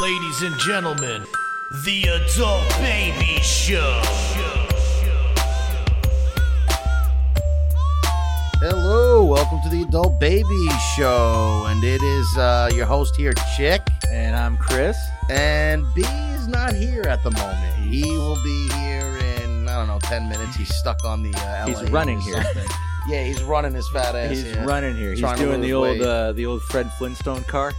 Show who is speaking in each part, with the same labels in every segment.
Speaker 1: Ladies and gentlemen, the Adult Baby Show.
Speaker 2: Hello, welcome to the Adult Baby Show, and it is uh, your host here, Chick,
Speaker 3: And I'm Chris.
Speaker 2: and B is not here at the moment. He will be here in I don't know ten minutes. He's stuck on the uh,
Speaker 3: He's
Speaker 2: LA
Speaker 3: running
Speaker 2: or
Speaker 3: here.
Speaker 2: something. yeah, he's running his fat ass.
Speaker 3: He's
Speaker 2: yeah.
Speaker 3: running here. He's
Speaker 2: Trying to
Speaker 3: doing the
Speaker 2: lose
Speaker 3: old
Speaker 2: weight.
Speaker 3: uh, the old Fred Flintstone car,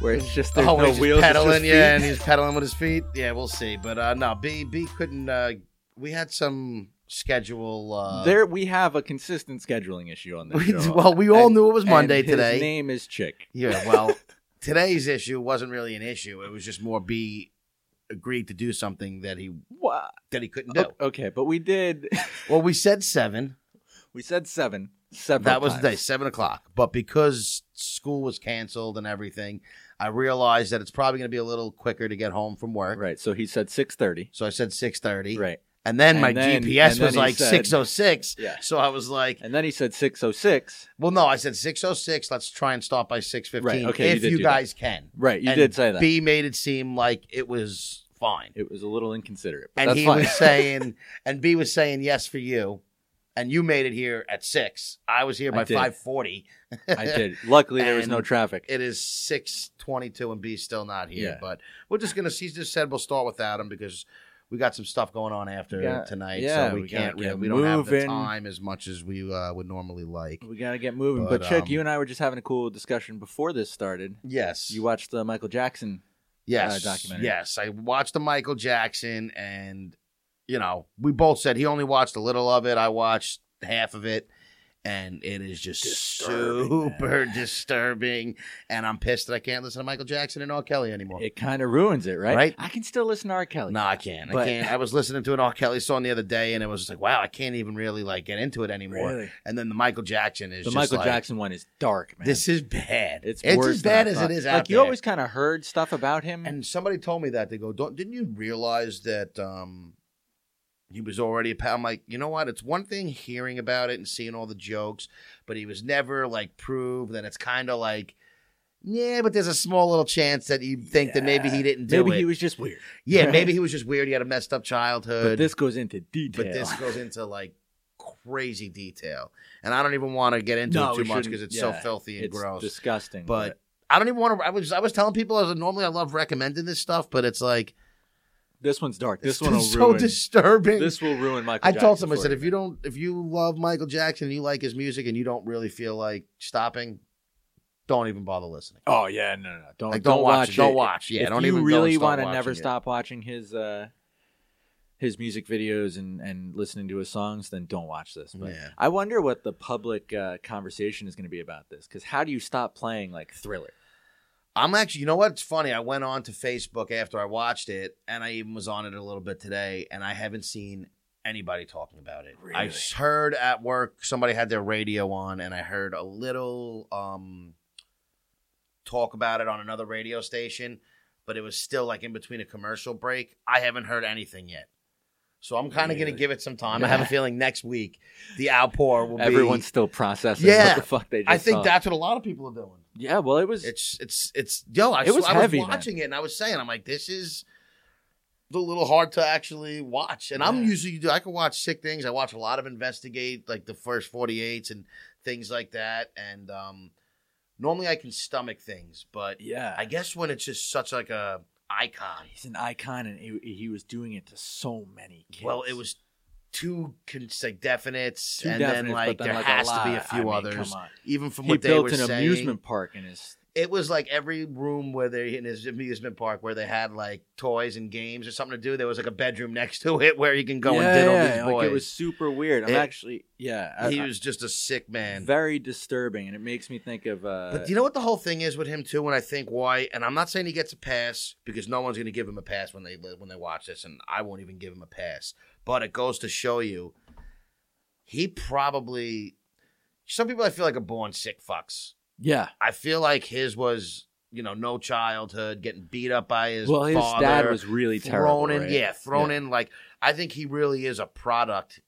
Speaker 3: where it's just there's
Speaker 2: oh,
Speaker 3: no
Speaker 2: he's just
Speaker 3: wheels. it's
Speaker 2: pedaling,
Speaker 3: just
Speaker 2: yeah,
Speaker 3: feet.
Speaker 2: and he's pedaling with his feet. Yeah, we'll see. But uh, no, B B couldn't. Uh, we had some schedule. Uh,
Speaker 3: there we have a consistent scheduling issue on this
Speaker 2: we-
Speaker 3: show.
Speaker 2: well, we all
Speaker 3: And-
Speaker 2: knew it was Monday
Speaker 3: and
Speaker 2: today.
Speaker 3: His name is Chick.
Speaker 2: Yeah, well, today's issue wasn't really an issue. It was just more B agreed to do something that he
Speaker 3: Wha-
Speaker 2: that he couldn't do.
Speaker 3: O- Okay, but we did.
Speaker 2: Well, we said seven.
Speaker 3: We said seven. Several.
Speaker 2: That was the
Speaker 3: times.
Speaker 2: day, seven o'clock. But because school was canceled and everything, I realized that it's probably going to be a little quicker to get home from work.
Speaker 3: Right. So he said six thirty.
Speaker 2: So I said six thirty.
Speaker 3: Right.
Speaker 2: And then
Speaker 3: And
Speaker 2: my
Speaker 3: then-
Speaker 2: GPS
Speaker 3: and then
Speaker 2: was
Speaker 3: he
Speaker 2: like
Speaker 3: said-
Speaker 2: six oh six.
Speaker 3: Yeah.
Speaker 2: So I was like,
Speaker 3: And then he said six oh six.
Speaker 2: "Well, no," I said six oh six. Let's try and stop by six fifteen
Speaker 3: Right, okay, you
Speaker 2: if
Speaker 3: did
Speaker 2: you
Speaker 3: do that.
Speaker 2: guys can.
Speaker 3: Right. You
Speaker 2: And
Speaker 3: did say that.
Speaker 2: B made it seem like it was fine.
Speaker 3: it was a little inconsiderate. But
Speaker 2: and
Speaker 3: that's
Speaker 2: he
Speaker 3: fine.
Speaker 2: was saying, and B was saying yes for you, and you made it here at six. I was here
Speaker 3: I
Speaker 2: by
Speaker 3: did.
Speaker 2: five forty.
Speaker 3: I did. Luckily, there was no
Speaker 2: And
Speaker 3: traffic.
Speaker 2: It is six twenty-two, and B's still not here.
Speaker 3: Yeah.
Speaker 2: But we're just gonna. He just said we'll start without him because we got some stuff going on after
Speaker 3: Yeah.
Speaker 2: tonight,
Speaker 3: Yeah,
Speaker 2: so we,
Speaker 3: we gotta
Speaker 2: can't.
Speaker 3: get
Speaker 2: Really, we don't have the
Speaker 3: moving.
Speaker 2: time as much as we uh, would normally like.
Speaker 3: We gotta get moving.
Speaker 2: But,
Speaker 3: But, Chick,
Speaker 2: um,
Speaker 3: you and I were just having a cool discussion before this started.
Speaker 2: Yes,
Speaker 3: You watched the Michael Jackson.
Speaker 2: yes,
Speaker 3: uh, documentary.
Speaker 2: yes. I watched the Michael Jackson, and you know, we both said he only watched a little of it. I watched half of it, and it is just
Speaker 3: Disturbing,
Speaker 2: super disturbing. And I'm pissed that I can't listen to Michael Jackson and R. Kelly anymore.
Speaker 3: It kind of ruins it, right?
Speaker 2: Right.
Speaker 3: I can still listen to R. Kelly.
Speaker 2: no, I can't. I
Speaker 3: But-
Speaker 2: can't. I was listening to an R. Kelly song the other day, and it was just like, wow, I can't even really like get into it anymore.
Speaker 3: Really?
Speaker 2: And then the Michael Jackson is
Speaker 3: The
Speaker 2: just
Speaker 3: Michael
Speaker 2: like,
Speaker 3: Jackson one is dark, man.
Speaker 2: This is bad.
Speaker 3: it's, worse
Speaker 2: as
Speaker 3: than
Speaker 2: bad
Speaker 3: I
Speaker 2: as
Speaker 3: thought.
Speaker 2: it is.
Speaker 3: Like
Speaker 2: out
Speaker 3: you
Speaker 2: there.
Speaker 3: always kind of heard stuff about him.
Speaker 2: And somebody told me that they go, "Don't didn't you realize that um he was already a pa-" I'm like, you know what? It's one thing hearing about it and seeing all the jokes, but he was never like proved. And it's kind of like, yeah, but there's a small little chance that you think that maybe he didn't do
Speaker 3: maybe
Speaker 2: it.
Speaker 3: he was just weird.
Speaker 2: yeah, maybe he was just weird. He had a messed up childhood.
Speaker 3: But this goes into detail.
Speaker 2: but this goes into like crazy detail, and I don't even want to get into
Speaker 3: No,
Speaker 2: it too
Speaker 3: we
Speaker 2: much
Speaker 3: shouldn't.
Speaker 2: because it's so
Speaker 3: Yeah,
Speaker 2: filthy and
Speaker 3: it's
Speaker 2: gross
Speaker 3: disgusting.
Speaker 2: but I don't even want to. I was I was telling people as normally I love recommending this stuff, but it's like
Speaker 3: this one's dark. This
Speaker 2: it's
Speaker 3: one will
Speaker 2: so
Speaker 3: ruin.
Speaker 2: disturbing.
Speaker 3: This will ruin Michael.
Speaker 2: I told
Speaker 3: Jackson
Speaker 2: someone I
Speaker 3: for
Speaker 2: said if you don't if you love Michael Jackson and you like his music and you don't really feel like stopping, don't even bother listening.
Speaker 3: Oh yeah, no, no, no. don't
Speaker 2: Like,
Speaker 3: don't,
Speaker 2: don't watch it.
Speaker 3: watch.
Speaker 2: Don't
Speaker 3: it.
Speaker 2: watch. Yeah,
Speaker 3: if
Speaker 2: don't
Speaker 3: you
Speaker 2: even go and
Speaker 3: really
Speaker 2: start
Speaker 3: wanna
Speaker 2: watching
Speaker 3: never
Speaker 2: it.
Speaker 3: stop watching his uh, his music videos and and listening to his songs, then don't watch this. But
Speaker 2: Yeah.
Speaker 3: I wonder what the public uh, conversation is going to be about this because how do you stop playing like Thriller?
Speaker 2: I'm actually, you know what's funny? I went on to Facebook after I watched it, and I even was on it a little bit today, and I haven't seen anybody talking about it. I
Speaker 3: Really?
Speaker 2: s- heard at work somebody had their radio on, and I heard a little um, talk about it on another radio station, but it was still like in between a commercial break. I haven't heard anything yet. So I'm kind of going
Speaker 3: Really?
Speaker 2: to give it some time. I have a feeling next week the outpour will
Speaker 3: Everyone's
Speaker 2: be.
Speaker 3: still processing.
Speaker 2: Yeah.
Speaker 3: what the fuck they just.
Speaker 2: I think
Speaker 3: saw.
Speaker 2: that's what a lot of people are doing.
Speaker 3: Yeah, well, it was.
Speaker 2: It's it's it's yo. I,
Speaker 3: It was
Speaker 2: I
Speaker 3: heavy,
Speaker 2: was
Speaker 3: man.
Speaker 2: watching it and I was saying, I'm like, this is a little hard to actually watch. And I'm
Speaker 3: Yeah.
Speaker 2: usually I can watch sick things. I watch a lot of investigate, like the first 48s and things like that. And um, normally I can stomach things, but
Speaker 3: yeah,
Speaker 2: I guess when it's just such like a icon.
Speaker 3: he's an icon, and he, he was doing it to so many kids.
Speaker 2: Well, it was two con- like definites,
Speaker 3: Too
Speaker 2: and
Speaker 3: definite,
Speaker 2: then
Speaker 3: but
Speaker 2: like there
Speaker 3: like,
Speaker 2: has to be a
Speaker 3: lot. I
Speaker 2: few
Speaker 3: mean,
Speaker 2: others.
Speaker 3: Come on.
Speaker 2: Even from
Speaker 3: He
Speaker 2: what they
Speaker 3: built
Speaker 2: were
Speaker 3: an
Speaker 2: saying,
Speaker 3: amusement park in his.
Speaker 2: it was like every room where they in his amusement park where they had like toys and games or something to do. There was like a bedroom next to it where you can go and diddle these boys.
Speaker 3: Like, it was super weird. I'm
Speaker 2: It-
Speaker 3: actually, yeah, I-
Speaker 2: he
Speaker 3: I-
Speaker 2: was just a sick man.
Speaker 3: very disturbing, and it makes me think of. Uh,
Speaker 2: but you know what the whole thing is with him too, and I think why. And I'm not saying he gets a pass because no one's going to give him a pass when they when they watch this, and I won't even give him a pass. But it goes to show you, he probably. Some people I feel like are born sick fucks.
Speaker 3: yeah.
Speaker 2: I feel like his was you know no childhood, getting beat up by his
Speaker 3: well, his
Speaker 2: father.
Speaker 3: dad was really
Speaker 2: thrown
Speaker 3: terrible.
Speaker 2: in,
Speaker 3: right?
Speaker 2: yeah, thrown
Speaker 3: Yeah.
Speaker 2: in. Like I think he really is a product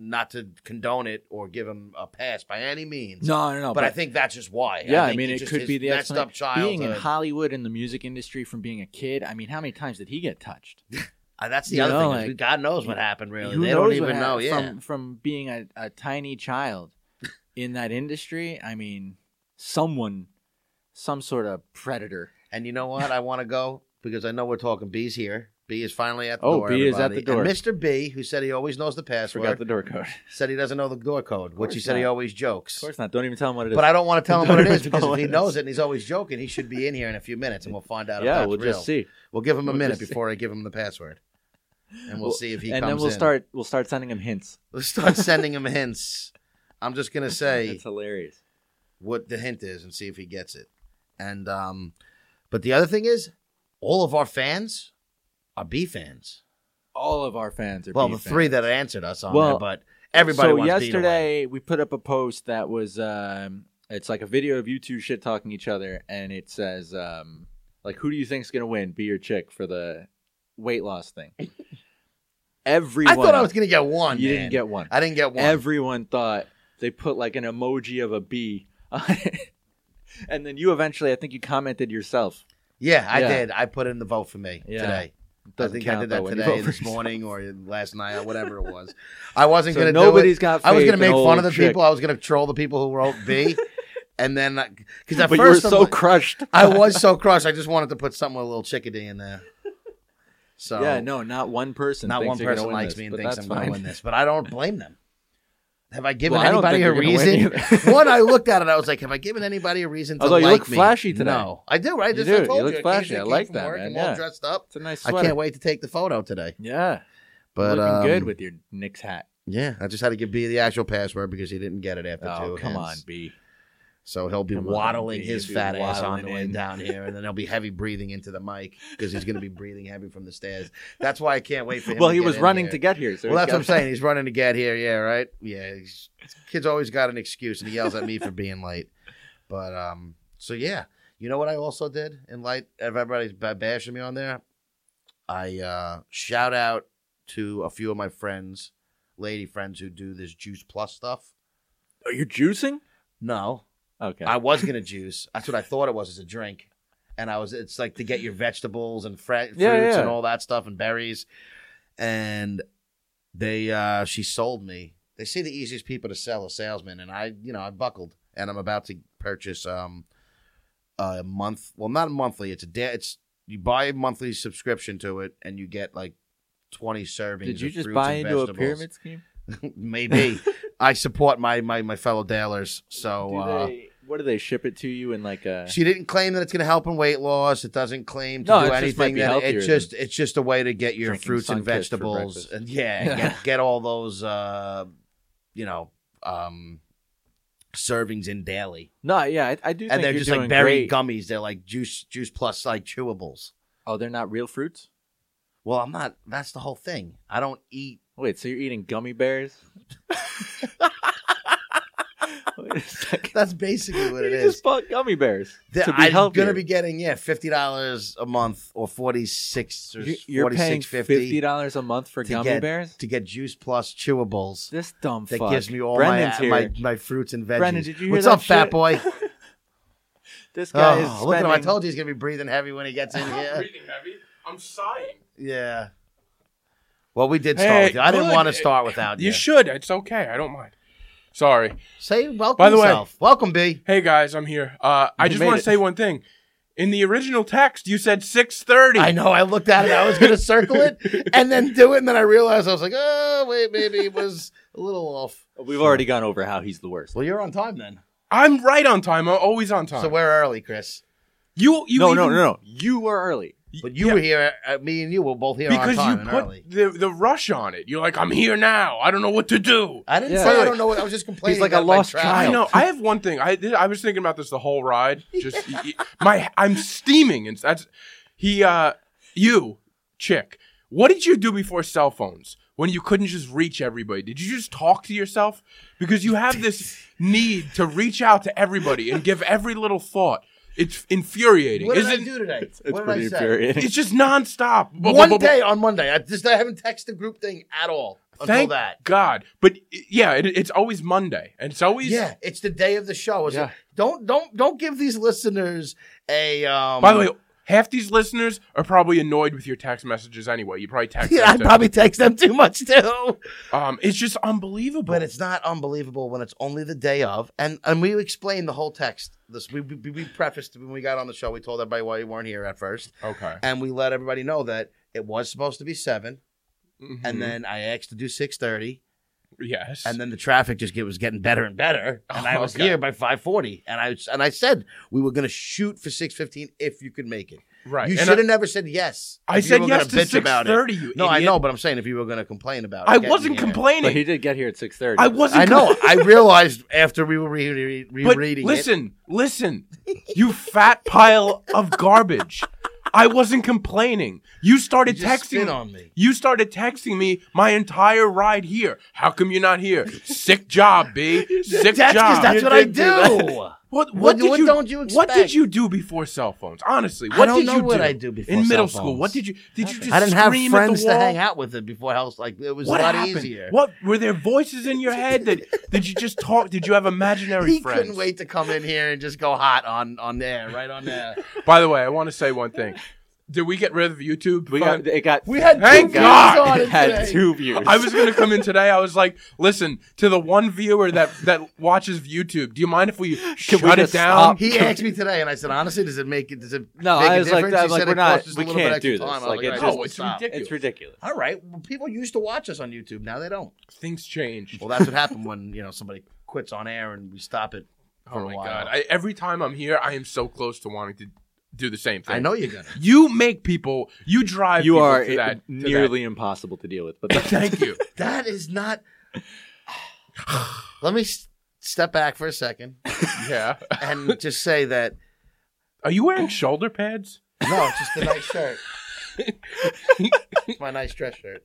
Speaker 2: not to condone it or give him a pass by any means.
Speaker 3: No, no, no.
Speaker 2: but, I think that's just why.
Speaker 3: Yeah, I,
Speaker 2: think
Speaker 3: mean,
Speaker 2: it's
Speaker 3: it
Speaker 2: just
Speaker 3: could
Speaker 2: his
Speaker 3: be the
Speaker 2: messed up
Speaker 3: explanation.
Speaker 2: child.
Speaker 3: Being in Hollywood in the music industry from being a kid, I mean, how many times did he get touched?
Speaker 2: Uh, that's the
Speaker 3: you
Speaker 2: other
Speaker 3: know,
Speaker 2: thing. is
Speaker 3: like,
Speaker 2: God knows what happened. Really,
Speaker 3: Who
Speaker 2: they
Speaker 3: knows
Speaker 2: don't
Speaker 3: what
Speaker 2: even
Speaker 3: hap-
Speaker 2: know. Yeah,
Speaker 3: From, from being a, a tiny child in that industry, I mean, someone, some sort of predator.
Speaker 2: and you know what? I want to go because I know we're talking bees here. B is finally at the
Speaker 3: Oh,
Speaker 2: door.
Speaker 3: B is at
Speaker 2: everybody.
Speaker 3: the door.
Speaker 2: And Mr. B, who said he always knows the password,
Speaker 3: Forgot the door code. Of
Speaker 2: said he doesn't know the door code, which he
Speaker 3: course
Speaker 2: said he
Speaker 3: not.
Speaker 2: always jokes.
Speaker 3: course not. Don't even tell him what it is.
Speaker 2: But I don't want to tell him what it is because
Speaker 3: Don't
Speaker 2: if he
Speaker 3: even-
Speaker 2: knows it and he's always joking, he should be in here in a few minutes and we'll find out. if
Speaker 3: yeah,
Speaker 2: that's
Speaker 3: we'll just
Speaker 2: real.
Speaker 3: see,
Speaker 2: We'll give him a
Speaker 3: We'll
Speaker 2: minute
Speaker 3: just see.
Speaker 2: before I give him the password, and we'll,
Speaker 3: Well,
Speaker 2: see if he
Speaker 3: and
Speaker 2: comes
Speaker 3: then we'll
Speaker 2: in.
Speaker 3: start. We'll start sending him hints.
Speaker 2: We'll start sending him hints. I'm just gonna say
Speaker 3: That's hilarious.
Speaker 2: what the hint is and see if he gets it. And um, but the other thing is, all of our fans are B fans.
Speaker 3: All of our fans are.
Speaker 2: well,
Speaker 3: B
Speaker 2: the
Speaker 3: fans.
Speaker 2: three that answered us on there,
Speaker 3: Well,
Speaker 2: but everybody.
Speaker 3: So
Speaker 2: wants B to win.
Speaker 3: yesterday we put up a post that was um, it's like a video of you two shit talking each other, and it says um, like, "Who do you think's gonna win, be your chick for the weight loss thing?" Everyone.
Speaker 2: I thought I was gonna get one.
Speaker 3: You
Speaker 2: man.
Speaker 3: didn't get one.
Speaker 2: I didn't get one.
Speaker 3: Everyone thought they put like an emoji of a bee, on it. and then you eventually, I think you commented yourself.
Speaker 2: yeah, I
Speaker 3: Yeah.
Speaker 2: did. I put in the vote for me
Speaker 3: Yeah.
Speaker 2: today.
Speaker 3: It
Speaker 2: I
Speaker 3: doesn't
Speaker 2: think I
Speaker 3: count,
Speaker 2: did
Speaker 3: though,
Speaker 2: that
Speaker 3: when you
Speaker 2: today,
Speaker 3: vote for
Speaker 2: this
Speaker 3: yourself.
Speaker 2: morning or last night or whatever it was. I wasn't
Speaker 3: So
Speaker 2: gonna. do
Speaker 3: nobody's
Speaker 2: it.
Speaker 3: got
Speaker 2: I was
Speaker 3: faith
Speaker 2: gonna
Speaker 3: in
Speaker 2: make
Speaker 3: old
Speaker 2: fun of the
Speaker 3: chick.
Speaker 2: people. I was gonna troll the people who wrote B, and then because at
Speaker 3: But you were
Speaker 2: first I'm
Speaker 3: so
Speaker 2: like-
Speaker 3: crushed.
Speaker 2: I was so crushed. I just wanted to put something with a little chickadee in there. So
Speaker 3: yeah, no, not one person.
Speaker 2: not
Speaker 3: thinks
Speaker 2: one
Speaker 3: you're gonna
Speaker 2: person
Speaker 3: win
Speaker 2: likes
Speaker 3: this,
Speaker 2: me and
Speaker 3: but
Speaker 2: thinks
Speaker 3: that's
Speaker 2: I'm going to
Speaker 3: fine.
Speaker 2: win this, but I don't blame them. Have I given
Speaker 3: Well, I don't
Speaker 2: anybody a
Speaker 3: think you're gonna
Speaker 2: reason?
Speaker 3: win either.
Speaker 2: One, I looked at it. I was like, "Have I given anybody a reason to
Speaker 3: Although
Speaker 2: like
Speaker 3: you
Speaker 2: me?"
Speaker 3: look flashy today.
Speaker 2: No, I do. Right?
Speaker 3: You
Speaker 2: Just
Speaker 3: do.
Speaker 2: I told
Speaker 3: You look
Speaker 2: I came-
Speaker 3: flashy. I
Speaker 2: came
Speaker 3: like
Speaker 2: from
Speaker 3: that,
Speaker 2: work,
Speaker 3: man.
Speaker 2: I'm all
Speaker 3: Yeah.
Speaker 2: dressed up.
Speaker 3: It's a nice
Speaker 2: I
Speaker 3: sweater.
Speaker 2: can't wait to take the photo today.
Speaker 3: Yeah,
Speaker 2: But
Speaker 3: looking good
Speaker 2: um,
Speaker 3: with your Knicks hat.
Speaker 2: yeah, I just had to give B the actual password because he didn't get it after two.
Speaker 3: Oh, come on,
Speaker 2: hands.
Speaker 3: B.
Speaker 2: So he'll be
Speaker 3: Come on,
Speaker 2: waddling
Speaker 3: B,
Speaker 2: his
Speaker 3: he'll be
Speaker 2: fat ass on the
Speaker 3: waddling
Speaker 2: way
Speaker 3: in.
Speaker 2: down here, and then he'll be heavy breathing into the mic because he's going to be breathing heavy from the stairs. That's why I can't wait for him.
Speaker 3: Well,
Speaker 2: to
Speaker 3: he
Speaker 2: get
Speaker 3: was
Speaker 2: in
Speaker 3: running
Speaker 2: here.
Speaker 3: to get here. So
Speaker 2: well,
Speaker 3: he's
Speaker 2: that's what I'm
Speaker 3: gotta-
Speaker 2: saying. He's running to get here. Yeah, right. Yeah, he's, kid's always got an excuse, and he yells at me for being late. But um, so yeah, you know what I also did in light of everybody's ba- bashing me on there. I uh, shout out to a few of my friends, lady friends who do this Juice Plus stuff.
Speaker 3: Are you Oh, juicing?
Speaker 2: No,
Speaker 3: Okay.
Speaker 2: I was gonna juice. That's what I thought it was as a drink, and I was. It's like to get your vegetables and fra- fruits
Speaker 3: Yeah, yeah.
Speaker 2: and all that stuff and berries. And they, uh she sold me. They say the easiest people to sell are salesmen, and I, you know, I buckled, and I'm about to purchase um a month. Well, not monthly. It's a day. It's you buy a monthly subscription to it, and you get like twenty servings.
Speaker 3: Did you
Speaker 2: of
Speaker 3: just
Speaker 2: fruits
Speaker 3: buy
Speaker 2: and
Speaker 3: into a
Speaker 2: vegetables.
Speaker 3: pyramid scheme?
Speaker 2: Maybe. I support my my my fellow dealers, so. uh,
Speaker 3: what do they ship it to you in like a?
Speaker 2: she didn't claim that it's going to help in weight loss. It doesn't claim to
Speaker 3: No,
Speaker 2: do
Speaker 3: it just might
Speaker 2: anything.
Speaker 3: be
Speaker 2: That
Speaker 3: healthier
Speaker 2: it's just it's just a way to get your
Speaker 3: drinking
Speaker 2: fruits and
Speaker 3: Sunkist for
Speaker 2: vegetables,
Speaker 3: breakfast.
Speaker 2: and yeah, and get, get all those uh, you know um, servings in daily.
Speaker 3: No, yeah, I, I do. think
Speaker 2: And they're
Speaker 3: you're
Speaker 2: just like
Speaker 3: doing
Speaker 2: berry
Speaker 3: great.
Speaker 2: gummies. They're like juice juice plus like chewables.
Speaker 3: Oh, they're not real fruits.
Speaker 2: Well, I'm not. That's the whole thing. I don't eat.
Speaker 3: Wait, so you're eating gummy bears? Wait a second.
Speaker 2: That's basically what it
Speaker 3: you
Speaker 2: is.
Speaker 3: just bought gummy bears
Speaker 2: That
Speaker 3: to be
Speaker 2: I'm
Speaker 3: healthier.
Speaker 2: gonna be getting yeah fifty dollars a month or forty six or
Speaker 3: You're- you're
Speaker 2: forty
Speaker 3: paying
Speaker 2: six
Speaker 3: fifty
Speaker 2: fifty
Speaker 3: dollars a month for
Speaker 2: to
Speaker 3: gummy
Speaker 2: get-
Speaker 3: bears.
Speaker 2: to get juice plus chewables.
Speaker 3: This dumb
Speaker 2: that
Speaker 3: fuck.
Speaker 2: gives me all
Speaker 3: Brendan's
Speaker 2: my, uh, my
Speaker 3: here.
Speaker 2: my fruits and veggies.
Speaker 3: Brendan, did you hear
Speaker 2: What's
Speaker 3: that
Speaker 2: up, fat
Speaker 3: shit?
Speaker 2: boy?
Speaker 3: This
Speaker 2: oh,
Speaker 3: guy is spending.
Speaker 2: look at him! I told you he's gonna be breathing heavy when he gets in
Speaker 4: I'm not
Speaker 2: here.
Speaker 4: breathing heavy. I'm sighing.
Speaker 2: yeah. Well, we did start
Speaker 4: Hey,
Speaker 2: with you. I didn't
Speaker 4: good.
Speaker 3: eh,
Speaker 2: want to start without you.
Speaker 4: You should. It's okay. I don't mind. Sorry.
Speaker 2: Say welcome.
Speaker 4: By the way-
Speaker 2: yourself. welcome, B.
Speaker 4: Hey guys, I'm here. Uh, I
Speaker 3: You
Speaker 4: just
Speaker 3: made
Speaker 4: want
Speaker 3: it.
Speaker 4: to say one thing. In the original text, you said 6:30.
Speaker 2: I know. I looked at it. I was gonna circle it and then do it, and then I realized I was like, oh wait, maybe it was a little off.
Speaker 3: We've already gone over how he's the worst.
Speaker 2: Well, you're on time then.
Speaker 4: I'm right on time. I'm always on time.
Speaker 2: So we're early, Chris.
Speaker 4: you, you
Speaker 3: no,
Speaker 4: even,
Speaker 3: no, no, no. You were early.
Speaker 2: But you
Speaker 4: Yeah,
Speaker 2: were here. Uh, me and you were both here on
Speaker 4: because
Speaker 2: time
Speaker 4: you
Speaker 2: and
Speaker 4: put
Speaker 2: early.
Speaker 4: the the rush on it. You're like, I'm here now. I don't know what to do.
Speaker 2: I didn't
Speaker 3: Yeah.
Speaker 2: say
Speaker 3: Wait,
Speaker 2: I
Speaker 4: wait.
Speaker 2: don't know what I was just complaining.
Speaker 3: like a
Speaker 2: about my
Speaker 3: lost
Speaker 2: travel.
Speaker 4: I
Speaker 3: child.
Speaker 4: know. I have one thing. I th- I was thinking about this the whole ride. Just y- y- my I'm steaming, and that's he. uh You chick, what did you do before cell phones? When you couldn't just reach everybody, did you just talk to yourself? Because you have this need to reach out to everybody and give every little thought. It's infuriating.
Speaker 2: What did I
Speaker 4: Isn't-
Speaker 2: do today?
Speaker 3: It's
Speaker 2: what did
Speaker 3: pretty
Speaker 2: I say?
Speaker 3: infuriating.
Speaker 4: It's just nonstop. Bu- bu-
Speaker 2: One
Speaker 4: bu- bu-
Speaker 2: day on Monday, I just I haven't texted the group thing at all. until
Speaker 4: Thank
Speaker 2: that.
Speaker 4: God. But i- yeah, it, it's always Monday, and it's always
Speaker 2: Yeah, it's the day of the show. It's
Speaker 3: Yeah.
Speaker 2: like, don't don't don't give these listeners a. Um,
Speaker 4: By the way, half these listeners are probably annoyed with your text messages anyway. You probably text.
Speaker 2: yeah, I
Speaker 4: them to-
Speaker 2: probably text them too much too.
Speaker 4: Um, it's just unbelievable.
Speaker 2: But it's not unbelievable when it's only the day of, and and we explained the whole text. This we we, we prefaced when we got on the show. We told everybody why you weren't here at first,
Speaker 4: okay.
Speaker 2: and we let everybody know that it was supposed to be 7
Speaker 4: Mhm.
Speaker 2: and then I asked to do six thirty,
Speaker 4: yes,
Speaker 2: and then the traffic just get, was getting better and better, and I was
Speaker 4: Oh, Okay.
Speaker 2: here by five forty, and I and I said we were going to shoot for six fifteen if you could make it.
Speaker 4: right.
Speaker 2: You
Speaker 4: And
Speaker 2: should have never said yes.
Speaker 4: I, I
Speaker 2: if you
Speaker 4: said
Speaker 2: were
Speaker 4: yes to
Speaker 2: gonna bitch
Speaker 4: six
Speaker 2: about it.
Speaker 4: thirty. You
Speaker 2: No, I
Speaker 4: idiot.
Speaker 2: know, but I'm saying if you were going to complain about it,
Speaker 4: I
Speaker 2: get
Speaker 4: wasn't
Speaker 2: me here.
Speaker 4: complaining.
Speaker 3: But he did get here at six thirty.
Speaker 4: I wasn't.
Speaker 2: I know.
Speaker 4: compl-
Speaker 2: I realized after we were re- re-
Speaker 4: But
Speaker 2: rereading it.
Speaker 4: listen, listen, you fat pile of garbage. I wasn't complaining. You
Speaker 2: you
Speaker 4: started
Speaker 2: just
Speaker 4: texting
Speaker 2: spit on me.
Speaker 4: You started texting me my entire ride here. How come you're not here? Sick job, B. Sick
Speaker 2: That's 'cause
Speaker 4: job.
Speaker 2: that's
Speaker 3: You
Speaker 2: what I do.
Speaker 3: did do
Speaker 4: what what,
Speaker 2: What-
Speaker 4: did
Speaker 2: what
Speaker 4: you,
Speaker 2: don't you
Speaker 4: What did
Speaker 2: expect?
Speaker 4: you do before cell phones? Honestly,
Speaker 2: I
Speaker 4: what
Speaker 2: don't
Speaker 4: did
Speaker 2: know
Speaker 4: you
Speaker 2: what
Speaker 4: do
Speaker 2: I do before
Speaker 4: in
Speaker 2: cell
Speaker 4: middle school?
Speaker 2: phones.
Speaker 4: What did you did you just
Speaker 2: I didn't have
Speaker 4: scream
Speaker 2: friends
Speaker 4: at the
Speaker 2: to
Speaker 4: wall?
Speaker 2: hang out with it before house. Like it was
Speaker 4: What
Speaker 2: a lot
Speaker 4: happened?
Speaker 2: easier.
Speaker 4: What were there voices in your head that did you just talk? Did you have imaginary
Speaker 2: He
Speaker 4: friends?
Speaker 2: couldn't wait to come in here and just go hot on on there, right on there.
Speaker 4: By the way, I want to say one thing. Did we get rid of YouTube?
Speaker 3: We got, it got.
Speaker 2: We had
Speaker 4: Thank
Speaker 2: two
Speaker 4: God.
Speaker 2: guys on
Speaker 3: it
Speaker 2: it
Speaker 3: had
Speaker 2: today.
Speaker 3: two views.
Speaker 4: I was gonna come in today. I was like, listen to the one viewer that that watches YouTube. Do you mind if we shut
Speaker 3: we
Speaker 4: it
Speaker 3: just
Speaker 4: down?
Speaker 3: stop?
Speaker 2: He asked me today, and I said, honestly, does it make it? Does it
Speaker 3: No,
Speaker 2: make
Speaker 3: I
Speaker 2: a
Speaker 3: was like,
Speaker 2: difference?
Speaker 3: I
Speaker 2: He
Speaker 3: was like,
Speaker 2: said
Speaker 3: we're
Speaker 2: it costs
Speaker 3: not.
Speaker 2: us a
Speaker 3: We
Speaker 2: little bit
Speaker 3: can't
Speaker 2: extra
Speaker 3: do this.
Speaker 2: time. I was "Oh,
Speaker 3: Like,
Speaker 2: all
Speaker 3: it
Speaker 2: right,
Speaker 3: just,
Speaker 4: no, it's
Speaker 2: stop.
Speaker 4: ridiculous.
Speaker 3: it's ridiculous.
Speaker 2: All right, well, people used to watch us on YouTube. Now they don't.
Speaker 4: Things change.
Speaker 2: Well, that's what happened when you know somebody quits on air and we stop it.
Speaker 4: Oh
Speaker 2: for a
Speaker 4: my
Speaker 2: while.
Speaker 4: god! I, every time I'm here, I am so close to wanting to do the same thing.
Speaker 2: I know you're gonna.
Speaker 4: you make people. You drive.
Speaker 3: You
Speaker 4: people
Speaker 3: are
Speaker 4: to
Speaker 3: it-
Speaker 4: that, to that.
Speaker 3: nearly impossible to deal with. But that's
Speaker 4: Thank you.
Speaker 2: That is not. Let me s- step back for a second
Speaker 4: Yeah.
Speaker 2: and just say that
Speaker 4: Are you wearing shoulder pads?
Speaker 2: no, it's just a nice shirt. it's my nice dress shirt.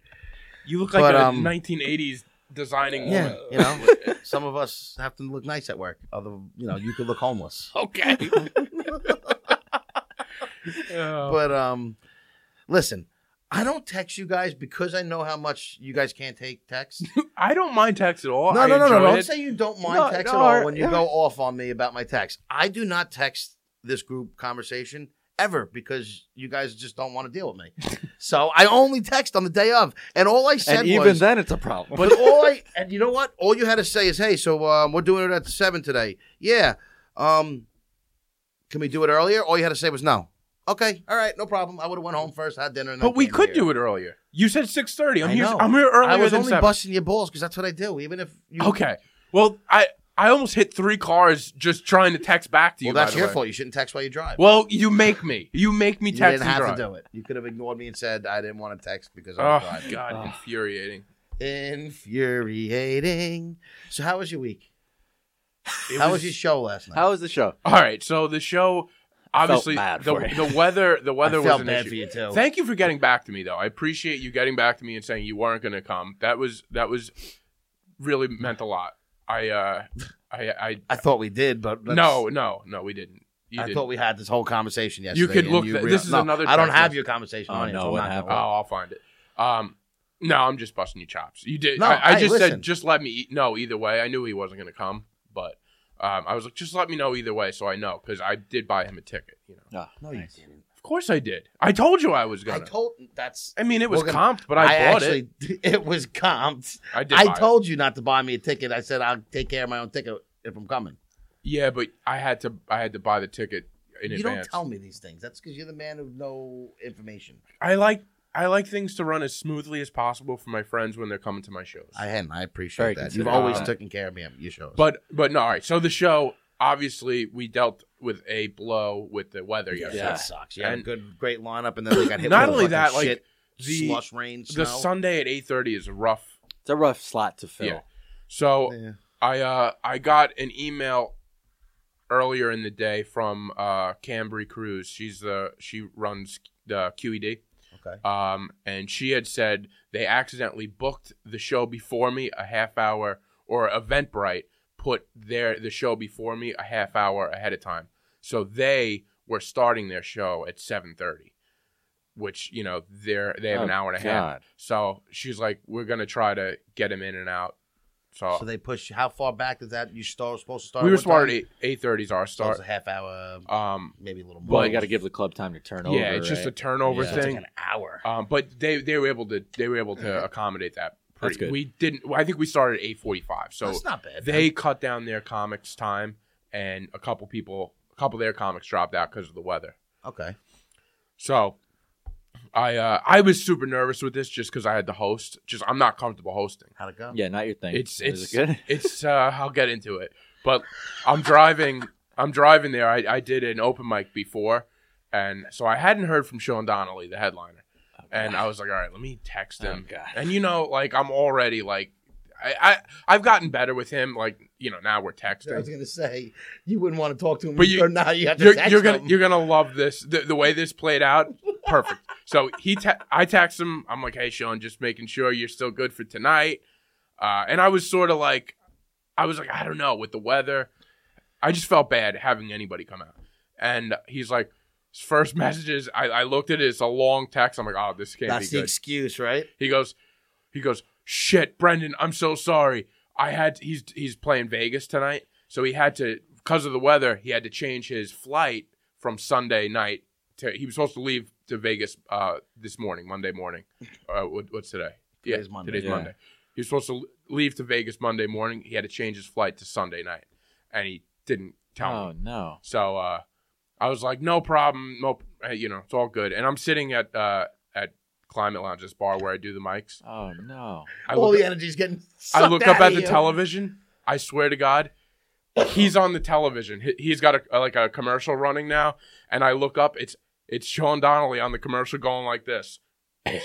Speaker 4: You look like
Speaker 2: But,
Speaker 4: a
Speaker 2: um,
Speaker 4: 1980s designing
Speaker 2: Yeah,
Speaker 4: woman.
Speaker 2: you know, some of us have to look nice at work. Other, you know, you could look homeless.
Speaker 4: Okay.
Speaker 3: Oh.
Speaker 4: Uh,
Speaker 2: But um, listen, I don't text you guys because I know how much you guys can't take text.
Speaker 4: I don't mind text at all.
Speaker 2: No,
Speaker 4: I
Speaker 2: no, no, no.
Speaker 4: enjoy
Speaker 2: Don't
Speaker 4: it.
Speaker 2: say you don't mind
Speaker 3: No,
Speaker 2: text
Speaker 3: no,
Speaker 2: at
Speaker 3: I-
Speaker 2: all when you go off on me about my text. I do not text this group conversation ever because you guys just don't want to deal with me. so I only text on the day of, and all I said
Speaker 3: and even
Speaker 2: was.
Speaker 3: then, it's a problem.
Speaker 2: but all I and you know what? All you had to say is, "Hey, so um, we're doing it at seven today. Yeah, um, can we do it earlier?" All you had to say was no. Okay, all right, no problem. I would have went home first, had dinner, and
Speaker 4: But we could do it earlier. You said six thirty. I'm
Speaker 2: I
Speaker 4: here.
Speaker 2: know.
Speaker 4: I'm here earlier
Speaker 2: I was
Speaker 4: than
Speaker 2: only
Speaker 4: seven.
Speaker 2: busting your balls because that's what I do. Even if you
Speaker 4: okay. Well, I I almost hit three cars just trying to text back to you.
Speaker 2: well, that's
Speaker 4: by the
Speaker 2: your
Speaker 4: way.
Speaker 2: fault. You shouldn't text while you drive.
Speaker 4: Well, you make me. You make me
Speaker 2: You
Speaker 4: text
Speaker 2: didn't
Speaker 4: and
Speaker 2: have
Speaker 4: drive.
Speaker 2: to do it. You could have ignored me and said I didn't want to text because I'm
Speaker 4: Oh
Speaker 2: driving.
Speaker 4: God,
Speaker 3: Ugh.
Speaker 4: infuriating.
Speaker 2: Infuriating. So how was your week?
Speaker 4: It
Speaker 2: how was, your show last night?
Speaker 3: How was the show?
Speaker 4: All right, so the show obviously
Speaker 3: bad
Speaker 4: the,
Speaker 3: for you.
Speaker 4: the weather the
Speaker 2: I
Speaker 4: weather was
Speaker 2: felt
Speaker 4: an
Speaker 2: bad
Speaker 4: issue.
Speaker 2: for you too.
Speaker 4: Thank you for getting back to me though. I appreciate you getting back to me and saying you weren't going to come. That was that was really meant a lot. I uh I I
Speaker 2: I thought we did, but let's-
Speaker 4: no no no we didn't. You
Speaker 2: I
Speaker 4: didn't.
Speaker 2: thought we had this whole conversation yesterday.
Speaker 4: could
Speaker 2: and
Speaker 4: look th-
Speaker 2: real-
Speaker 4: this is
Speaker 2: no,
Speaker 4: another
Speaker 2: I don't
Speaker 4: text
Speaker 2: have
Speaker 4: message.
Speaker 2: your conversation.
Speaker 3: Oh,
Speaker 2: on here,
Speaker 3: no,
Speaker 2: so I'm
Speaker 3: what
Speaker 2: not gonna
Speaker 3: happened?
Speaker 4: Oh,
Speaker 2: lie.
Speaker 4: I'll find it. Um, no, I'm just busting your chops. You did.
Speaker 2: No,
Speaker 4: I, I
Speaker 2: hey,
Speaker 4: just
Speaker 2: listen.
Speaker 4: said just let me eat. No, either way, I knew he wasn't gonna come, but um, I was like, just let me know either way, so I know because I did buy him a ticket. You know,
Speaker 3: No,
Speaker 2: No, you didn't.
Speaker 4: of course I did. I told you I was
Speaker 2: I
Speaker 4: gonna. I,
Speaker 2: told that's.
Speaker 4: mean, it was
Speaker 2: We're gonna-
Speaker 4: comped, but I, bought it.
Speaker 2: actually, it. was comped.
Speaker 4: I did.
Speaker 2: I
Speaker 4: buy it.
Speaker 2: told you not to buy me a ticket. I said I'll take care of my own ticket if I'm coming.
Speaker 4: Yeah, but I had to. I had to buy the ticket in
Speaker 2: you
Speaker 4: advance.
Speaker 2: don't tell me these things. That's because you're the man of no information.
Speaker 4: I like. I like things to run as smoothly as possible for my friends when they're coming to my shows.
Speaker 2: I hadn't. I appreciate
Speaker 3: Very
Speaker 2: that. You've
Speaker 3: considerate.
Speaker 2: always
Speaker 4: Uh,
Speaker 2: taken care of me at your shows.
Speaker 4: But but no, all right. So the show, obviously, we dealt with a blow with the weather
Speaker 2: yeah,
Speaker 4: yesterday.
Speaker 2: that sucks. You had a
Speaker 4: And-
Speaker 2: good, great lineup, and then they got hit.
Speaker 4: Not
Speaker 2: with
Speaker 4: only
Speaker 2: fucking
Speaker 4: that, like,
Speaker 2: shit,
Speaker 4: the-
Speaker 2: slush rain, snow.
Speaker 4: the Sunday at eight thirty is rough.
Speaker 3: it's a rough slot to fill.
Speaker 4: Yeah. So
Speaker 2: Yeah.
Speaker 4: I uh, I got an email earlier in the day from uh, Cambry Cruz. She's the she runs uh, the QED.
Speaker 2: Okay.
Speaker 4: Um, and she had said they accidentally booked the show before me a half hour, or Eventbrite put their the show before me a half hour ahead of time. So they were starting their show at seven thirty. which you know they're they have an
Speaker 3: Oh,
Speaker 4: hour and a half.
Speaker 3: God.
Speaker 4: So she's like, we're gonna try to get him in and out. So,
Speaker 2: So they push. How far back is that you start supposed to start?
Speaker 4: we
Speaker 2: at
Speaker 4: were
Speaker 2: what
Speaker 4: smart
Speaker 2: time?
Speaker 4: at eight thirty is our
Speaker 2: So it's
Speaker 4: start.
Speaker 2: a half hour,
Speaker 4: Um,
Speaker 2: maybe a little more.
Speaker 3: Well,
Speaker 4: But-
Speaker 3: you got to give the club time to turn over.
Speaker 4: yeah, it's just a
Speaker 3: right?
Speaker 4: turnover
Speaker 3: Yeah.
Speaker 2: So it's
Speaker 4: thing.
Speaker 2: like an hour.
Speaker 4: Um, but they they were able to they were able to accommodate that. Pretty.
Speaker 3: good.
Speaker 4: We didn't. I think we started at eight forty five. So
Speaker 2: That's not bad.
Speaker 4: they cut down their comics time, and a couple people, a couple of their comics dropped out because of the weather.
Speaker 2: okay.
Speaker 4: So I uh, I was super nervous with this just because I had to host. Just I'm not comfortable hosting.
Speaker 2: How'd it go?
Speaker 3: yeah, not your thing.
Speaker 4: It's
Speaker 3: Is
Speaker 4: it's
Speaker 3: it good.
Speaker 4: it's uh, I'll get into it. But I'm driving. I'm driving there. I, I did an open mic before, and so I hadn't heard from Sean Donnelly, the headliner, and I was like, all right, let me text
Speaker 3: Oh,
Speaker 4: him.
Speaker 3: God.
Speaker 4: and you know, like I'm already like. I, I I've gotten better with him. Like you know, now we're
Speaker 2: I was
Speaker 4: texting.
Speaker 2: gonna say you wouldn't want to talk to him,
Speaker 4: But you-
Speaker 2: or now you have to
Speaker 4: You're,
Speaker 2: text
Speaker 4: you're gonna
Speaker 2: him.
Speaker 4: you're gonna love this. The, the way this played out, perfect. So he te- I text him. I'm like, hey Sean, just making sure you're still good for tonight. Uh, and I was sort of like, I was like, I don't know with the weather. I just felt bad having anybody come out. And he's like, his first message is I, I looked at it. It's a long text. I'm like, oh, this can't
Speaker 2: That's
Speaker 4: be
Speaker 2: the
Speaker 4: good.
Speaker 2: excuse, right?
Speaker 4: He goes, he goes, shit, Brendan, I'm so sorry. I had he's he's playing Vegas tonight, so he had to because of the weather, he had to change his flight from Sunday night to he was supposed to leave to Vegas uh, this morning, Monday morning. Uh, what, what's today?
Speaker 2: Today's Monday.
Speaker 4: Today's
Speaker 3: Yeah.
Speaker 4: Monday. He was supposed to l- leave to Vegas Monday morning. He had to change his flight to Sunday night, and he didn't tell me.
Speaker 3: Oh no.
Speaker 4: So uh, I was like, no problem, no, uh, you know, it's all good. And I'm sitting at uh, at Climate Lounge, this bar where I do the mics.
Speaker 3: Oh no.
Speaker 4: I
Speaker 2: All
Speaker 4: look,
Speaker 2: the energy's getting.
Speaker 4: I
Speaker 2: sucked
Speaker 4: look up
Speaker 2: out
Speaker 4: at
Speaker 2: of
Speaker 4: the
Speaker 2: you.
Speaker 4: television. I swear to God, he's on the television. He- He's got a, like a commercial running now, and I look up. It's it's Sean Donnelly on the commercial going like this, just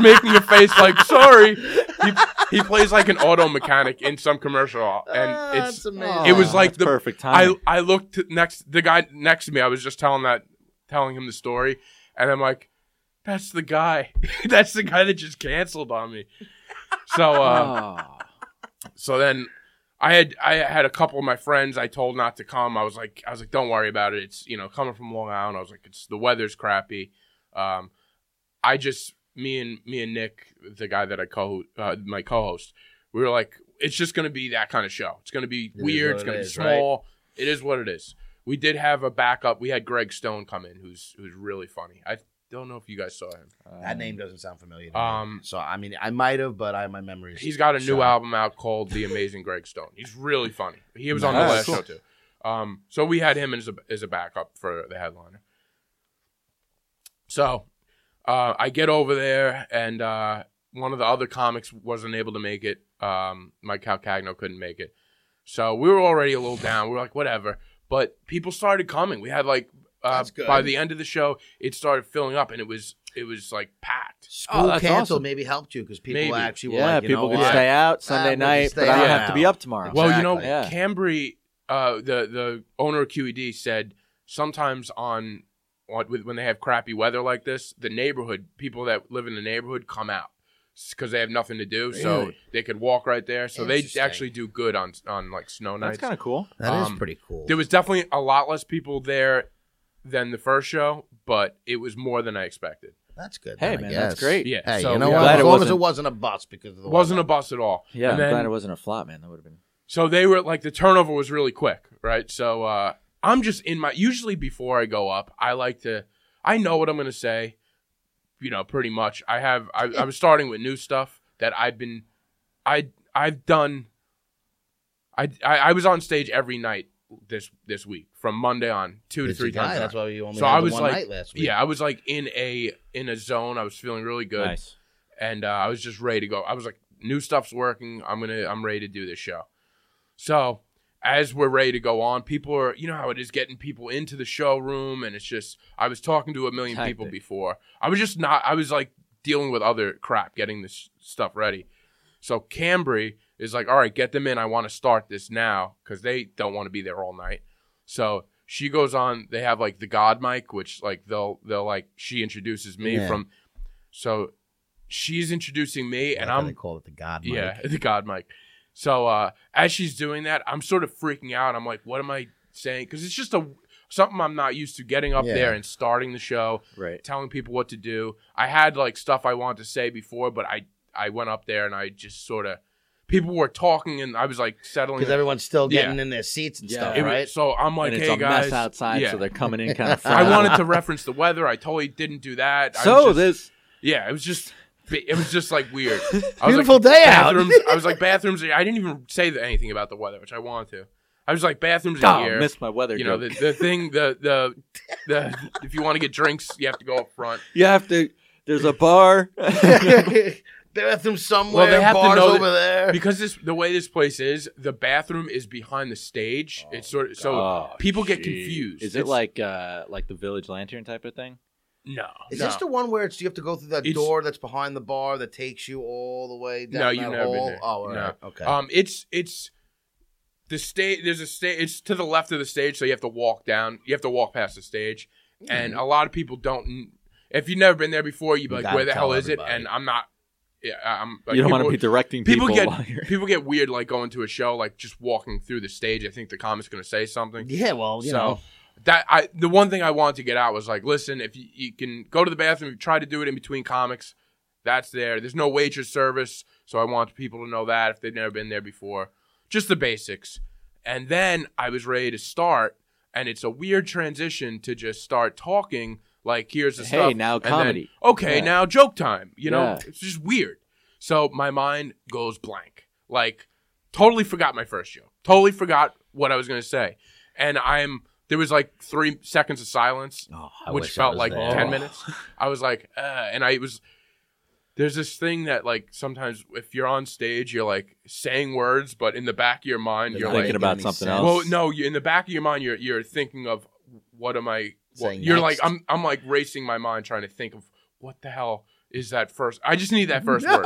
Speaker 4: making a face like sorry. He, he plays like an auto mechanic in some commercial,
Speaker 2: Ah,
Speaker 4: and it's
Speaker 2: that's amazing.
Speaker 4: it was
Speaker 3: Oh,
Speaker 4: like
Speaker 3: that's
Speaker 4: the-
Speaker 3: perfect
Speaker 4: I
Speaker 3: time.
Speaker 4: I looked to- next the guy next to me. I was just telling that telling him the story, and I'm like, "That's the guy. That's the guy that just canceled on me." So
Speaker 3: Oh,
Speaker 4: uh, so then I had I had a couple of my friends I told not to come. I was like I was like, "Don't worry about it. It's you know coming from Long Island." I was like, "It's the weather's crappy." Um, I just me and me and Nick, the guy that I co uh, my co-host, we were like, "It's just going to be that kind of show. It's going to be
Speaker 2: It is what
Speaker 4: weird. It's
Speaker 2: it
Speaker 4: going to be
Speaker 2: is, right?
Speaker 4: small. It is what it is." We did have a backup. We had Greg Stone come in, who's who's really funny. I don't know if you guys saw him.
Speaker 2: That name doesn't sound familiar. To me.
Speaker 4: Um,
Speaker 2: So I mean, I might have, but I my memories.
Speaker 4: He's got a new album out called The Amazing Greg Stone. He's really funny. He was on the
Speaker 3: Nice.
Speaker 4: last
Speaker 3: Cool.
Speaker 4: show too. Um, so we had him as a as a backup for the headliner. So uh, I get over there, and uh, one of the other comics wasn't able to make it. Um, Mike Calcagno couldn't make it, so we were already a little down. We were like, whatever. But people started coming. We had like uh,
Speaker 2: That's good.
Speaker 4: by the end of the show, it started filling up, and it was it was like packed.
Speaker 2: School
Speaker 3: Oh, that's
Speaker 2: cancel
Speaker 3: awesome.
Speaker 2: maybe helped you because people
Speaker 4: Maybe.
Speaker 2: actually were
Speaker 3: yeah,
Speaker 2: like, you
Speaker 3: people
Speaker 2: know
Speaker 3: could
Speaker 2: what?
Speaker 3: stay out
Speaker 2: Ah,
Speaker 3: Sunday
Speaker 2: we'll just
Speaker 3: night,
Speaker 2: stay
Speaker 3: but I don't
Speaker 4: out
Speaker 3: have to
Speaker 2: now.
Speaker 3: be up tomorrow.
Speaker 4: Well, you know,
Speaker 2: Exactly.
Speaker 3: Yeah.
Speaker 4: Cambry, uh, the the owner of QED said sometimes on on- with- when they have crappy weather like this, the neighborhood people that live in the neighborhood come out because they have nothing to do, so
Speaker 3: Really?
Speaker 4: they could walk right there. So they
Speaker 2: Interesting.
Speaker 4: actually do good on on like snow
Speaker 3: That's
Speaker 4: nights.
Speaker 3: kind of cool.
Speaker 2: That is
Speaker 4: Um,
Speaker 2: pretty cool.
Speaker 4: there was definitely a lot less people there than the first show, but it was more than I expected.
Speaker 2: that's good.
Speaker 3: Hey,
Speaker 2: then, I
Speaker 3: man, that's
Speaker 2: guess.
Speaker 3: great.
Speaker 4: Yeah,
Speaker 2: Hey,
Speaker 4: so
Speaker 2: you know
Speaker 4: yeah.
Speaker 2: what?
Speaker 3: Glad
Speaker 2: As
Speaker 3: it
Speaker 2: long as it
Speaker 3: wasn't-
Speaker 2: wasn't a bus because of the
Speaker 4: Wasn't a
Speaker 2: weather.
Speaker 4: bus at all.
Speaker 3: Yeah,
Speaker 4: And
Speaker 3: I'm
Speaker 4: then-
Speaker 3: glad it wasn't a flop, man. That would have been.
Speaker 4: So they were like the turnover was really quick, right? So uh, I'm just in my usually before I go up, I like to I know what I'm gonna say, you know, pretty much. I have I, I was starting with new stuff that I've been I I've done. I, I I was on stage every night this this week from Monday on two
Speaker 2: It's
Speaker 4: to three
Speaker 2: a guy,
Speaker 4: times.
Speaker 2: That's why you only
Speaker 4: So
Speaker 2: had
Speaker 4: I
Speaker 2: the
Speaker 4: was
Speaker 2: one
Speaker 4: like-
Speaker 2: night last week.
Speaker 4: yeah, I was like in a in a zone. I was feeling really good
Speaker 3: Nice.
Speaker 4: and uh, I was just ready to go. I was like, new stuff's working. I'm gonna, I'm ready to do this show. So as we're ready to go on, people are, you know how it is getting people into the showroom, and it's just, I was talking to a million people
Speaker 3: Hectic.
Speaker 4: before. I was just not, I was like dealing with other crap, getting this stuff ready. So Cambry is like, all right, get them in. I want to start this now because they don't want to be there all night. So she goes on. They have like the God mic, which like they'll they'll like she introduces me
Speaker 2: Yeah.
Speaker 4: from. So she's introducing me, and
Speaker 2: Like how
Speaker 4: I'm
Speaker 2: They call it the God. mic.
Speaker 4: yeah, the God mic. So uh, as she's doing that, I'm sort of freaking out. I'm like, what am I saying? Because it's just a something I'm not used to getting up
Speaker 2: Yeah.
Speaker 4: there and starting the show,
Speaker 3: Right.
Speaker 4: telling people what to do. I had like stuff I wanted to say before, but I I went up there and I just sort of people were talking and I was like settling.
Speaker 2: because everyone's still
Speaker 4: Yeah.
Speaker 2: getting in their seats and
Speaker 3: Yeah.
Speaker 2: stuff,
Speaker 4: It was-
Speaker 2: right?
Speaker 4: So I'm like,
Speaker 3: and it's
Speaker 4: hey
Speaker 3: a
Speaker 4: guys,
Speaker 3: mess outside,
Speaker 4: yeah.
Speaker 3: so they're coming in kind of.
Speaker 4: I wanted to reference the weather. I totally didn't do that. I
Speaker 3: So
Speaker 4: was just-
Speaker 3: this
Speaker 4: yeah, it was just it was just like weird. I was like,
Speaker 2: Beautiful day out.
Speaker 4: bathrooms. I was like bathrooms. I didn't even say th- anything about the weather, which I wanted to. I was like bathrooms in
Speaker 3: oh,
Speaker 4: here.
Speaker 3: missed my weather.
Speaker 4: you know the,
Speaker 3: joke.
Speaker 4: the thing the the the if you want to get drinks, you have to go up front.
Speaker 3: you have to. There's a bar.
Speaker 2: bathroom somewhere,
Speaker 4: Well, they have to
Speaker 2: bars
Speaker 4: know
Speaker 2: over there.
Speaker 4: Because this the way this place is, the bathroom is behind the stage. it's sort of so
Speaker 3: Oh,
Speaker 4: people get
Speaker 3: jeez.
Speaker 4: confused.
Speaker 3: Is it
Speaker 4: It's-
Speaker 3: like uh like the Village Lantern type of thing?
Speaker 4: no?
Speaker 2: Is
Speaker 4: no.
Speaker 2: this the one where it's you have to go through that
Speaker 4: It's-
Speaker 2: door that's behind the bar that takes you all the way down?
Speaker 4: No,
Speaker 2: that
Speaker 4: you've never been
Speaker 2: hall?
Speaker 4: there.
Speaker 2: Oh, all
Speaker 4: No.
Speaker 2: right. okay.
Speaker 4: Um, it's it's the stage. There's a stage. It's to the left of the stage, so you have to walk down. You have to walk past the stage,
Speaker 2: Hmm.
Speaker 4: and a lot of people don't. If you've never been there before, you'd
Speaker 2: You
Speaker 4: be like,
Speaker 2: gotta
Speaker 4: "Where the hell
Speaker 2: tell
Speaker 4: is
Speaker 2: everybody.
Speaker 4: it?" And I'm not. Yeah, I'm. Like,
Speaker 3: you don't want to
Speaker 4: people-
Speaker 3: be directing people.
Speaker 4: people get
Speaker 3: while you're-
Speaker 4: people get weird like going to a show like just walking through the stage. I think the comic's going to say something.
Speaker 2: yeah, well, you
Speaker 4: so
Speaker 2: know,
Speaker 4: that I the one thing I wanted to get out was like, listen, if you, you can go to the bathroom, try to do it in between comics. That's there. There's no waitress service, so I want people to know that if they've never been there before, just the basics. And then I was ready to start, and it's a weird transition to just start talking. Like here's the
Speaker 3: Hey,
Speaker 4: stuff.
Speaker 3: now
Speaker 4: and then,
Speaker 3: comedy.
Speaker 4: okay,
Speaker 3: Yeah.
Speaker 4: now joke time. You know,
Speaker 3: Yeah.
Speaker 4: it's just weird. So my mind goes blank. Like totally forgot my first joke. Totally forgot what I was going to say. And I'm there was like three seconds of silence,
Speaker 2: Oh, I
Speaker 4: which
Speaker 2: wish I
Speaker 4: felt
Speaker 2: was
Speaker 4: like
Speaker 2: there.
Speaker 4: ten minutes. I was like, uh, and I was. There's this thing that like sometimes if you're on stage, you're like saying words, but in the back of your mind,
Speaker 3: You're
Speaker 4: you're
Speaker 3: thinking
Speaker 4: like,
Speaker 3: about
Speaker 2: any
Speaker 3: something
Speaker 2: sense.
Speaker 3: else.
Speaker 4: well, no, you in the back of your mind, you're you're thinking of what am I? What,
Speaker 2: Saying
Speaker 4: you're
Speaker 2: next.
Speaker 4: like I'm I'm like racing my mind trying to think of what the hell is that first? I just need that first word,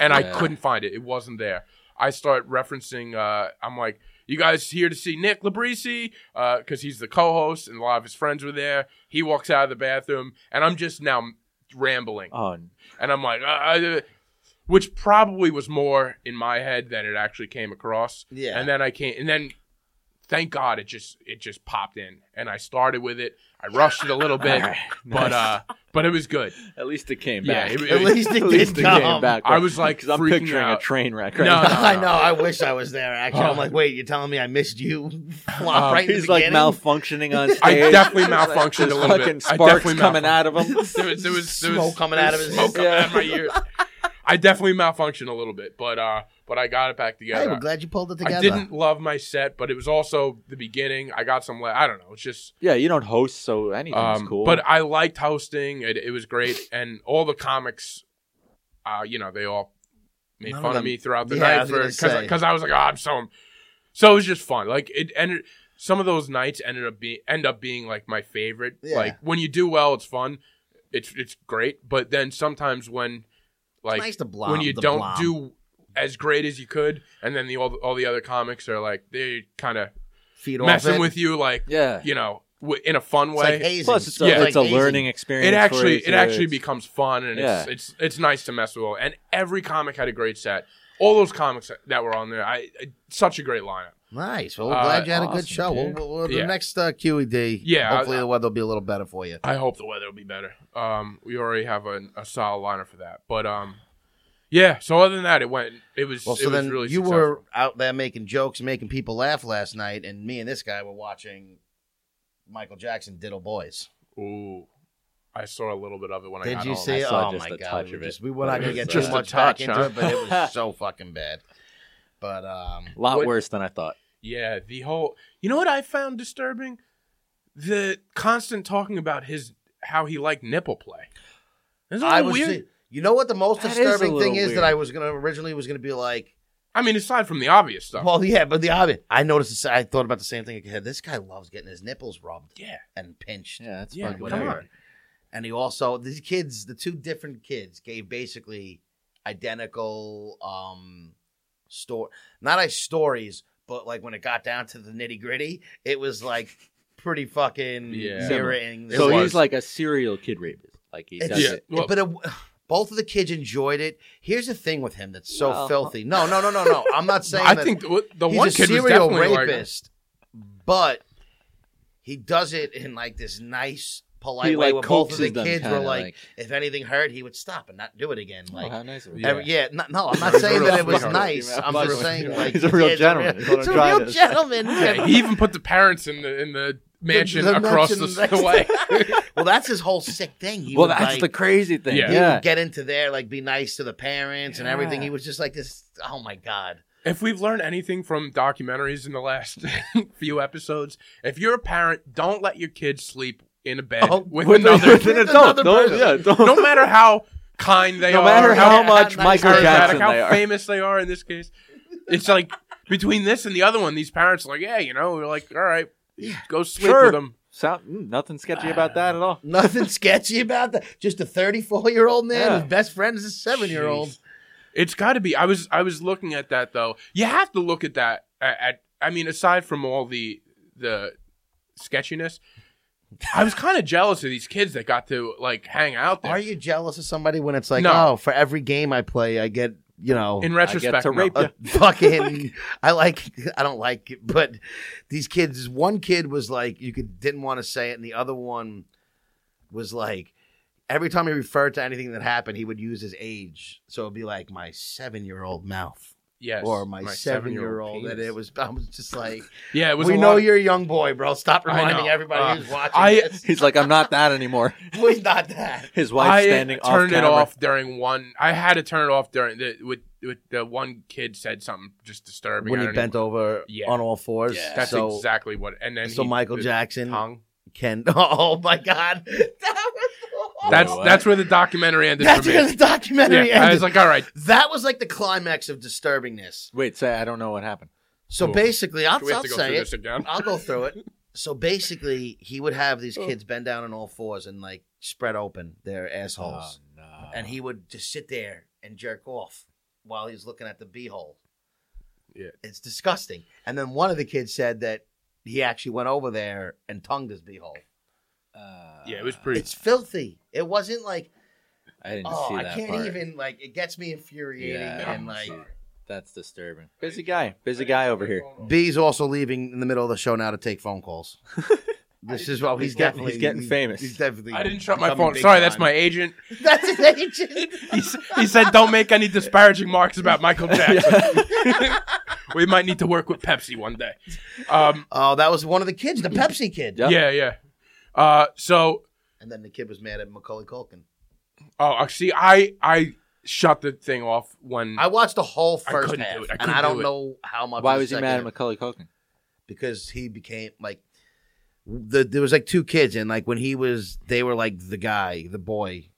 Speaker 4: and I
Speaker 3: Yeah.
Speaker 4: couldn't find it. It wasn't there. I start referencing. Uh, I'm like, you guys here to see Nick Labrisi because he's the co-host, and a lot of his friends were there. He walks out of the bathroom, and I'm just now rambling
Speaker 3: Oh,
Speaker 4: and I'm like, uh, uh, which probably was more in my head than it actually came across.
Speaker 2: Yeah.
Speaker 4: And then I came, and then thank God it just it just popped in, and I started with it. I rushed it a little bit,
Speaker 3: Alright,
Speaker 4: but uh, but it was good.
Speaker 3: at least it came
Speaker 4: Yeah,
Speaker 3: back.
Speaker 4: it- it-
Speaker 2: At least it
Speaker 3: At least
Speaker 2: did
Speaker 3: it
Speaker 2: come.
Speaker 3: came back.
Speaker 4: I was, like,
Speaker 3: 'Cause I'm
Speaker 4: freaking
Speaker 3: picturing
Speaker 4: out.
Speaker 3: a train wreck.
Speaker 4: No,
Speaker 3: Right now.
Speaker 2: I know.
Speaker 4: Uh,
Speaker 2: I wish I was there. Actually, I'm like, wait, you're telling me I missed you? Flop
Speaker 4: Uh,
Speaker 2: right in the
Speaker 3: He's like
Speaker 2: beginning?
Speaker 3: malfunctioning on stage.
Speaker 4: I definitely
Speaker 3: There's, like,
Speaker 4: malfunctioned a
Speaker 3: there's
Speaker 4: little
Speaker 3: fucking
Speaker 4: bit. I
Speaker 3: Sparks
Speaker 4: definitely
Speaker 3: coming
Speaker 4: malfunctioned.
Speaker 3: out of him.
Speaker 4: There was, there was, there was
Speaker 2: Smoke coming
Speaker 4: there
Speaker 2: out of
Speaker 4: was
Speaker 2: his-
Speaker 4: smoke coming out of my
Speaker 3: Yeah.
Speaker 4: ears. I definitely malfunctioned a little bit, but uh, but I got it back
Speaker 2: Hey,
Speaker 4: together.
Speaker 2: we're glad you pulled it together.
Speaker 4: I didn't love my set, but it was also the beginning. I got some. la- I don't know. It's just
Speaker 3: Yeah, you don't host, so anything's
Speaker 4: Um,
Speaker 3: cool.
Speaker 4: But I liked hosting. It, it was great, and all the comics, uh, you know, they all made
Speaker 2: None of
Speaker 4: fun of,
Speaker 2: them-
Speaker 4: me throughout the
Speaker 2: Yeah, I
Speaker 4: night
Speaker 2: was gonna
Speaker 4: because
Speaker 2: say.
Speaker 4: because I was like, oh, I'm so. So it was just fun. Like it ended. Some of those nights ended up being end up being like my favorite.
Speaker 2: Yeah.
Speaker 4: Like when you do well, it's fun. It's it's great. But then sometimes when, like
Speaker 2: nice to blob
Speaker 4: when you
Speaker 2: the
Speaker 4: don't
Speaker 2: blob.
Speaker 4: do as great as you could, and then the all, all the other comics are like they kind of
Speaker 2: Feed off
Speaker 4: messing
Speaker 2: it.
Speaker 4: with you, like
Speaker 3: yeah.
Speaker 4: you know, w- in a fun
Speaker 2: It's
Speaker 4: way.
Speaker 2: like hazing.
Speaker 3: Plus, it's a,
Speaker 4: Yeah.
Speaker 3: it's a
Speaker 2: like hazing.
Speaker 3: learning experience.
Speaker 4: it
Speaker 3: for
Speaker 4: actually
Speaker 3: you,
Speaker 4: it
Speaker 3: so
Speaker 4: actually
Speaker 3: it's-
Speaker 4: becomes fun and it's
Speaker 3: Yeah.
Speaker 4: it's it's nice to mess with. And every comic had a great set. All those comics that were on there, I, I such a great lineup.
Speaker 2: Nice. Well, we're
Speaker 4: Uh,
Speaker 2: glad you had a
Speaker 3: awesome,
Speaker 2: good show. We'll,
Speaker 3: dude.
Speaker 2: we'll, we'll-
Speaker 4: Yeah.
Speaker 2: The next uh, QED,
Speaker 4: Yeah, I-
Speaker 2: hopefully the weather will be a little better for you.
Speaker 4: I hope the weather will be better. Um, we already have a, a solid lineup for that, but um, yeah. So other than that, it went. It was.
Speaker 2: Well,
Speaker 4: it
Speaker 2: so
Speaker 4: was
Speaker 2: then
Speaker 4: really
Speaker 2: you
Speaker 4: successful.
Speaker 2: were out there making jokes, making people laugh last night, and me and this guy were watching Michael Jackson Diddle Boys.
Speaker 4: Ooh, I saw a little bit of it when I
Speaker 2: Did
Speaker 4: got
Speaker 2: you
Speaker 4: home.
Speaker 2: see? it?
Speaker 3: saw
Speaker 2: Oh
Speaker 3: just
Speaker 2: my
Speaker 3: a
Speaker 2: god,
Speaker 3: touch
Speaker 2: we were
Speaker 3: of it.
Speaker 2: just- we were not
Speaker 4: It
Speaker 2: going
Speaker 4: was,
Speaker 2: to get
Speaker 4: uh,
Speaker 2: too much back
Speaker 4: just a
Speaker 2: into
Speaker 4: touch,
Speaker 2: it, but it was so fucking bad. But um,
Speaker 3: a lot
Speaker 4: What-
Speaker 3: worse than I thought.
Speaker 4: Yeah, the whole. You know what I found disturbing? The constant talking about his how he liked nipple play. Isn't that
Speaker 2: I was,
Speaker 4: weird?
Speaker 2: you know what the most
Speaker 3: That is a
Speaker 2: disturbing thing
Speaker 3: little
Speaker 2: is
Speaker 3: weird.
Speaker 2: that I was gonna originally was gonna be like,
Speaker 4: I mean, aside from the obvious stuff.
Speaker 2: well, yeah, but the obvious. I noticed. This, I thought about the same thing. again. This guy loves getting his nipples rubbed
Speaker 4: yeah,
Speaker 2: and pinched.
Speaker 3: Yeah, that's
Speaker 4: yeah.
Speaker 3: fucking
Speaker 4: Come
Speaker 3: weird.
Speaker 4: on.
Speaker 2: and he also these kids the two different kids gave basically identical um story not as stories but like when it got down to the nitty gritty it was like pretty fucking
Speaker 4: Yeah.
Speaker 2: mirroring the
Speaker 3: So
Speaker 4: It
Speaker 2: same.
Speaker 4: was.
Speaker 3: he's like a serial kid rapist. Like he
Speaker 2: It's-
Speaker 3: does
Speaker 4: Yeah.
Speaker 3: it.
Speaker 4: Well-
Speaker 2: but it, both of the kids enjoyed it here's the thing with him that's so
Speaker 3: Well-
Speaker 2: filthy no no no no no i'm not saying
Speaker 4: I
Speaker 2: that
Speaker 4: think the, the
Speaker 2: he's
Speaker 4: one
Speaker 2: a
Speaker 4: kid was
Speaker 2: serial
Speaker 4: definitely like-
Speaker 2: rapist but he does it in like this nice, polite
Speaker 3: He,
Speaker 2: way.
Speaker 3: like,
Speaker 2: where both of
Speaker 3: coaxes
Speaker 2: the
Speaker 3: them
Speaker 2: kids were
Speaker 3: kinda,
Speaker 2: like,
Speaker 3: like-
Speaker 2: if anything hurt, he would stop and not do it again.
Speaker 3: Oh,
Speaker 2: Like.
Speaker 3: how nice of him.
Speaker 4: Yeah.
Speaker 2: every- yeah. no, no, I'm not
Speaker 4: Brutal
Speaker 2: saying that it was
Speaker 4: sweetheart.
Speaker 2: nice. I'm
Speaker 3: Brutal.
Speaker 2: just saying
Speaker 3: Yeah.
Speaker 2: like
Speaker 3: He's a real
Speaker 2: yeah, it's
Speaker 3: gentleman, is what I'm
Speaker 2: It's a
Speaker 3: trying
Speaker 2: real
Speaker 3: to say.
Speaker 2: gentleman.
Speaker 4: Yeah, he even put the parents in the in the mansion
Speaker 2: the
Speaker 4: across
Speaker 2: mansion
Speaker 4: the,
Speaker 2: next
Speaker 4: the way.
Speaker 2: well, that's his whole sick thing. He
Speaker 3: Well,
Speaker 2: would,
Speaker 3: that's
Speaker 2: like,
Speaker 3: the crazy thing.
Speaker 4: Yeah.
Speaker 3: Yeah.
Speaker 2: he would get into there, like be nice to the parents and everything. He was just like this. Oh my god!
Speaker 4: if we've learned anything from documentaries in the last few episodes, if you're a parent, don't let your kids sleep in a bed
Speaker 2: Oh,
Speaker 4: with
Speaker 3: With
Speaker 4: another.
Speaker 3: with an adult.
Speaker 2: another
Speaker 3: Don't-
Speaker 2: person.
Speaker 3: yeah, don't-
Speaker 4: no matter how kind they
Speaker 3: no
Speaker 4: are,
Speaker 3: matter how
Speaker 2: yeah,
Speaker 3: much
Speaker 2: not
Speaker 3: Michael
Speaker 2: charismatic,
Speaker 3: Jackson
Speaker 4: how
Speaker 3: they are.
Speaker 4: famous they are in this case, it's like between this and the other one, these parents are like, yeah, you know, we're like, all right, go sleep
Speaker 3: Sure.
Speaker 4: with them.
Speaker 3: Sound, mm, nothing sketchy about that at all.
Speaker 2: Nothing sketchy about that. Just a 34 year old man
Speaker 3: Yeah.
Speaker 2: whose best friend is a seven year old.
Speaker 4: Jeez. It's got to be. I was I was looking at that though. You have to look at that. At, at I mean, aside from all the the sketchiness, I was kind of jealous of these kids that got to like hang out there.
Speaker 2: Are you jealous of somebody when it's like,
Speaker 4: No.
Speaker 2: oh, for every game I play, I get you know
Speaker 4: In
Speaker 3: I get
Speaker 4: retrospect,
Speaker 3: to
Speaker 4: no.
Speaker 3: rape
Speaker 2: a fucking I like I don't like it, but these kids one kid was like you could didn't want to say it and the other one was like every time he referred to anything that happened he would use his age so it'd be like my 7-year-old mouth
Speaker 4: yes,
Speaker 2: or my, 7-year-old
Speaker 4: seven-year-old
Speaker 2: and
Speaker 4: penis.
Speaker 2: it was I was just like
Speaker 4: Yeah, it was.
Speaker 2: we
Speaker 4: a
Speaker 2: know
Speaker 4: lot-
Speaker 2: you're a young boy bro stop
Speaker 4: I know.
Speaker 2: reminding everybody
Speaker 4: Uh,
Speaker 2: who's watching
Speaker 4: I-
Speaker 2: this
Speaker 3: He's like, I'm not that anymore.
Speaker 2: we're not that
Speaker 3: His wife
Speaker 4: I
Speaker 3: standing off
Speaker 4: turned it
Speaker 3: camera.
Speaker 4: off during one. I had to turn it off during the with with the one kid said something just disturbing.
Speaker 2: when
Speaker 4: I
Speaker 2: he
Speaker 4: don't
Speaker 2: bent
Speaker 4: even-
Speaker 2: over
Speaker 4: Yeah.
Speaker 2: on all fours
Speaker 3: Yeah.
Speaker 4: That's
Speaker 2: so
Speaker 4: exactly what. And then
Speaker 2: so
Speaker 4: he-
Speaker 2: Michael
Speaker 4: the
Speaker 2: Jackson
Speaker 4: tongue.
Speaker 2: Ken. Oh my God, that was
Speaker 4: That's
Speaker 3: what?
Speaker 4: that's where the documentary ended.
Speaker 2: that's
Speaker 4: for me.
Speaker 2: where the documentary
Speaker 4: yeah, I
Speaker 2: ended.
Speaker 4: was like, all right,
Speaker 2: that was like the climax of disturbingness.
Speaker 3: Wait, say, I don't know what happened.
Speaker 2: So
Speaker 4: Ooh.
Speaker 2: basically, I'll,
Speaker 4: do we have
Speaker 2: I'll
Speaker 4: to go
Speaker 2: say
Speaker 4: through
Speaker 2: it.
Speaker 4: this again?
Speaker 2: I'll go through it. So basically, he would have these kids bend down on all fours and like spread open their
Speaker 4: Um,
Speaker 2: assholes,
Speaker 3: no.
Speaker 2: Oh, and he would just sit there and jerk off while he's looking at the beehole.
Speaker 4: Yeah.
Speaker 2: it's disgusting. And then one of the kids said that he actually went over there and tongued his beehole.
Speaker 3: Uh,
Speaker 4: Yeah, it was pretty.
Speaker 2: It's filthy. It wasn't like
Speaker 3: I didn't
Speaker 2: Oh,
Speaker 3: see
Speaker 2: I
Speaker 3: that
Speaker 2: can't
Speaker 3: part.
Speaker 2: even like. It gets me infuriating
Speaker 3: Yeah,
Speaker 2: and like.
Speaker 3: That's disturbing. Busy guy. Busy guy over here.
Speaker 2: B's also leaving in the middle of the show now to take phone calls. this is why he's,
Speaker 3: He's getting-
Speaker 2: definitely
Speaker 3: he's getting famous.
Speaker 2: He's definitely.
Speaker 4: I didn't shut my
Speaker 2: becoming
Speaker 4: phone.
Speaker 2: big
Speaker 4: Sorry, that's
Speaker 2: time.
Speaker 4: my agent.
Speaker 2: That's his agent.
Speaker 4: He, s- he said, "Don't make any disparaging marks about Michael Jackson." we might need to work with Pepsi one day. Um,
Speaker 2: Oh, that was one of the kids, the Pepsi kid.
Speaker 3: Yep.
Speaker 4: Yeah, yeah. Uh, so,
Speaker 2: And then the kid was mad at Macaulay Culkin.
Speaker 4: oh, uh, see, I I shut the thing off when
Speaker 2: I watched the whole
Speaker 4: I
Speaker 2: first
Speaker 4: couldn't
Speaker 2: half,
Speaker 4: do it. I
Speaker 2: and
Speaker 4: couldn't
Speaker 2: I don't
Speaker 4: do it.
Speaker 2: know how much.
Speaker 3: Why
Speaker 2: of the
Speaker 3: was he
Speaker 2: second
Speaker 3: mad
Speaker 2: half-
Speaker 3: at Macaulay Culkin?
Speaker 2: because he became like the there was like two kids and like when he was they were like the guy the boy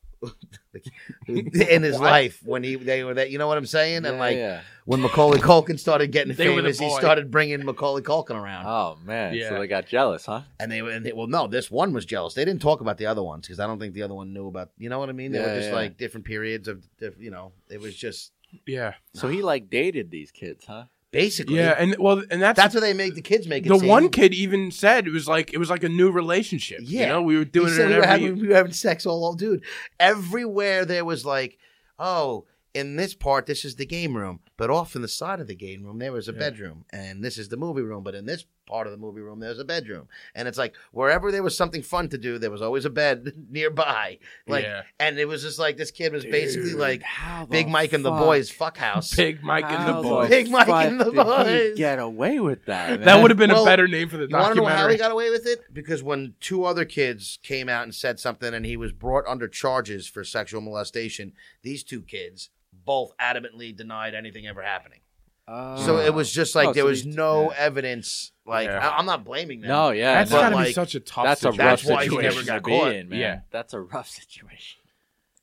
Speaker 2: in his life when he they were that you know what I'm saying and
Speaker 3: Yeah,
Speaker 2: like
Speaker 3: yeah.
Speaker 2: when Macaulay Culkin started getting
Speaker 4: They were the
Speaker 2: famous he
Speaker 4: boy.
Speaker 2: started bringing Macaulay Culkin around
Speaker 3: Oh man.
Speaker 4: Yeah.
Speaker 3: So they got jealous, huh?
Speaker 2: and they were and they, well no this one was jealous they didn't talk about the other ones because I don't think the other one knew about you know what I mean they were
Speaker 3: Yeah,
Speaker 2: just
Speaker 3: yeah.
Speaker 2: like different periods of diff- you know it was just
Speaker 4: yeah
Speaker 3: So he like dated these kids, huh?
Speaker 2: basically
Speaker 4: yeah and well and that's,
Speaker 2: that's what they make the kids make it
Speaker 4: the
Speaker 2: seem.
Speaker 4: one kid even said it was like it was like a new relationship.
Speaker 2: Yeah.
Speaker 4: you know, we were
Speaker 2: He
Speaker 4: doing it
Speaker 2: said
Speaker 4: in
Speaker 2: we were,
Speaker 4: every.
Speaker 2: having, we were having sex all, all dude. Everywhere there was like, oh, in this part this is the game room, but off in the side of the game room there was a
Speaker 4: Yeah.
Speaker 2: bedroom, and this is the movie room, but in this part of the movie room there's a bedroom, and it's like wherever there was something fun to do, there was always a bed nearby. Like,
Speaker 4: Yeah.
Speaker 2: and it was just like this kid was basically
Speaker 3: Dude,
Speaker 2: like
Speaker 3: how the
Speaker 2: Big Mike and the
Speaker 3: fuck-
Speaker 2: boys fuck house.
Speaker 4: Big Mike and
Speaker 3: how
Speaker 4: the boys.
Speaker 2: Big Mike and
Speaker 3: fuck
Speaker 2: the
Speaker 3: did he
Speaker 2: boys.
Speaker 3: Get away with that. Man?
Speaker 4: That would have been
Speaker 2: Well,
Speaker 4: a better name for the
Speaker 2: You want to know how he
Speaker 4: documentary.
Speaker 2: got away with it? Because when two other kids came out and said something, and he was brought under charges for sexual molestation, these two kids both adamantly denied anything ever happening.
Speaker 3: Oh.
Speaker 2: So it was just like
Speaker 3: Oh,
Speaker 2: there
Speaker 3: so
Speaker 2: was
Speaker 3: these-
Speaker 2: no
Speaker 3: yeah.
Speaker 2: evidence. Like
Speaker 4: Yeah.
Speaker 2: I, am not blaming them.
Speaker 3: No, yeah,
Speaker 4: That's
Speaker 3: no.
Speaker 2: But,
Speaker 4: gotta be
Speaker 2: like,
Speaker 4: such a tough.
Speaker 3: that's a
Speaker 4: situation.
Speaker 3: rough
Speaker 2: That's why he
Speaker 3: situation
Speaker 2: never got
Speaker 3: to be
Speaker 2: caught.
Speaker 3: in, man.
Speaker 4: Yeah.
Speaker 3: That's a rough situation.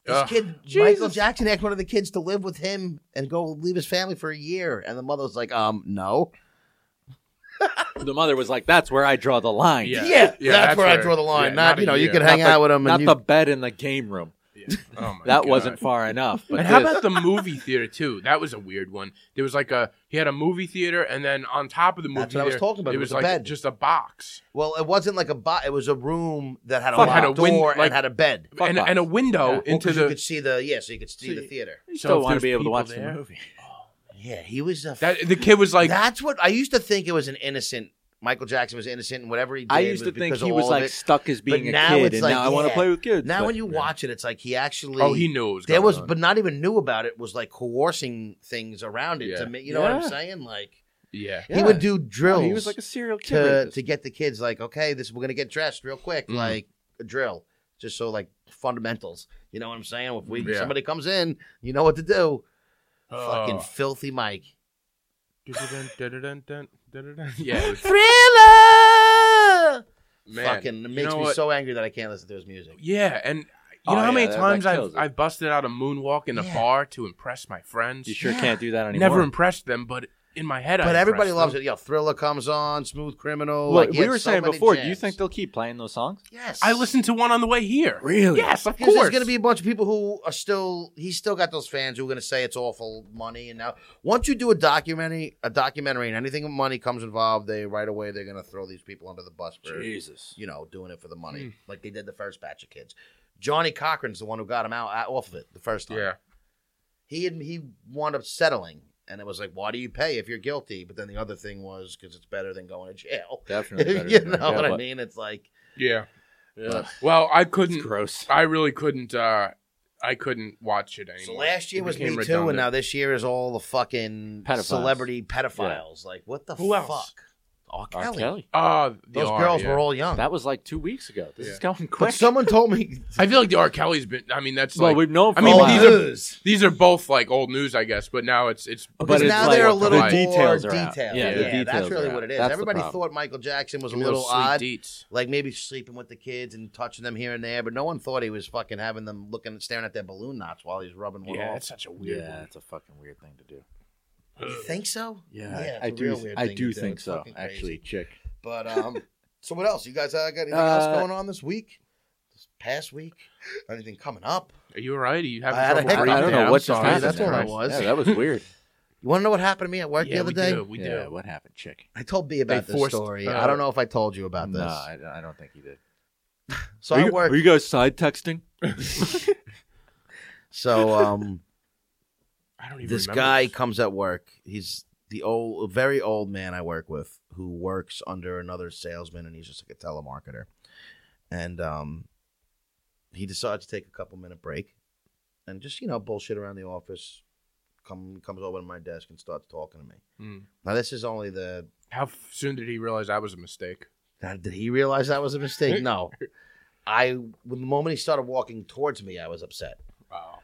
Speaker 2: this
Speaker 4: Ugh.
Speaker 2: kid Michael Jackson asked one of the kids to live with him and go leave his family for a year, and the mother was like, "Um, no."
Speaker 3: The mother was like, "That's where I draw the line.
Speaker 4: Yeah.
Speaker 2: that's,
Speaker 4: that's
Speaker 2: where I
Speaker 4: where-
Speaker 2: draw the line. not,
Speaker 4: yeah, not a
Speaker 2: you know, you
Speaker 4: year.
Speaker 2: can
Speaker 3: Not
Speaker 2: hang
Speaker 3: the-
Speaker 2: out with him,
Speaker 3: Not
Speaker 2: and you,
Speaker 3: the bed in the game room.
Speaker 4: Oh my
Speaker 3: That
Speaker 4: God.
Speaker 3: wasn't far enough." But
Speaker 4: And how
Speaker 3: this-
Speaker 4: about the movie theater too? That was a weird one. There was like a he had a movie theater, and then on top of the movie
Speaker 2: That's what I
Speaker 4: theater,
Speaker 2: was talking about.
Speaker 4: it
Speaker 2: It
Speaker 4: was
Speaker 2: was a
Speaker 4: like
Speaker 2: bed.
Speaker 4: just a box
Speaker 2: well, it wasn't like a bot. It was a room that had a
Speaker 3: Fuck,
Speaker 2: locked
Speaker 4: had a win-
Speaker 2: door
Speaker 4: like-
Speaker 2: and had a bed.
Speaker 3: Fuck
Speaker 4: and,
Speaker 3: box.
Speaker 4: and a window
Speaker 3: Yeah.
Speaker 2: Well,
Speaker 4: into
Speaker 2: 'cause
Speaker 4: the.
Speaker 2: you could see the yeah, so you could see the theater.
Speaker 3: you
Speaker 4: so
Speaker 3: still
Speaker 4: if
Speaker 3: want to
Speaker 4: there's
Speaker 3: be able to
Speaker 4: people
Speaker 3: watch
Speaker 4: there-
Speaker 3: the movie.
Speaker 2: Yeah, he was a.
Speaker 4: That the kid was like,
Speaker 2: that's what I used to think it was an innocent Michael Jackson was innocent and whatever he did.
Speaker 3: I used to
Speaker 2: was
Speaker 3: think
Speaker 2: because of
Speaker 3: he
Speaker 2: all
Speaker 3: was
Speaker 2: of
Speaker 3: like
Speaker 2: it.
Speaker 3: stuck as being a
Speaker 2: now
Speaker 3: kid,
Speaker 2: it's
Speaker 3: and
Speaker 2: like,
Speaker 3: now I want to
Speaker 2: yeah.
Speaker 3: play with kids.
Speaker 2: Now,
Speaker 3: but-
Speaker 2: when you
Speaker 3: yeah.
Speaker 2: watch it, it's like he actually.
Speaker 4: Oh, he knew it was
Speaker 2: There
Speaker 4: going
Speaker 2: was,
Speaker 4: on.
Speaker 2: but not even knew about it. Was like coercing things around it
Speaker 4: Yeah.
Speaker 2: to me. You know what
Speaker 3: Yeah.
Speaker 2: I'm saying? Like
Speaker 4: yeah.
Speaker 2: he
Speaker 3: Yeah.
Speaker 2: would do
Speaker 3: Oh,
Speaker 2: drills.
Speaker 3: he was like a serial kid.
Speaker 2: to
Speaker 3: rapist.
Speaker 2: to get the kids like, okay, this we're gonna get dressed real quick,
Speaker 3: Mm.
Speaker 4: Mhm.
Speaker 2: like a drill, just so like fundamentals. You know what I'm saying? If we
Speaker 4: Yeah.
Speaker 2: somebody comes in, you know what to do. Fucking
Speaker 4: Oh.
Speaker 2: filthy Mike.
Speaker 4: Dun-dun-dun, dun-dun-dun, dun-dun-dun. Yeah, it was-
Speaker 2: Thriller.
Speaker 4: man.
Speaker 2: Fucking it
Speaker 4: You
Speaker 2: makes
Speaker 4: know
Speaker 2: me
Speaker 4: what?
Speaker 2: so angry that I can't listen to his music.
Speaker 4: Yeah, and you
Speaker 3: Oh,
Speaker 4: know how
Speaker 3: yeah,
Speaker 4: many
Speaker 3: that- that
Speaker 4: times
Speaker 3: kills
Speaker 4: I've
Speaker 3: it.
Speaker 4: I've busted out a moonwalk in a
Speaker 2: Yeah.
Speaker 4: bar to impress my friends.
Speaker 3: you sure
Speaker 2: Yeah.
Speaker 3: can't do that anymore.
Speaker 4: Never impressed them, but in my head, I
Speaker 2: But everybody
Speaker 4: impressed
Speaker 2: loves
Speaker 4: them.
Speaker 2: it. Yo, Thriller comes on, Smooth Criminal. like,
Speaker 3: Look,
Speaker 2: he
Speaker 3: we
Speaker 2: had
Speaker 3: were
Speaker 2: so
Speaker 3: saying
Speaker 2: many
Speaker 3: before. Do you
Speaker 2: jams.
Speaker 3: think they'll keep playing those songs?
Speaker 2: Yes,
Speaker 4: I listened to one on the way here.
Speaker 3: Really?
Speaker 4: Yes, of
Speaker 2: Because
Speaker 4: course.
Speaker 2: there's going to be a bunch of people who are still, he's still got those fans who are going to say it's awful money. And now, once you do a documentary, a documentary, and anything with money comes involved, they right away they're going to throw these people under the bus for
Speaker 3: Jesus.
Speaker 2: you know doing it for the money,
Speaker 4: Hmm.
Speaker 2: like they did the first batch of kids. Johnny Cochran's the one who got him out out- off of it the first time.
Speaker 4: yeah.
Speaker 2: he had, he wound up settling, and it was like, why do you pay if you're guilty? But then the other thing was because it's better than going to jail.
Speaker 3: Definitely. better
Speaker 2: you
Speaker 3: than
Speaker 2: know
Speaker 3: that. Yeah,
Speaker 2: what I
Speaker 3: but-
Speaker 2: mean? It's like
Speaker 4: Yeah.
Speaker 3: yeah.
Speaker 4: Well, I
Speaker 3: It's
Speaker 4: couldn't.
Speaker 3: gross.
Speaker 4: I really couldn't. uh I couldn't watch it
Speaker 2: So
Speaker 4: anymore.
Speaker 2: last year
Speaker 4: It
Speaker 2: was Me
Speaker 4: became
Speaker 2: Too, and
Speaker 4: redundant.
Speaker 2: now this year is all the fucking
Speaker 3: Pedophiles.
Speaker 2: celebrity pedophiles. Like, what the
Speaker 4: Who
Speaker 2: fuck?
Speaker 4: else?
Speaker 2: R.
Speaker 3: R.
Speaker 2: Kelly.
Speaker 3: Kelly.
Speaker 4: Ah, the
Speaker 2: Those
Speaker 4: R,
Speaker 2: girls
Speaker 4: yeah.
Speaker 2: were all young.
Speaker 3: That was like two weeks ago. This
Speaker 4: Yeah.
Speaker 3: is going quick.
Speaker 2: but someone told me. Oh,
Speaker 4: I feel like the R. Kelly's been. I mean, that's
Speaker 3: well,
Speaker 4: like
Speaker 3: we've known. For
Speaker 4: I mean,
Speaker 3: a while.
Speaker 4: these are- these are both like old news, I guess. But now it's it's.
Speaker 3: But
Speaker 2: Because
Speaker 3: it's
Speaker 2: now
Speaker 3: like-
Speaker 2: they're a
Speaker 3: the
Speaker 2: little more
Speaker 3: details
Speaker 2: detailed.
Speaker 3: are out. Yeah,
Speaker 2: Yeah,
Speaker 4: the
Speaker 3: details
Speaker 2: that's really
Speaker 3: are out.
Speaker 2: what it is.
Speaker 3: That's the
Speaker 2: Everybody
Speaker 3: problem.
Speaker 2: thought Michael Jackson was a
Speaker 4: Give me
Speaker 2: little
Speaker 4: those sweet
Speaker 2: odd,
Speaker 4: deets.
Speaker 2: like maybe sleeping with the kids and touching them here and there, but no one thought he was fucking having them looking, staring at their balloon knots while he's rubbing one
Speaker 4: Yeah,
Speaker 2: off.
Speaker 4: it's such a weird.
Speaker 3: yeah, it's a fucking weird thing to do.
Speaker 2: You think so? it's
Speaker 3: I
Speaker 2: a
Speaker 3: do.
Speaker 2: real weird
Speaker 3: I
Speaker 2: thing
Speaker 3: do
Speaker 2: to
Speaker 3: think
Speaker 2: It's
Speaker 3: so.
Speaker 2: fucking crazy.
Speaker 3: Actually, chick.
Speaker 2: But um, so what else? You guys uh, got anything
Speaker 3: Uh,
Speaker 2: else going on this week? This past week? Anything coming up?
Speaker 4: Are you all right? Are you having
Speaker 2: I had a
Speaker 4: trouble
Speaker 2: headache.
Speaker 4: breathing?
Speaker 3: I don't
Speaker 4: Yeah,
Speaker 3: know
Speaker 4: I'm
Speaker 3: what just
Speaker 4: sorry.
Speaker 3: happened.
Speaker 2: That's
Speaker 3: there.
Speaker 2: what I was.
Speaker 3: Yeah, that was weird.
Speaker 2: You want to know what happened to me at work
Speaker 4: Yeah,
Speaker 2: the other
Speaker 4: we
Speaker 2: day?
Speaker 4: do. We
Speaker 3: yeah,
Speaker 4: do.
Speaker 3: what happened, chick?
Speaker 2: I told B about
Speaker 4: They
Speaker 2: this
Speaker 4: forced,
Speaker 2: story.
Speaker 4: uh,
Speaker 2: I don't know if I told you about this.
Speaker 3: No, I, I don't think he did.
Speaker 2: so I work.
Speaker 3: guys side texting?
Speaker 2: So um,
Speaker 4: I don't even
Speaker 2: this
Speaker 4: remember
Speaker 2: guy comes at work. He's the old, very old man I work with who works under another salesman, and he's just like a telemarketer. And um, he decides to take a couple minute break, and just you know bullshit around the office. Come comes over to my desk and starts talking to me.
Speaker 4: Mm.
Speaker 2: Now this is only the.
Speaker 4: How f- soon did he realize I was a mistake?
Speaker 2: now, Did he realize that was a mistake? No. I when the moment he started walking towards me, I was upset.
Speaker 4: Wow.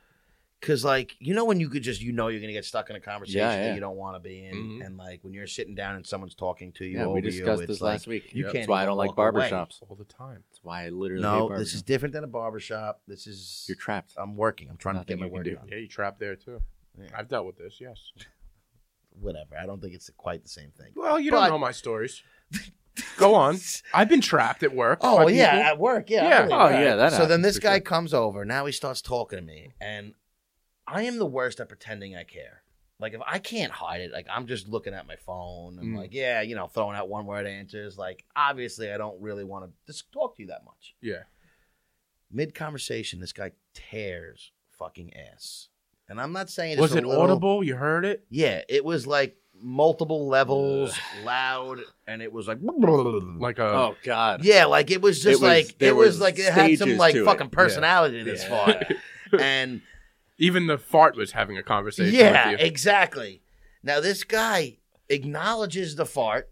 Speaker 2: Cause like you know when you could just you know you're gonna get stuck in a conversation
Speaker 3: Yeah, yeah.
Speaker 2: that you don't want to be in,
Speaker 4: Mhm.
Speaker 2: and like when you're sitting down and someone's talking to you,
Speaker 3: Yeah,
Speaker 2: over
Speaker 3: we
Speaker 2: you,
Speaker 3: discussed
Speaker 2: it's
Speaker 3: this
Speaker 2: like,
Speaker 3: last week.
Speaker 2: you
Speaker 3: That's
Speaker 2: can't
Speaker 3: why I
Speaker 2: even
Speaker 3: don't like
Speaker 2: walk away.
Speaker 3: barbershops.
Speaker 4: All the time.
Speaker 3: That's why I literally hate
Speaker 2: No,
Speaker 3: barbershops.
Speaker 2: this is different than a barbershop. This is
Speaker 3: You're trapped.
Speaker 2: I'm working. I'm trying
Speaker 3: Nothing
Speaker 2: to
Speaker 3: you
Speaker 2: get my
Speaker 3: can
Speaker 2: work
Speaker 3: do.
Speaker 2: done.
Speaker 4: Yeah, you trapped there too.
Speaker 2: Yeah.
Speaker 4: I've dealt with this. Yes.
Speaker 2: Whatever. I don't think it's quite the same thing.
Speaker 4: Well, you
Speaker 2: But-
Speaker 4: don't know my stories. Go on. I've been trapped at work.
Speaker 2: Oh
Speaker 4: by
Speaker 2: yeah,
Speaker 4: people.
Speaker 2: at work. Yeah. I
Speaker 4: Yeah.
Speaker 2: believe
Speaker 3: Oh,
Speaker 2: that.
Speaker 3: yeah, that
Speaker 2: So then
Speaker 3: happens
Speaker 2: this
Speaker 3: for
Speaker 2: guy
Speaker 3: sure.
Speaker 2: comes over. Now he starts talking to me, and I am the worst at pretending I care. Like if I can't hide it, like I'm just looking at my phone. I'm
Speaker 4: Mm.
Speaker 2: like, yeah, you know, throwing out one word answers. Like obviously, I don't really want to just talk to you that much.
Speaker 4: Yeah.
Speaker 2: mid conversation, this guy tears fucking ass. And I'm not saying it's
Speaker 4: Was
Speaker 2: a
Speaker 4: it
Speaker 2: little-
Speaker 4: audible? You heard it?
Speaker 2: Yeah, it was like multiple levels, loud, and it was like
Speaker 4: Like uh, a
Speaker 3: Oh God.
Speaker 2: yeah, like it was just
Speaker 3: It was-
Speaker 2: like
Speaker 3: there
Speaker 2: it was,
Speaker 3: was
Speaker 2: like it had some
Speaker 3: stages
Speaker 2: like
Speaker 3: to it.
Speaker 2: fucking personality to this
Speaker 3: Yeah.
Speaker 2: fart. and
Speaker 4: even the fart was having a conversation
Speaker 2: yeah,
Speaker 4: with you.
Speaker 2: exactly. Now this guy acknowledges the fart,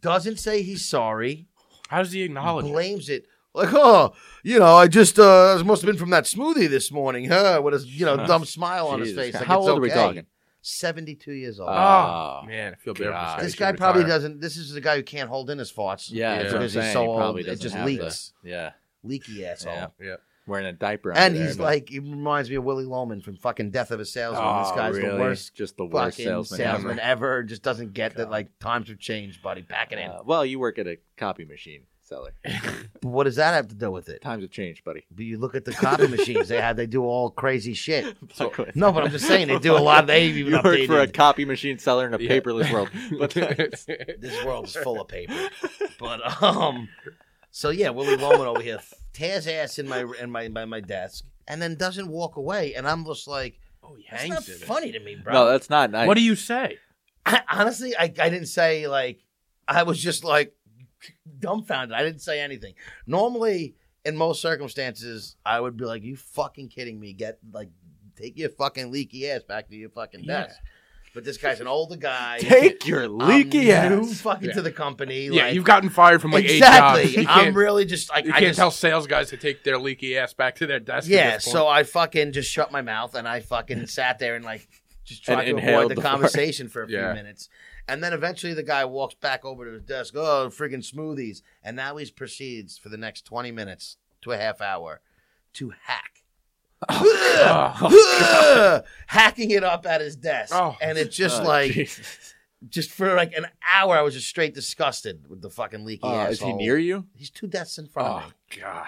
Speaker 2: doesn't say he's sorry.
Speaker 4: How does he acknowledge it?
Speaker 2: blames it. Like, oh, you know, I just uh must have been from that smoothie this morning, huh? With a you know dumb smile on his
Speaker 3: Jesus.
Speaker 2: face. Like,
Speaker 3: How
Speaker 2: it's
Speaker 3: old are we
Speaker 2: okay.
Speaker 3: talking?
Speaker 2: Seventy-two years old.
Speaker 3: Oh,
Speaker 4: Oh, man, I feel bad
Speaker 3: God.
Speaker 4: for
Speaker 2: this
Speaker 4: He
Speaker 2: guy
Speaker 4: should
Speaker 2: probably
Speaker 4: retire.
Speaker 2: doesn't. This is the guy who can't hold in his thoughts.
Speaker 3: Yeah,
Speaker 4: Yeah.
Speaker 3: that's what I'm
Speaker 2: because he's
Speaker 3: saying.
Speaker 2: so
Speaker 3: He
Speaker 2: old.
Speaker 3: probably
Speaker 2: It
Speaker 3: doesn't
Speaker 2: just
Speaker 3: have
Speaker 2: leaks,
Speaker 3: the- yeah,
Speaker 2: leaky asshole.
Speaker 3: Yeah.
Speaker 4: Yeah.
Speaker 3: wearing a diaper. under
Speaker 2: And
Speaker 3: there,
Speaker 2: he's
Speaker 3: but-
Speaker 2: like, he reminds me of Willie Loman from fucking Death of a Salesman.
Speaker 3: oh,
Speaker 2: this guy's
Speaker 3: really?
Speaker 2: the worst
Speaker 3: just the worst
Speaker 2: fucking
Speaker 3: salesman.
Speaker 2: salesman, ever. Just doesn't get that like times have changed, buddy. Back it
Speaker 3: ever.
Speaker 2: in.
Speaker 3: Uh, well, you work at a copy machine seller.
Speaker 2: But what does that have to do with it?
Speaker 3: Times have changed, buddy.
Speaker 2: But you look at the copy machines they have. They do all crazy shit.
Speaker 3: Fuck with
Speaker 2: No,
Speaker 3: it.
Speaker 2: but I'm just saying they do a lot. They
Speaker 3: you
Speaker 2: even
Speaker 3: work
Speaker 2: updated.
Speaker 3: for a copy machine seller in a
Speaker 4: Yeah.
Speaker 3: paperless world. But
Speaker 2: This world is full of paper. But um, so yeah, Willie Loman over here tears ass in my in my by my desk, and then doesn't walk away. And I'm just like,
Speaker 4: oh, he
Speaker 2: that's
Speaker 4: hangs
Speaker 2: not
Speaker 4: in it.
Speaker 2: funny to me, bro.
Speaker 3: no, that's not nice.
Speaker 4: What do you say?
Speaker 2: I, honestly, I, I didn't say like I was just like dumbfounded. I didn't say anything. Normally, in most circumstances, I would be like, "You fucking kidding me? Get like, take your fucking leaky ass back to your fucking
Speaker 4: Yeah.
Speaker 2: desk." But this guy's an older guy.
Speaker 3: Take your leaky
Speaker 2: I'm new
Speaker 3: ass.
Speaker 2: fucking
Speaker 4: Yeah.
Speaker 2: to the company.
Speaker 4: yeah,
Speaker 2: like,
Speaker 4: you've gotten fired from like eight jobs.
Speaker 2: exactly.
Speaker 4: You
Speaker 2: I'm
Speaker 4: can't,
Speaker 2: really just like
Speaker 4: you
Speaker 2: I
Speaker 4: can't
Speaker 2: just
Speaker 4: tell sales guys to take their leaky ass back to their desk. at
Speaker 2: yeah.
Speaker 4: this point.
Speaker 2: So I fucking just shut my mouth and I fucking sat there and like just
Speaker 3: And
Speaker 2: tried to
Speaker 3: inhaled
Speaker 2: avoid the,
Speaker 3: the fart.
Speaker 2: conversation for a
Speaker 4: Yeah.
Speaker 2: few minutes. And then eventually the guy walks back over to his desk. Oh, friggin' smoothies! And now he proceeds for the next twenty minutes to a half hour to hack.
Speaker 3: Oh,
Speaker 2: hacking it up at his desk
Speaker 4: Oh.
Speaker 2: and it's just
Speaker 3: Oh,
Speaker 2: like
Speaker 3: Jesus.
Speaker 2: just for like an hour i was just straight disgusted with the fucking leaky
Speaker 3: Uh, is he
Speaker 2: asshole.
Speaker 3: near you?
Speaker 2: he's two deaths in front of
Speaker 4: oh
Speaker 2: me
Speaker 4: god,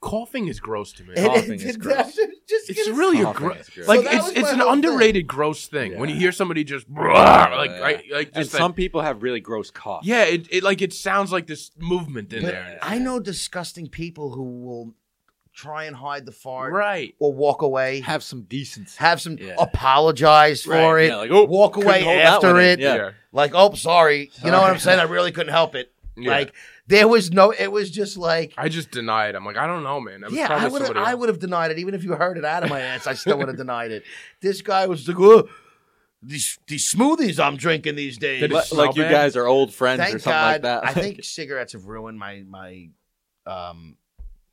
Speaker 4: coughing is gross to me.
Speaker 2: And
Speaker 3: Coughing
Speaker 2: it-
Speaker 3: is
Speaker 2: it-
Speaker 3: gross.
Speaker 2: I was just
Speaker 4: It's
Speaker 2: gonna
Speaker 4: really a
Speaker 3: Coughing
Speaker 4: gro-
Speaker 3: is gross.
Speaker 4: like
Speaker 2: So that
Speaker 4: it's
Speaker 2: was
Speaker 4: it's
Speaker 2: my
Speaker 4: an
Speaker 2: whole thing.
Speaker 4: underrated gross thing when you
Speaker 3: Yeah.
Speaker 4: hear somebody just "Bruh," like
Speaker 3: Yeah.
Speaker 4: right, like
Speaker 3: and
Speaker 4: just that-
Speaker 3: some people have really gross coughs.
Speaker 4: yeah it, it like it sounds like this movement in
Speaker 2: But
Speaker 4: there
Speaker 2: I know disgusting people who will try and hide the fart
Speaker 4: right
Speaker 2: or walk away,
Speaker 3: Have some decency.
Speaker 2: have some
Speaker 3: Yeah.
Speaker 2: apologize for
Speaker 3: Right,
Speaker 2: it,
Speaker 3: yeah, like, "Oh,
Speaker 2: walk
Speaker 3: couldn't
Speaker 2: away
Speaker 3: hold that
Speaker 2: after
Speaker 3: one in."
Speaker 2: it.
Speaker 3: Yeah.
Speaker 2: Like, oh, sorry. You know what I'm saying? I really couldn't help it.
Speaker 4: Yeah.
Speaker 2: Like, there was no, it was just like,
Speaker 4: I just deny it I'm like I don't know man that was
Speaker 2: yeah,
Speaker 4: probably
Speaker 2: I would have
Speaker 4: somebody
Speaker 2: I
Speaker 4: else.
Speaker 2: would have denied it. Even if you heard it out of my ass, I still would have denied it. This guy was like, oh, these, these smoothies I'm drinking these days.
Speaker 4: Did it
Speaker 3: Li-
Speaker 4: smell
Speaker 3: like you
Speaker 4: bad?
Speaker 3: guys are old friends
Speaker 2: Thank
Speaker 3: or something
Speaker 2: God.
Speaker 3: like that.
Speaker 2: I think cigarettes have ruined my, my, um,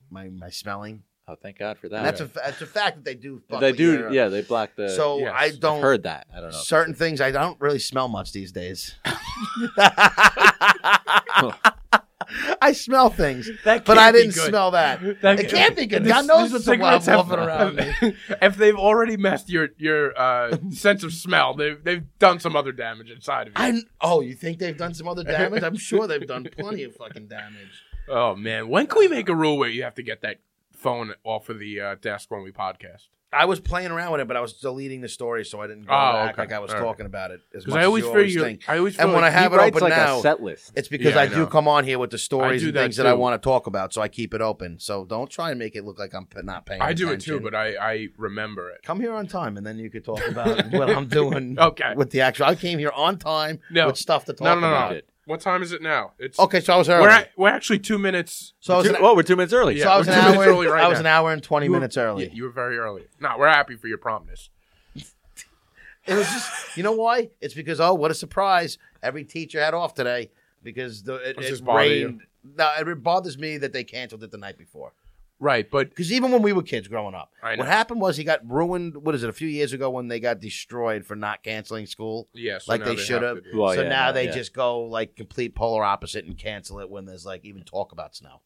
Speaker 2: my, my smelling.
Speaker 3: oh, thank God for that.
Speaker 2: And that's a that's a fact that they do. fuck
Speaker 3: they
Speaker 2: with
Speaker 3: do.
Speaker 2: your-
Speaker 3: Yeah, they block the.
Speaker 2: So
Speaker 4: Yes.
Speaker 2: I
Speaker 4: I've
Speaker 3: I've
Speaker 2: don't
Speaker 3: heard that. I don't know.
Speaker 2: certain things. I don't really smell much these days. I smell things,
Speaker 4: That
Speaker 2: but
Speaker 4: can't
Speaker 2: I
Speaker 4: be
Speaker 2: didn't
Speaker 4: good.
Speaker 2: smell that.
Speaker 4: That
Speaker 2: It
Speaker 4: could-
Speaker 2: can't be good.
Speaker 4: This-
Speaker 2: God knows
Speaker 4: this
Speaker 2: what's wild
Speaker 4: cigarettes have-
Speaker 2: muffin around me.
Speaker 4: if they've already messed your your uh, sense of smell they've they've done some other damage inside of you
Speaker 2: I oh, you think they've done some other damage? I'm sure they've done plenty of fucking damage.
Speaker 4: oh man when can we make a rule where you have to get that phone off of the uh, desk when we podcast
Speaker 2: I was playing around with it, but I was deleting the story, so I didn't go
Speaker 4: Oh,
Speaker 2: back
Speaker 4: okay.
Speaker 2: like I was
Speaker 4: All right.
Speaker 2: talking about it. As
Speaker 4: because
Speaker 2: much
Speaker 4: I always
Speaker 2: as you
Speaker 4: feel
Speaker 2: always
Speaker 4: you
Speaker 2: think.
Speaker 4: I always feel
Speaker 2: And when
Speaker 4: like
Speaker 2: I have
Speaker 3: he
Speaker 2: it
Speaker 3: writes
Speaker 2: open
Speaker 3: like
Speaker 2: now,
Speaker 3: a set list.
Speaker 2: It's because
Speaker 4: Yeah,
Speaker 2: I,
Speaker 4: I know.
Speaker 2: do come on here with the stories
Speaker 4: do
Speaker 2: and
Speaker 4: that
Speaker 2: things that I
Speaker 4: too.
Speaker 2: want to talk about, so I keep it open. So don't try and make it look like I'm p- not paying.
Speaker 4: I do it too,
Speaker 2: attention.
Speaker 4: but I, I remember it.
Speaker 2: come here on time, and then you could talk about what I'm doing.
Speaker 4: Okay.
Speaker 2: With the actual, I came here on time
Speaker 4: No.
Speaker 2: with stuff to talk
Speaker 4: No, no,
Speaker 2: about.
Speaker 4: no.
Speaker 3: it.
Speaker 4: What time is it now? It's
Speaker 2: Okay, so I was early.
Speaker 4: We're at, we're actually two minutes.
Speaker 2: so I was,
Speaker 3: Two-
Speaker 2: an,
Speaker 3: oh, we're two minutes early.
Speaker 4: Yeah,
Speaker 2: so I was
Speaker 4: we're
Speaker 2: an
Speaker 4: two minutes
Speaker 2: hour.
Speaker 4: early right
Speaker 2: I was
Speaker 4: now.
Speaker 2: an hour and twenty
Speaker 4: You were-
Speaker 2: minutes early.
Speaker 4: Yeah, you were very early. No, we're happy for your promptness.
Speaker 2: It was just, you know why? It's because oh, what a surprise! Every teacher had off today because the it,
Speaker 4: Does this
Speaker 2: it
Speaker 4: bother you?
Speaker 2: rained. No, it bothers me that they canceled it the night before.
Speaker 4: Right, but
Speaker 2: Because even when we were kids growing up,
Speaker 4: I know.
Speaker 2: what happened was he got ruined. What is it? A few years ago when they got destroyed for not canceling school,
Speaker 4: yeah, so
Speaker 2: like
Speaker 4: now
Speaker 2: they, should have.
Speaker 4: to do-
Speaker 3: Well,
Speaker 2: so
Speaker 3: Oh, yeah,
Speaker 2: now
Speaker 3: no,
Speaker 2: they
Speaker 3: yeah.
Speaker 2: just go like complete polar opposite and cancel it when there's like even talk about snow.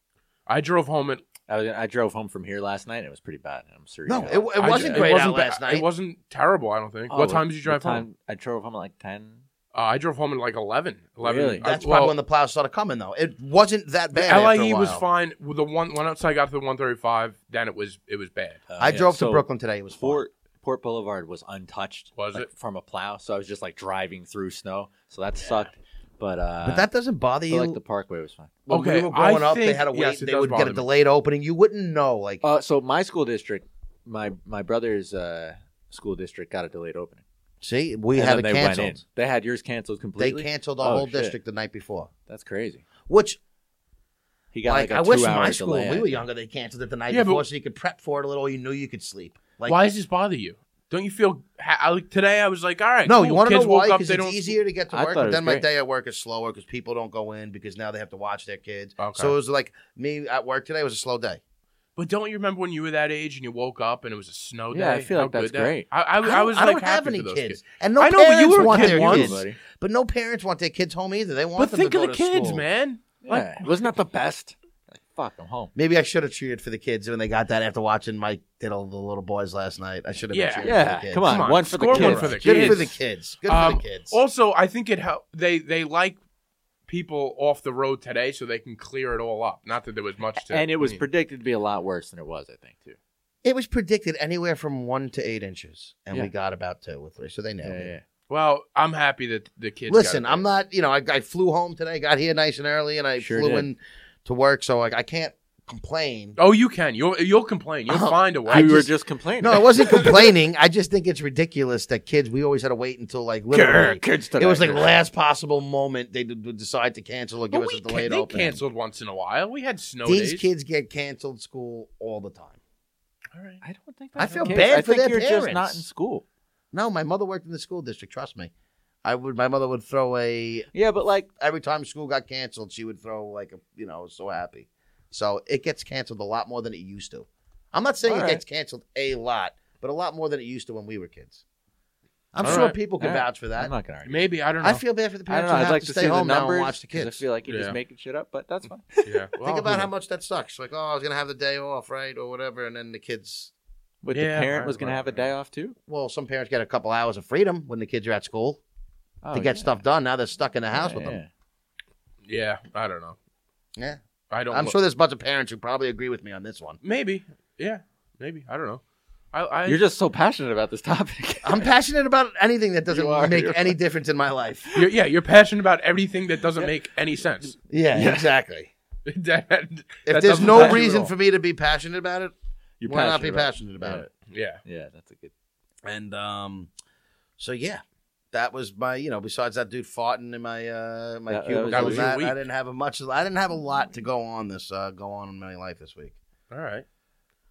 Speaker 4: I drove home at.
Speaker 3: I, was- I drove home from here last night. and It was pretty bad. I'm serious.
Speaker 2: No, it, it
Speaker 4: I-
Speaker 2: wasn't great
Speaker 4: wasn't
Speaker 2: out
Speaker 4: ba-
Speaker 2: last night. Oh,
Speaker 4: It wasn't terrible. I don't think. what time did you drive home?
Speaker 3: Oh, I drove home at like ten.
Speaker 4: Uh, I drove home at like eleven. Eleven.
Speaker 3: Really?
Speaker 4: I-
Speaker 2: That's
Speaker 4: Uh, well,
Speaker 2: probably when the plows started coming though. It wasn't that bad. after a
Speaker 4: LIE was
Speaker 2: while.
Speaker 4: fine. The one once I got to the one thirty five, then it was it was bad.
Speaker 3: Uh,
Speaker 2: I
Speaker 3: yeah,
Speaker 2: drove
Speaker 3: so
Speaker 2: to Brooklyn today. It was fine.
Speaker 3: Port Port Boulevard was untouched.
Speaker 4: Was
Speaker 3: like,
Speaker 4: it?
Speaker 3: from a plow? So I was just like driving through snow. So that sucked. But uh,
Speaker 2: but that doesn't bother
Speaker 3: I
Speaker 2: you.
Speaker 3: feel like the Parkway was fine.
Speaker 2: when
Speaker 4: Okay,
Speaker 2: we were
Speaker 4: I
Speaker 2: growing up, they
Speaker 4: think-
Speaker 2: had to wait.
Speaker 4: yes, it
Speaker 2: they
Speaker 4: does
Speaker 2: would get
Speaker 4: bother
Speaker 2: a
Speaker 4: me.
Speaker 2: delayed opening. You wouldn't know. Like
Speaker 3: Uh, so my school district, my my brother's uh, school district got a delayed opening.
Speaker 2: see, we
Speaker 3: And
Speaker 2: had it
Speaker 3: then they
Speaker 2: canceled.
Speaker 3: Went in. They had yours canceled
Speaker 2: They
Speaker 3: completely.
Speaker 2: canceled our
Speaker 3: Oh,
Speaker 2: whole
Speaker 3: shit.
Speaker 2: district the night before,
Speaker 3: That's crazy.
Speaker 2: which
Speaker 3: He got
Speaker 2: like,
Speaker 3: like,
Speaker 2: I
Speaker 3: a
Speaker 2: wish in
Speaker 3: two-hour
Speaker 2: my school
Speaker 3: delay.
Speaker 2: when we were younger they canceled it the night
Speaker 4: Yeah, but-
Speaker 2: before so you could prep for it a little. You knew you could sleep. Like
Speaker 4: why does this bother you? Don't you feel? Ha- I, like, today I was like, all right.
Speaker 2: No,
Speaker 4: cool.
Speaker 2: you want to know
Speaker 4: Kids
Speaker 2: why?
Speaker 4: woke up,
Speaker 2: Because
Speaker 4: they
Speaker 2: it's
Speaker 4: don't-
Speaker 2: easier to get to
Speaker 3: I
Speaker 2: work,
Speaker 3: thought
Speaker 2: but
Speaker 3: it
Speaker 2: then
Speaker 3: was
Speaker 2: my
Speaker 3: great.
Speaker 2: day at work is slower because people don't go in because now they have to watch their kids.
Speaker 4: Okay.
Speaker 2: So it was like me at work today was a slow day.
Speaker 4: But don't you remember when you were that age and you woke up and it was a snow day?
Speaker 3: Yeah, I feel
Speaker 4: How
Speaker 3: like that's
Speaker 4: good that-
Speaker 3: great.
Speaker 4: I, I,
Speaker 2: I don't,
Speaker 4: I was
Speaker 2: I
Speaker 4: like
Speaker 2: don't have
Speaker 4: happy
Speaker 2: any
Speaker 4: for those
Speaker 2: kids. and no
Speaker 4: I know, but
Speaker 2: parents
Speaker 4: you were a
Speaker 2: want
Speaker 4: kid
Speaker 2: their
Speaker 4: once.
Speaker 2: kids,
Speaker 3: Buddy.
Speaker 2: but no parents want their kids home either. They want.
Speaker 4: But
Speaker 2: them
Speaker 4: think
Speaker 2: to
Speaker 4: of
Speaker 2: go
Speaker 4: the
Speaker 2: to
Speaker 4: kids,
Speaker 2: school.
Speaker 4: man. Like,
Speaker 3: Yeah. Wasn't that the best? Like, fuck, I'm home.
Speaker 2: Maybe I should have cheered for the kids when they got that after watching Mike did all the little boys last night. I should have
Speaker 4: Yeah.
Speaker 2: been cheering for
Speaker 3: Yeah,
Speaker 2: the kids.
Speaker 3: come on.
Speaker 4: Come on,
Speaker 3: One for
Speaker 4: score
Speaker 3: the
Speaker 4: one
Speaker 3: kids.
Speaker 4: for the
Speaker 2: Good for
Speaker 4: Kids.
Speaker 2: the kids. Good
Speaker 4: um,
Speaker 2: for the kids.
Speaker 4: Also, I think it helped. They they like people off the road today, so they can clear it all up. Not that there was much to.
Speaker 3: And it was
Speaker 4: clean.
Speaker 3: predicted to be a lot worse than it was, I think, too.
Speaker 2: It was predicted anywhere from one to eight inches, and
Speaker 3: Yeah.
Speaker 2: we got about two with three, so they nailed
Speaker 3: Yeah,
Speaker 2: it.
Speaker 3: yeah.
Speaker 4: well, I'm happy that the kids. got
Speaker 2: Listen,
Speaker 4: it.
Speaker 2: I'm not, you know, I, I flew home today, got here nice and early, and I
Speaker 3: Sure
Speaker 2: flew
Speaker 3: did.
Speaker 2: in to work, so like I can't complain.
Speaker 4: Oh, you can. You'll you'll complain. You'll
Speaker 2: Oh,
Speaker 4: find a way.
Speaker 3: we were
Speaker 2: just-
Speaker 3: just complaining.
Speaker 2: No, I wasn't complaining. I just think it's ridiculous that kids. We always had to wait until like literally.
Speaker 3: kids
Speaker 2: It was like last possible moment they d- would decide to cancel or give
Speaker 4: But
Speaker 2: us
Speaker 4: we
Speaker 2: a
Speaker 4: can-
Speaker 2: delayed
Speaker 4: they
Speaker 2: opening.
Speaker 4: canceled once in a while. We had snow
Speaker 2: These
Speaker 4: days.
Speaker 2: kids get canceled school all the time.
Speaker 4: All right.
Speaker 3: I don't think.
Speaker 2: I
Speaker 3: that's the
Speaker 2: feel
Speaker 3: case.
Speaker 2: bad
Speaker 3: I
Speaker 2: for
Speaker 3: think
Speaker 2: their
Speaker 3: you're just not
Speaker 2: parents.
Speaker 3: in school.
Speaker 2: No, my mother worked in the school district. Trust me, I would. My mother would throw a
Speaker 3: Yeah, but like
Speaker 2: every time school got canceled, she would throw like a you know so happy. So it gets canceled a lot more than it used to. I'm not saying
Speaker 3: All
Speaker 2: it
Speaker 3: right.
Speaker 2: gets canceled a lot, but a lot more than it used to when we were kids. I'm
Speaker 4: All
Speaker 2: sure
Speaker 4: right.
Speaker 2: people can
Speaker 3: All right.
Speaker 2: vouch for
Speaker 3: I'm
Speaker 2: that.
Speaker 3: not gonna argue.
Speaker 4: Maybe I don't know.
Speaker 2: I feel bad for the
Speaker 3: I
Speaker 2: parents
Speaker 3: don't know.
Speaker 2: who
Speaker 3: I'd
Speaker 2: have
Speaker 3: like
Speaker 2: to
Speaker 3: to
Speaker 2: stay
Speaker 3: see the
Speaker 2: home now and
Speaker 3: numbers.
Speaker 2: watch the
Speaker 3: 'cause I
Speaker 2: kids.
Speaker 3: feel like you're
Speaker 4: Yeah.
Speaker 3: just making shit up, but that's fine.
Speaker 4: yeah. Well,
Speaker 2: Think about
Speaker 4: who
Speaker 2: how
Speaker 4: knows?
Speaker 2: much that sucks. Like, oh, I was gonna have the day off, right, or whatever, and then the kids.
Speaker 3: But
Speaker 4: Yeah,
Speaker 3: the parent
Speaker 4: right,
Speaker 3: was gonna
Speaker 4: right,
Speaker 3: have a
Speaker 4: right.
Speaker 3: day off too.
Speaker 2: Well, some parents get a couple hours of freedom when the kids are at school
Speaker 3: Oh,
Speaker 2: to get
Speaker 3: yeah.
Speaker 2: stuff done. Now they're stuck in the house
Speaker 3: Yeah,
Speaker 2: with them.
Speaker 3: yeah.
Speaker 4: Yeah, I don't know.
Speaker 2: Yeah.
Speaker 4: I don't.
Speaker 2: I'm
Speaker 4: lo-
Speaker 2: sure there's a bunch of parents who probably agree with me on this one.
Speaker 4: Maybe. Yeah. Maybe. I don't know. I. I
Speaker 3: You're just so passionate about this topic.
Speaker 2: I'm passionate about anything that doesn't
Speaker 3: You are,
Speaker 2: make
Speaker 3: you're
Speaker 2: any difference in my life.
Speaker 4: you're, yeah, you're passionate about everything that doesn't make any sense.
Speaker 2: Yeah,
Speaker 3: Yeah.
Speaker 2: exactly.
Speaker 4: That-
Speaker 2: If
Speaker 4: that
Speaker 2: there's
Speaker 4: doesn't
Speaker 2: no
Speaker 4: passion you at
Speaker 2: reason
Speaker 4: all.
Speaker 2: for me to be passionate about it,
Speaker 3: You're
Speaker 2: why not be
Speaker 3: about it.
Speaker 2: passionate about
Speaker 3: Yeah.
Speaker 2: it?
Speaker 4: yeah,
Speaker 3: Yeah, that's a good.
Speaker 2: And um, so yeah, that was my you know. Besides that dude farting in my uh my
Speaker 3: That- that
Speaker 2: cubicle,
Speaker 3: was your
Speaker 2: and that,
Speaker 4: week.
Speaker 2: I didn't have a much. I didn't have a lot to go on this uh, go on in my life this week.
Speaker 4: all right.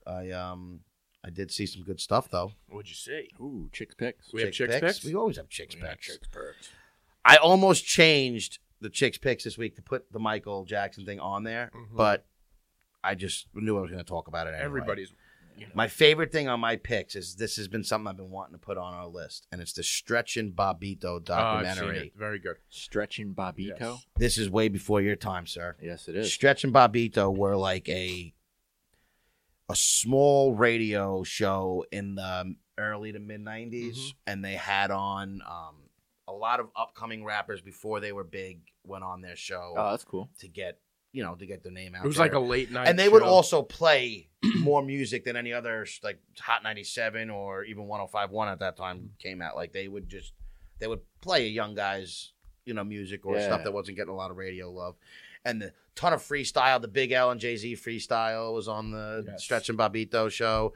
Speaker 2: I um I did see some good stuff though.
Speaker 4: What'd you see?
Speaker 3: Ooh, chicks picks.
Speaker 4: We have
Speaker 2: Chick
Speaker 4: chicks picks.
Speaker 2: We always have chicks
Speaker 4: got
Speaker 2: picks. I almost changed the chicks picks this week to put the Michael Jackson thing on there,
Speaker 4: Mhm.
Speaker 2: but I just knew I was going to talk about it. Anyway.
Speaker 4: Everybody's.
Speaker 2: My favorite thing on my picks is this has been something I've been wanting to put on our list, and it's the Stretchin' Bobito
Speaker 4: Oh, I've seen
Speaker 2: documentary.
Speaker 4: it. Very good.
Speaker 3: Stretching Bobito.
Speaker 4: Yes.
Speaker 3: Yes,
Speaker 2: this is way before your time, sir.
Speaker 3: it is.
Speaker 2: Stretch and Bobito were like a a small radio show in the um, early to mid 90s
Speaker 4: Mm-hmm.
Speaker 2: and they had on um, a lot of upcoming rappers before they were big went on their show
Speaker 3: Oh, that's cool.
Speaker 2: to get you know to get their name out.
Speaker 4: Uh, It was
Speaker 2: there.
Speaker 4: like a late night.
Speaker 2: and they would
Speaker 4: show.
Speaker 2: also play more music than any other like Hot 97 or even 105.1 at that time came out. Like they would just they would play a young guy's you know music or
Speaker 3: Yeah.
Speaker 2: stuff that wasn't getting a lot of radio love. And the ton of freestyle, the Big L and Jay Z freestyle was on the
Speaker 4: Yes.
Speaker 2: Stretch and Bobito show.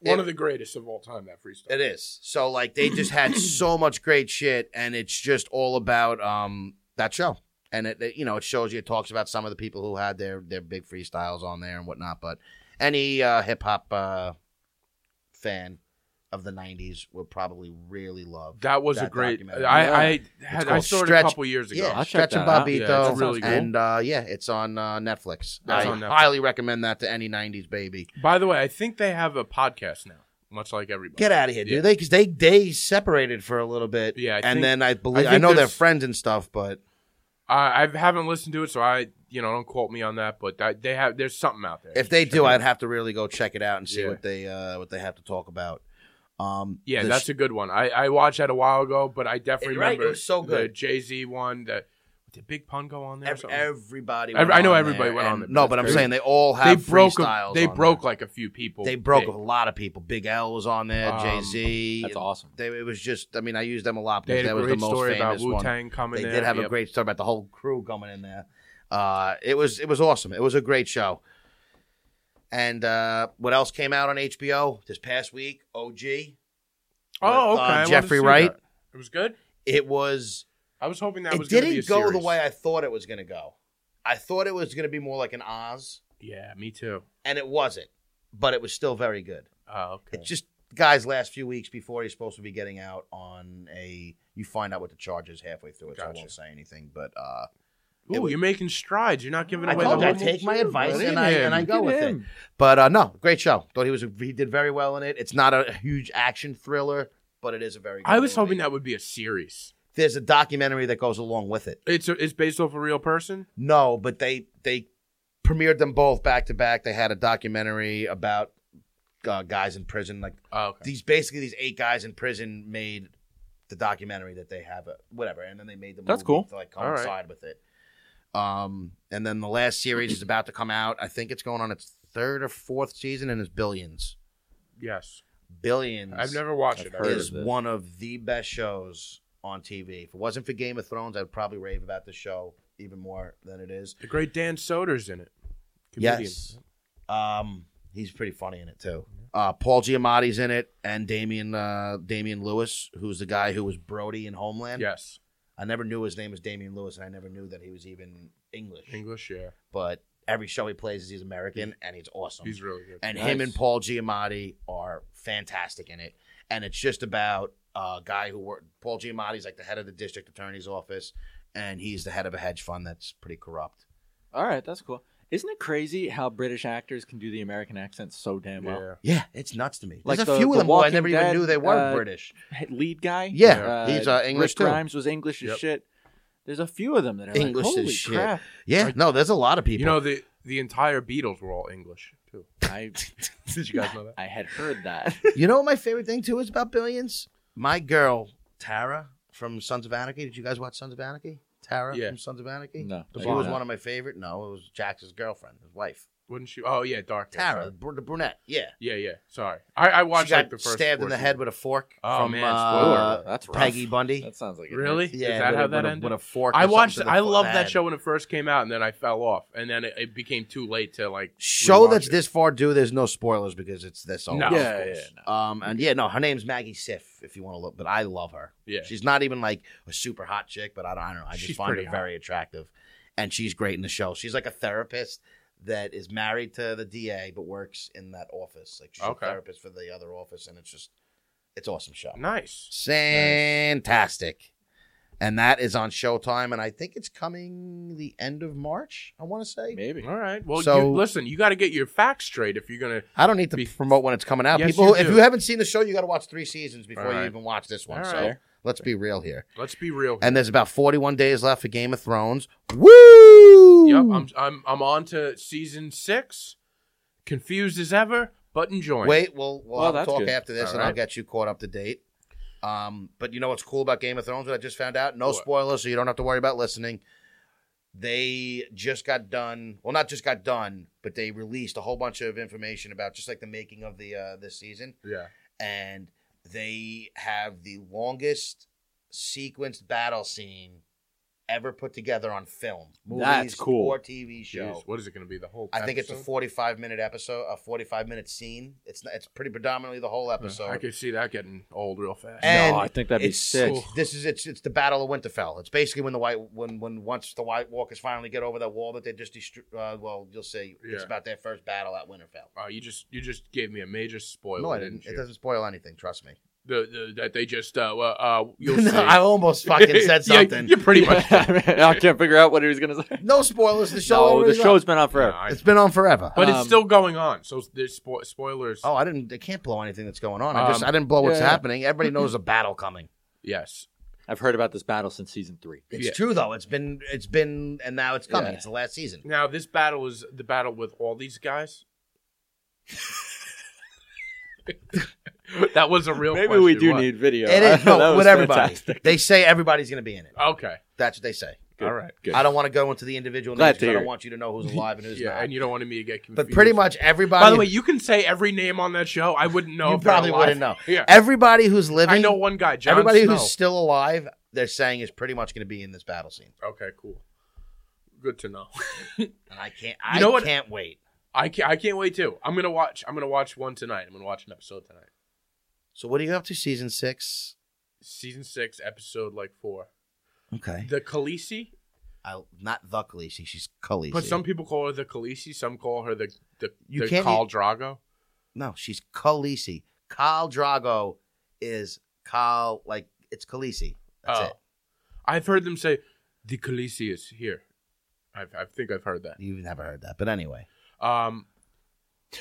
Speaker 4: one
Speaker 2: it-
Speaker 4: of the greatest of all time. That freestyle.
Speaker 2: It is so like they just had so much great shit, and it's just all about um that show. And it, it- you know it shows you it talks about some of the people who had their their big freestyles on there and whatnot. But any uh, hip hop uh, fan of the '90s will probably really love.
Speaker 4: that was
Speaker 2: That
Speaker 4: a great.
Speaker 2: documentary.
Speaker 4: I I,
Speaker 2: It's
Speaker 4: had, I
Speaker 2: called
Speaker 4: saw it a
Speaker 2: Stretch-
Speaker 4: couple years ago.
Speaker 2: Yeah,
Speaker 3: I'll check
Speaker 2: Stretch and
Speaker 3: that out.
Speaker 2: Bobito,
Speaker 4: Yeah, it's really cool.
Speaker 2: and uh, yeah, it's on uh, Netflix.
Speaker 4: That's
Speaker 2: I
Speaker 4: on Netflix.
Speaker 2: highly recommend that to any '90s baby.
Speaker 4: By the way, I think they have a podcast now, much like everybody.
Speaker 2: Get out of here,
Speaker 4: Yeah.
Speaker 2: do they? Because they they separated for a little bit.
Speaker 4: Yeah, I
Speaker 2: and
Speaker 4: think-
Speaker 2: then I believe I,
Speaker 4: think
Speaker 2: know they're
Speaker 4: there's-
Speaker 2: friends and stuff, but
Speaker 4: I, I haven't listened to it, so I you know don't quote me on that. But that, they have there's something out there.
Speaker 2: if they
Speaker 4: Check
Speaker 2: do,
Speaker 4: it out.
Speaker 2: I'd have to really go check it out and see
Speaker 4: Yeah.
Speaker 2: what they uh, what they have to talk about. Um,
Speaker 4: Yeah,
Speaker 2: the
Speaker 4: that's
Speaker 2: sh-
Speaker 4: a good one. I, I watched that a while ago, but I definitely
Speaker 2: It- right, it
Speaker 4: remember
Speaker 2: was so
Speaker 4: the
Speaker 2: good.
Speaker 4: Jay Z one. That did Big Pun go on there? or
Speaker 2: ev-
Speaker 4: something?
Speaker 2: everybody.
Speaker 4: Every-
Speaker 2: went
Speaker 4: I know
Speaker 2: on
Speaker 4: everybody
Speaker 2: there,
Speaker 4: went on
Speaker 2: and-
Speaker 4: there, but
Speaker 2: No,
Speaker 4: that's
Speaker 2: but I'm
Speaker 4: crazy.
Speaker 2: saying they all
Speaker 4: they
Speaker 2: have
Speaker 4: broke. A,
Speaker 2: freestyles.
Speaker 4: they
Speaker 2: on
Speaker 4: broke
Speaker 2: there.
Speaker 4: like a few people.
Speaker 2: they broke
Speaker 4: big.
Speaker 2: a lot of people. Big L was on there.
Speaker 4: Um,
Speaker 2: Jay Z.
Speaker 3: That's awesome.
Speaker 2: They, it was just. I mean, I used them a lot
Speaker 4: They
Speaker 2: because
Speaker 4: had
Speaker 2: that
Speaker 4: a
Speaker 2: was the
Speaker 4: great
Speaker 2: most
Speaker 4: story about
Speaker 2: famous
Speaker 4: Wu
Speaker 2: one.
Speaker 4: Tang coming.
Speaker 2: They
Speaker 4: there.
Speaker 2: did have a
Speaker 4: Yep.
Speaker 2: great story about the whole crew coming in there. Uh, it was it was awesome. It was a great show. And uh, what else came out on HBO this past week? OG.
Speaker 4: Oh,
Speaker 2: with,
Speaker 4: okay.
Speaker 2: uh,
Speaker 4: I wanted to
Speaker 2: Jeffrey
Speaker 4: see
Speaker 2: Wright.
Speaker 4: that. It was good.
Speaker 2: It was.
Speaker 4: I was hoping that
Speaker 2: it
Speaker 4: was. gonna
Speaker 2: didn't
Speaker 4: be a
Speaker 2: go the
Speaker 4: series.
Speaker 2: way I thought it was going to go. I thought it was going to be more like an Oz,
Speaker 4: Yeah, me too.
Speaker 2: and it wasn't. But it was still very good.
Speaker 4: Oh, okay.
Speaker 2: It's just the guy's last few weeks before he's supposed to be getting out on a. You find out what the charge is halfway through it, so
Speaker 4: Gotcha.
Speaker 2: I won't say anything. But uh,
Speaker 4: Ooh,
Speaker 2: it was-
Speaker 4: you're making strides. You're not giving
Speaker 2: I
Speaker 4: away
Speaker 2: told
Speaker 4: the
Speaker 2: you I
Speaker 4: whole
Speaker 2: take my
Speaker 4: truth.
Speaker 2: advice
Speaker 4: Look
Speaker 2: and
Speaker 4: at
Speaker 2: I
Speaker 4: him.
Speaker 2: and I
Speaker 3: Look
Speaker 2: go
Speaker 3: at
Speaker 2: with it.
Speaker 3: him.
Speaker 2: But uh, no, great show. Thought he was a, he did very well in it. It's not a huge action thriller, but it is a very. good
Speaker 4: I was
Speaker 2: movie.
Speaker 4: hoping that would be a series.
Speaker 2: there's a documentary that goes along with it.
Speaker 4: It's a, it's based off a real person.
Speaker 2: No, but they they premiered them both back to back. They had a documentary about uh, guys in prison. Like
Speaker 4: Oh, okay.
Speaker 2: these, basically these eight guys in prison made the documentary that they have, uh, whatever, and then they made the
Speaker 3: That's
Speaker 2: movie
Speaker 3: cool.
Speaker 2: to like
Speaker 4: All right.
Speaker 2: coincide with it. Um, and then the last series is about to come out. I think it's going on its third or fourth season, and it's billions.
Speaker 4: Yes,
Speaker 2: 1000000000s
Speaker 4: I've never watched
Speaker 3: I've
Speaker 4: it. I
Speaker 3: heard
Speaker 4: heard.
Speaker 2: is
Speaker 3: of it.
Speaker 2: one of the best shows on TV. If it wasn't for Game of Thrones, I'd probably rave about the show even more than it is.
Speaker 4: The great Dan Soder's in it. Comedian.
Speaker 2: Yes. Um, he's pretty funny in it too. Uh, Paul Giamatti's in it, and Damian uh, Damian Lewis, who's the guy who was Brody in Homeland.
Speaker 4: Yes.
Speaker 2: I never knew his name was Damian Lewis, and I never knew that he was even English.
Speaker 4: English, yeah.
Speaker 2: But every show he plays is he's American, and he's awesome.
Speaker 4: He's really good.
Speaker 2: Oh. and him
Speaker 3: Nice.
Speaker 2: and Paul Giamatti are fantastic in it. And it's just about a guy who worked. Paul Giamatti's like the head of the district attorney's office, and he's the head of a hedge fund that's pretty corrupt.
Speaker 3: All right, that's cool. Isn't it crazy how British actors can do the American accent so damn well?
Speaker 4: yeah.
Speaker 2: Yeah, it's nuts to me.
Speaker 3: Like
Speaker 2: There's a
Speaker 3: the-
Speaker 2: few of
Speaker 3: the
Speaker 2: them who I
Speaker 3: Walking
Speaker 2: never
Speaker 3: Dead,
Speaker 2: even knew they were
Speaker 3: uh,
Speaker 2: British.
Speaker 3: Hey, Lead guy.
Speaker 2: Yeah, he's, uh, English
Speaker 3: Rick
Speaker 2: too.
Speaker 3: Grimes was English as
Speaker 4: Yep.
Speaker 3: shit. There's a few of them that are
Speaker 2: English
Speaker 3: like,
Speaker 2: as
Speaker 3: holy
Speaker 2: shit.
Speaker 3: crap.
Speaker 2: Yeah, no, there's a lot of people.
Speaker 4: You know the the entire Beatles were all English too.
Speaker 3: I
Speaker 4: Did you guys know that?
Speaker 3: I had heard that.
Speaker 2: You know what my favorite thing too is about Billions? My girl Tara from Sons of Anarchy. Did you guys watch Sons of Anarchy? Tara
Speaker 4: Yeah.
Speaker 2: from Sons of Anarchy.
Speaker 3: No, I
Speaker 2: she
Speaker 3: did
Speaker 2: was
Speaker 3: not.
Speaker 2: one of my favorite. No, it was Jax's girlfriend, his wife,
Speaker 4: Wouldn't you? Oh yeah, dark. hair,
Speaker 2: Tara, the
Speaker 4: sorry.
Speaker 2: br- the brunette. Yeah,
Speaker 4: Yeah, yeah. Sorry, I, I watched
Speaker 2: she got
Speaker 4: like the first.
Speaker 2: stabbed in
Speaker 4: four
Speaker 2: the head with a fork
Speaker 4: Oh,
Speaker 2: from
Speaker 4: man,
Speaker 2: uh,
Speaker 4: spoiler.
Speaker 3: That's rough.
Speaker 2: Peggy Bundy.
Speaker 3: that sounds like it
Speaker 4: seasons. Really?
Speaker 3: hurts.
Speaker 4: Is that
Speaker 2: with
Speaker 4: how
Speaker 2: a,
Speaker 4: that
Speaker 2: with a-
Speaker 4: ended?
Speaker 2: With a fork. or
Speaker 4: I
Speaker 2: something
Speaker 4: watched.
Speaker 2: to the
Speaker 4: I
Speaker 2: fo-
Speaker 4: loved
Speaker 2: bad.
Speaker 4: that show when it first came out, and then I fell off, and then it, it became too late to like
Speaker 2: Show
Speaker 4: rewatch
Speaker 2: that's
Speaker 4: it.
Speaker 2: this far due. There's no spoilers because it's this old.
Speaker 4: No.
Speaker 3: Yeah, yeah, no.
Speaker 2: Um, and yeah, no, her name's Maggie Siff. If you want to look, but I love her.
Speaker 4: Yeah.
Speaker 2: she's not even like a super hot chick, but I don't, I don't know. I just
Speaker 4: She's
Speaker 2: find her
Speaker 4: pretty hot.
Speaker 2: very attractive, and she's great in the show. She's like a therapist that is married to the DA, but works in that office. Like she's
Speaker 4: Okay.
Speaker 2: a therapist for the other office, and it's just, it's awesome show.
Speaker 4: Nice.
Speaker 2: Fantastic. And that is on Showtime, and I think it's coming the end of March. I want to say.
Speaker 3: Maybe.
Speaker 4: All right. Well,
Speaker 2: So-
Speaker 4: you, listen, you got to get your facts straight if you're gonna.
Speaker 2: I don't need to
Speaker 4: Be-
Speaker 2: promote when it's coming out.
Speaker 4: Yes,
Speaker 2: People,
Speaker 4: you
Speaker 2: if
Speaker 4: do.
Speaker 2: you haven't seen the show, you got to watch three seasons before
Speaker 4: All
Speaker 2: you
Speaker 4: right.
Speaker 2: even watch this one.
Speaker 4: All
Speaker 2: So
Speaker 4: right.
Speaker 2: let's be real here.
Speaker 4: Let's be real.
Speaker 2: And there's about 41 days left for Game of Thrones. Woo!
Speaker 4: Yep. I'm I'm I'm on to season six. Confused as ever, but enjoying.
Speaker 2: Wait, we'll we'll
Speaker 3: Well,
Speaker 2: have a
Speaker 3: that's
Speaker 2: talk
Speaker 3: good.
Speaker 2: after this,
Speaker 4: All
Speaker 2: and I'll
Speaker 4: right.
Speaker 2: get you caught up to date. Um, but you know what's cool about Game of Thrones? What I just found out. No
Speaker 4: What?
Speaker 2: spoilers, so you don't have to worry about listening. They just got done. Well, not just got done, but they released a whole bunch of information about just like the making of the uh, this season.
Speaker 4: Yeah.
Speaker 2: and they have the longest sequenced battle scene ever put together on film. Movies
Speaker 3: That's cool.
Speaker 2: Or TV show.
Speaker 4: Jeez, what is it going to be? The whole.
Speaker 2: I think it's a
Speaker 4: episode?
Speaker 2: 45 minute episode, a 45 minute scene. It's not, it's pretty predominantly the whole episode.
Speaker 4: Uh, I could see that getting old real fast.
Speaker 2: And
Speaker 3: no, I think that'd be
Speaker 2: it's-
Speaker 3: sick.
Speaker 4: Oof.
Speaker 2: This is it's it's the Battle of Winterfell. It's basically when the white when when once the White Walkers finally get over that wall that they just destroyed. Uh, well, you'll see. It's
Speaker 4: Yeah.
Speaker 2: about their first battle at Winterfell.
Speaker 4: Wow, Uh, you just you just gave me a major spoiler.
Speaker 2: No, I
Speaker 4: didn't.
Speaker 2: didn't. It
Speaker 4: you?
Speaker 2: doesn't spoil anything. Trust me.
Speaker 4: the, the, that they just uh, well, uh you'll
Speaker 2: No,
Speaker 4: see.
Speaker 2: I almost fucking said
Speaker 4: Yeah,
Speaker 2: something.
Speaker 4: you pretty much.
Speaker 3: I can't figure out what he was gonna say.
Speaker 2: No spoilers. The show.
Speaker 3: No, the
Speaker 2: already
Speaker 3: show's been on forever.
Speaker 4: Nah, I-
Speaker 2: It's been on forever.
Speaker 4: but
Speaker 3: Um,
Speaker 4: it's still going on. So there's spo- spoilers.
Speaker 2: Oh, I didn't. I can't blow anything that's going on. I just
Speaker 4: Um,
Speaker 2: I didn't blow what's
Speaker 3: yeah.
Speaker 2: happening. Everybody knows a battle coming.
Speaker 4: Yes.
Speaker 3: I've heard about this battle since season three.
Speaker 2: It's
Speaker 4: Yeah.
Speaker 2: true though. It's been it's been and now it's coming.
Speaker 3: Yeah.
Speaker 2: It's the last season.
Speaker 4: Now this battle is the battle with all these guys. that was a real.
Speaker 3: Maybe
Speaker 4: question.
Speaker 3: we do
Speaker 4: What?
Speaker 3: need video.
Speaker 2: It is
Speaker 3: That
Speaker 2: no,
Speaker 3: was
Speaker 2: with everybody.
Speaker 3: fantastic.
Speaker 2: They say everybody's going to be in it.
Speaker 4: Okay.
Speaker 2: That's what they say.
Speaker 3: Good.
Speaker 4: All right.
Speaker 3: Good.
Speaker 2: I don't want to go into the individual
Speaker 3: Glad
Speaker 2: names.
Speaker 3: to
Speaker 2: 'cause I
Speaker 3: hear
Speaker 2: don't
Speaker 3: it.
Speaker 2: want you to know who's alive and who's
Speaker 4: Yeah,
Speaker 2: not.
Speaker 4: and you don't want me to get confused.
Speaker 2: but pretty much everybody.
Speaker 4: By the way, you can say every name on that show. I wouldn't know.
Speaker 2: you
Speaker 4: if they're
Speaker 2: probably
Speaker 4: alive.
Speaker 2: wouldn't know.
Speaker 4: Yeah.
Speaker 2: Everybody who's living,
Speaker 4: I know one guy. John
Speaker 2: everybody
Speaker 4: Snow.
Speaker 2: who's still alive, they're saying is pretty much going to be in this battle scene.
Speaker 4: Okay, cool. Good to know.
Speaker 2: And I can't. I
Speaker 4: know what-
Speaker 2: can't wait.
Speaker 4: I can't, I can't wait too. I'm gonna watch. I'm gonna watch one tonight. I'm gonna watch an episode tonight.
Speaker 2: So what are you up to? Season six.
Speaker 4: Season six, episode like four.
Speaker 2: Okay.
Speaker 4: The Khaleesi,
Speaker 2: I, not the Khaleesi. She's Khaleesi.
Speaker 4: but some people call her the Khaleesi. Some call her the the,
Speaker 2: You
Speaker 4: the
Speaker 2: can't- e-
Speaker 4: Khal Drago.
Speaker 2: No, she's Khaleesi. Khal Drago is Khal, like, it's Khaleesi. That's
Speaker 4: Oh.
Speaker 2: it.
Speaker 4: I've heard them say the Khaleesi is here. I I think I've heard that.
Speaker 2: You've never heard that. But anyway.
Speaker 4: Um.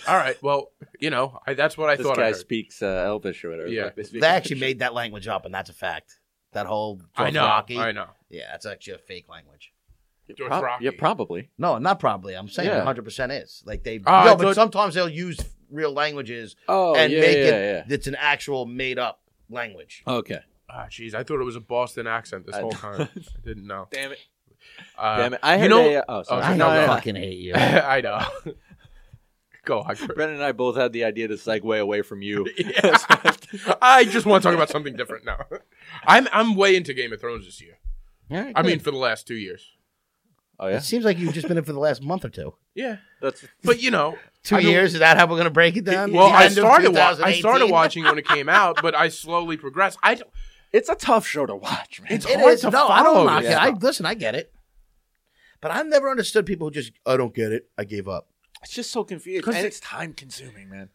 Speaker 4: All right. Well, you know, I, that's what I
Speaker 3: This
Speaker 4: thought. I
Speaker 3: guy
Speaker 4: heard.
Speaker 3: speaks uh, Elvish or whatever.
Speaker 4: Yeah.
Speaker 3: Like, speak-
Speaker 2: They actually made that language up, and that's a fact. That whole
Speaker 4: I
Speaker 2: Dothraki-
Speaker 4: know. I know.
Speaker 2: Yeah, that's actually a fake language.
Speaker 4: George
Speaker 3: Prob-
Speaker 4: Rocky.
Speaker 3: yeah, probably.
Speaker 2: No, not probably. I'm saying
Speaker 3: Yeah.
Speaker 2: 100% is. Like, they.
Speaker 4: Ah, I
Speaker 2: no, but
Speaker 4: thought-
Speaker 2: sometimes they'll use real languages
Speaker 3: Oh,
Speaker 2: and
Speaker 3: yeah,
Speaker 2: make
Speaker 3: yeah,
Speaker 2: it.
Speaker 3: yeah.
Speaker 2: It's an actual made up language.
Speaker 3: Okay.
Speaker 4: Ah, jeez. I thought it was a Boston accent this
Speaker 3: I-
Speaker 4: whole time. I didn't know.
Speaker 3: Damn it.
Speaker 4: Uh,
Speaker 3: Damn it. I
Speaker 4: you
Speaker 3: had
Speaker 4: know-
Speaker 3: a. Oh, sorry.
Speaker 4: I
Speaker 2: I
Speaker 4: know
Speaker 2: don't
Speaker 4: that.
Speaker 2: fucking hate you.
Speaker 4: I know. Go, Huckberry.
Speaker 3: Brennan and I both had the idea to segue away from you.
Speaker 4: Yeah. I just want to talk about something different now. I'm I'm way into Game of Thrones this year. I mean, for the last two years.
Speaker 3: oh
Speaker 2: it
Speaker 3: yeah,
Speaker 2: seems like you've just been in for the last month or two.
Speaker 4: Yeah,
Speaker 3: that's
Speaker 4: but you know,
Speaker 2: Two
Speaker 4: I don't-
Speaker 2: years? Is that how we're going to break it down?
Speaker 4: well,
Speaker 2: The
Speaker 4: I
Speaker 2: end of
Speaker 4: started. Wa- I
Speaker 2: 2018?
Speaker 4: started watching when it came out, but I slowly progressed. I don't-
Speaker 3: It's a tough show to watch, man.
Speaker 4: It's
Speaker 2: It
Speaker 4: hard
Speaker 2: is.
Speaker 4: to
Speaker 2: No, I
Speaker 4: follow
Speaker 2: don't knock
Speaker 4: this
Speaker 2: it. I
Speaker 4: stuff.
Speaker 2: listen. I get it, but I've never understood people who just I don't get it. I gave up.
Speaker 3: It's just so confusing.
Speaker 4: 'Cause
Speaker 3: And
Speaker 4: it-
Speaker 3: it's time consuming, man.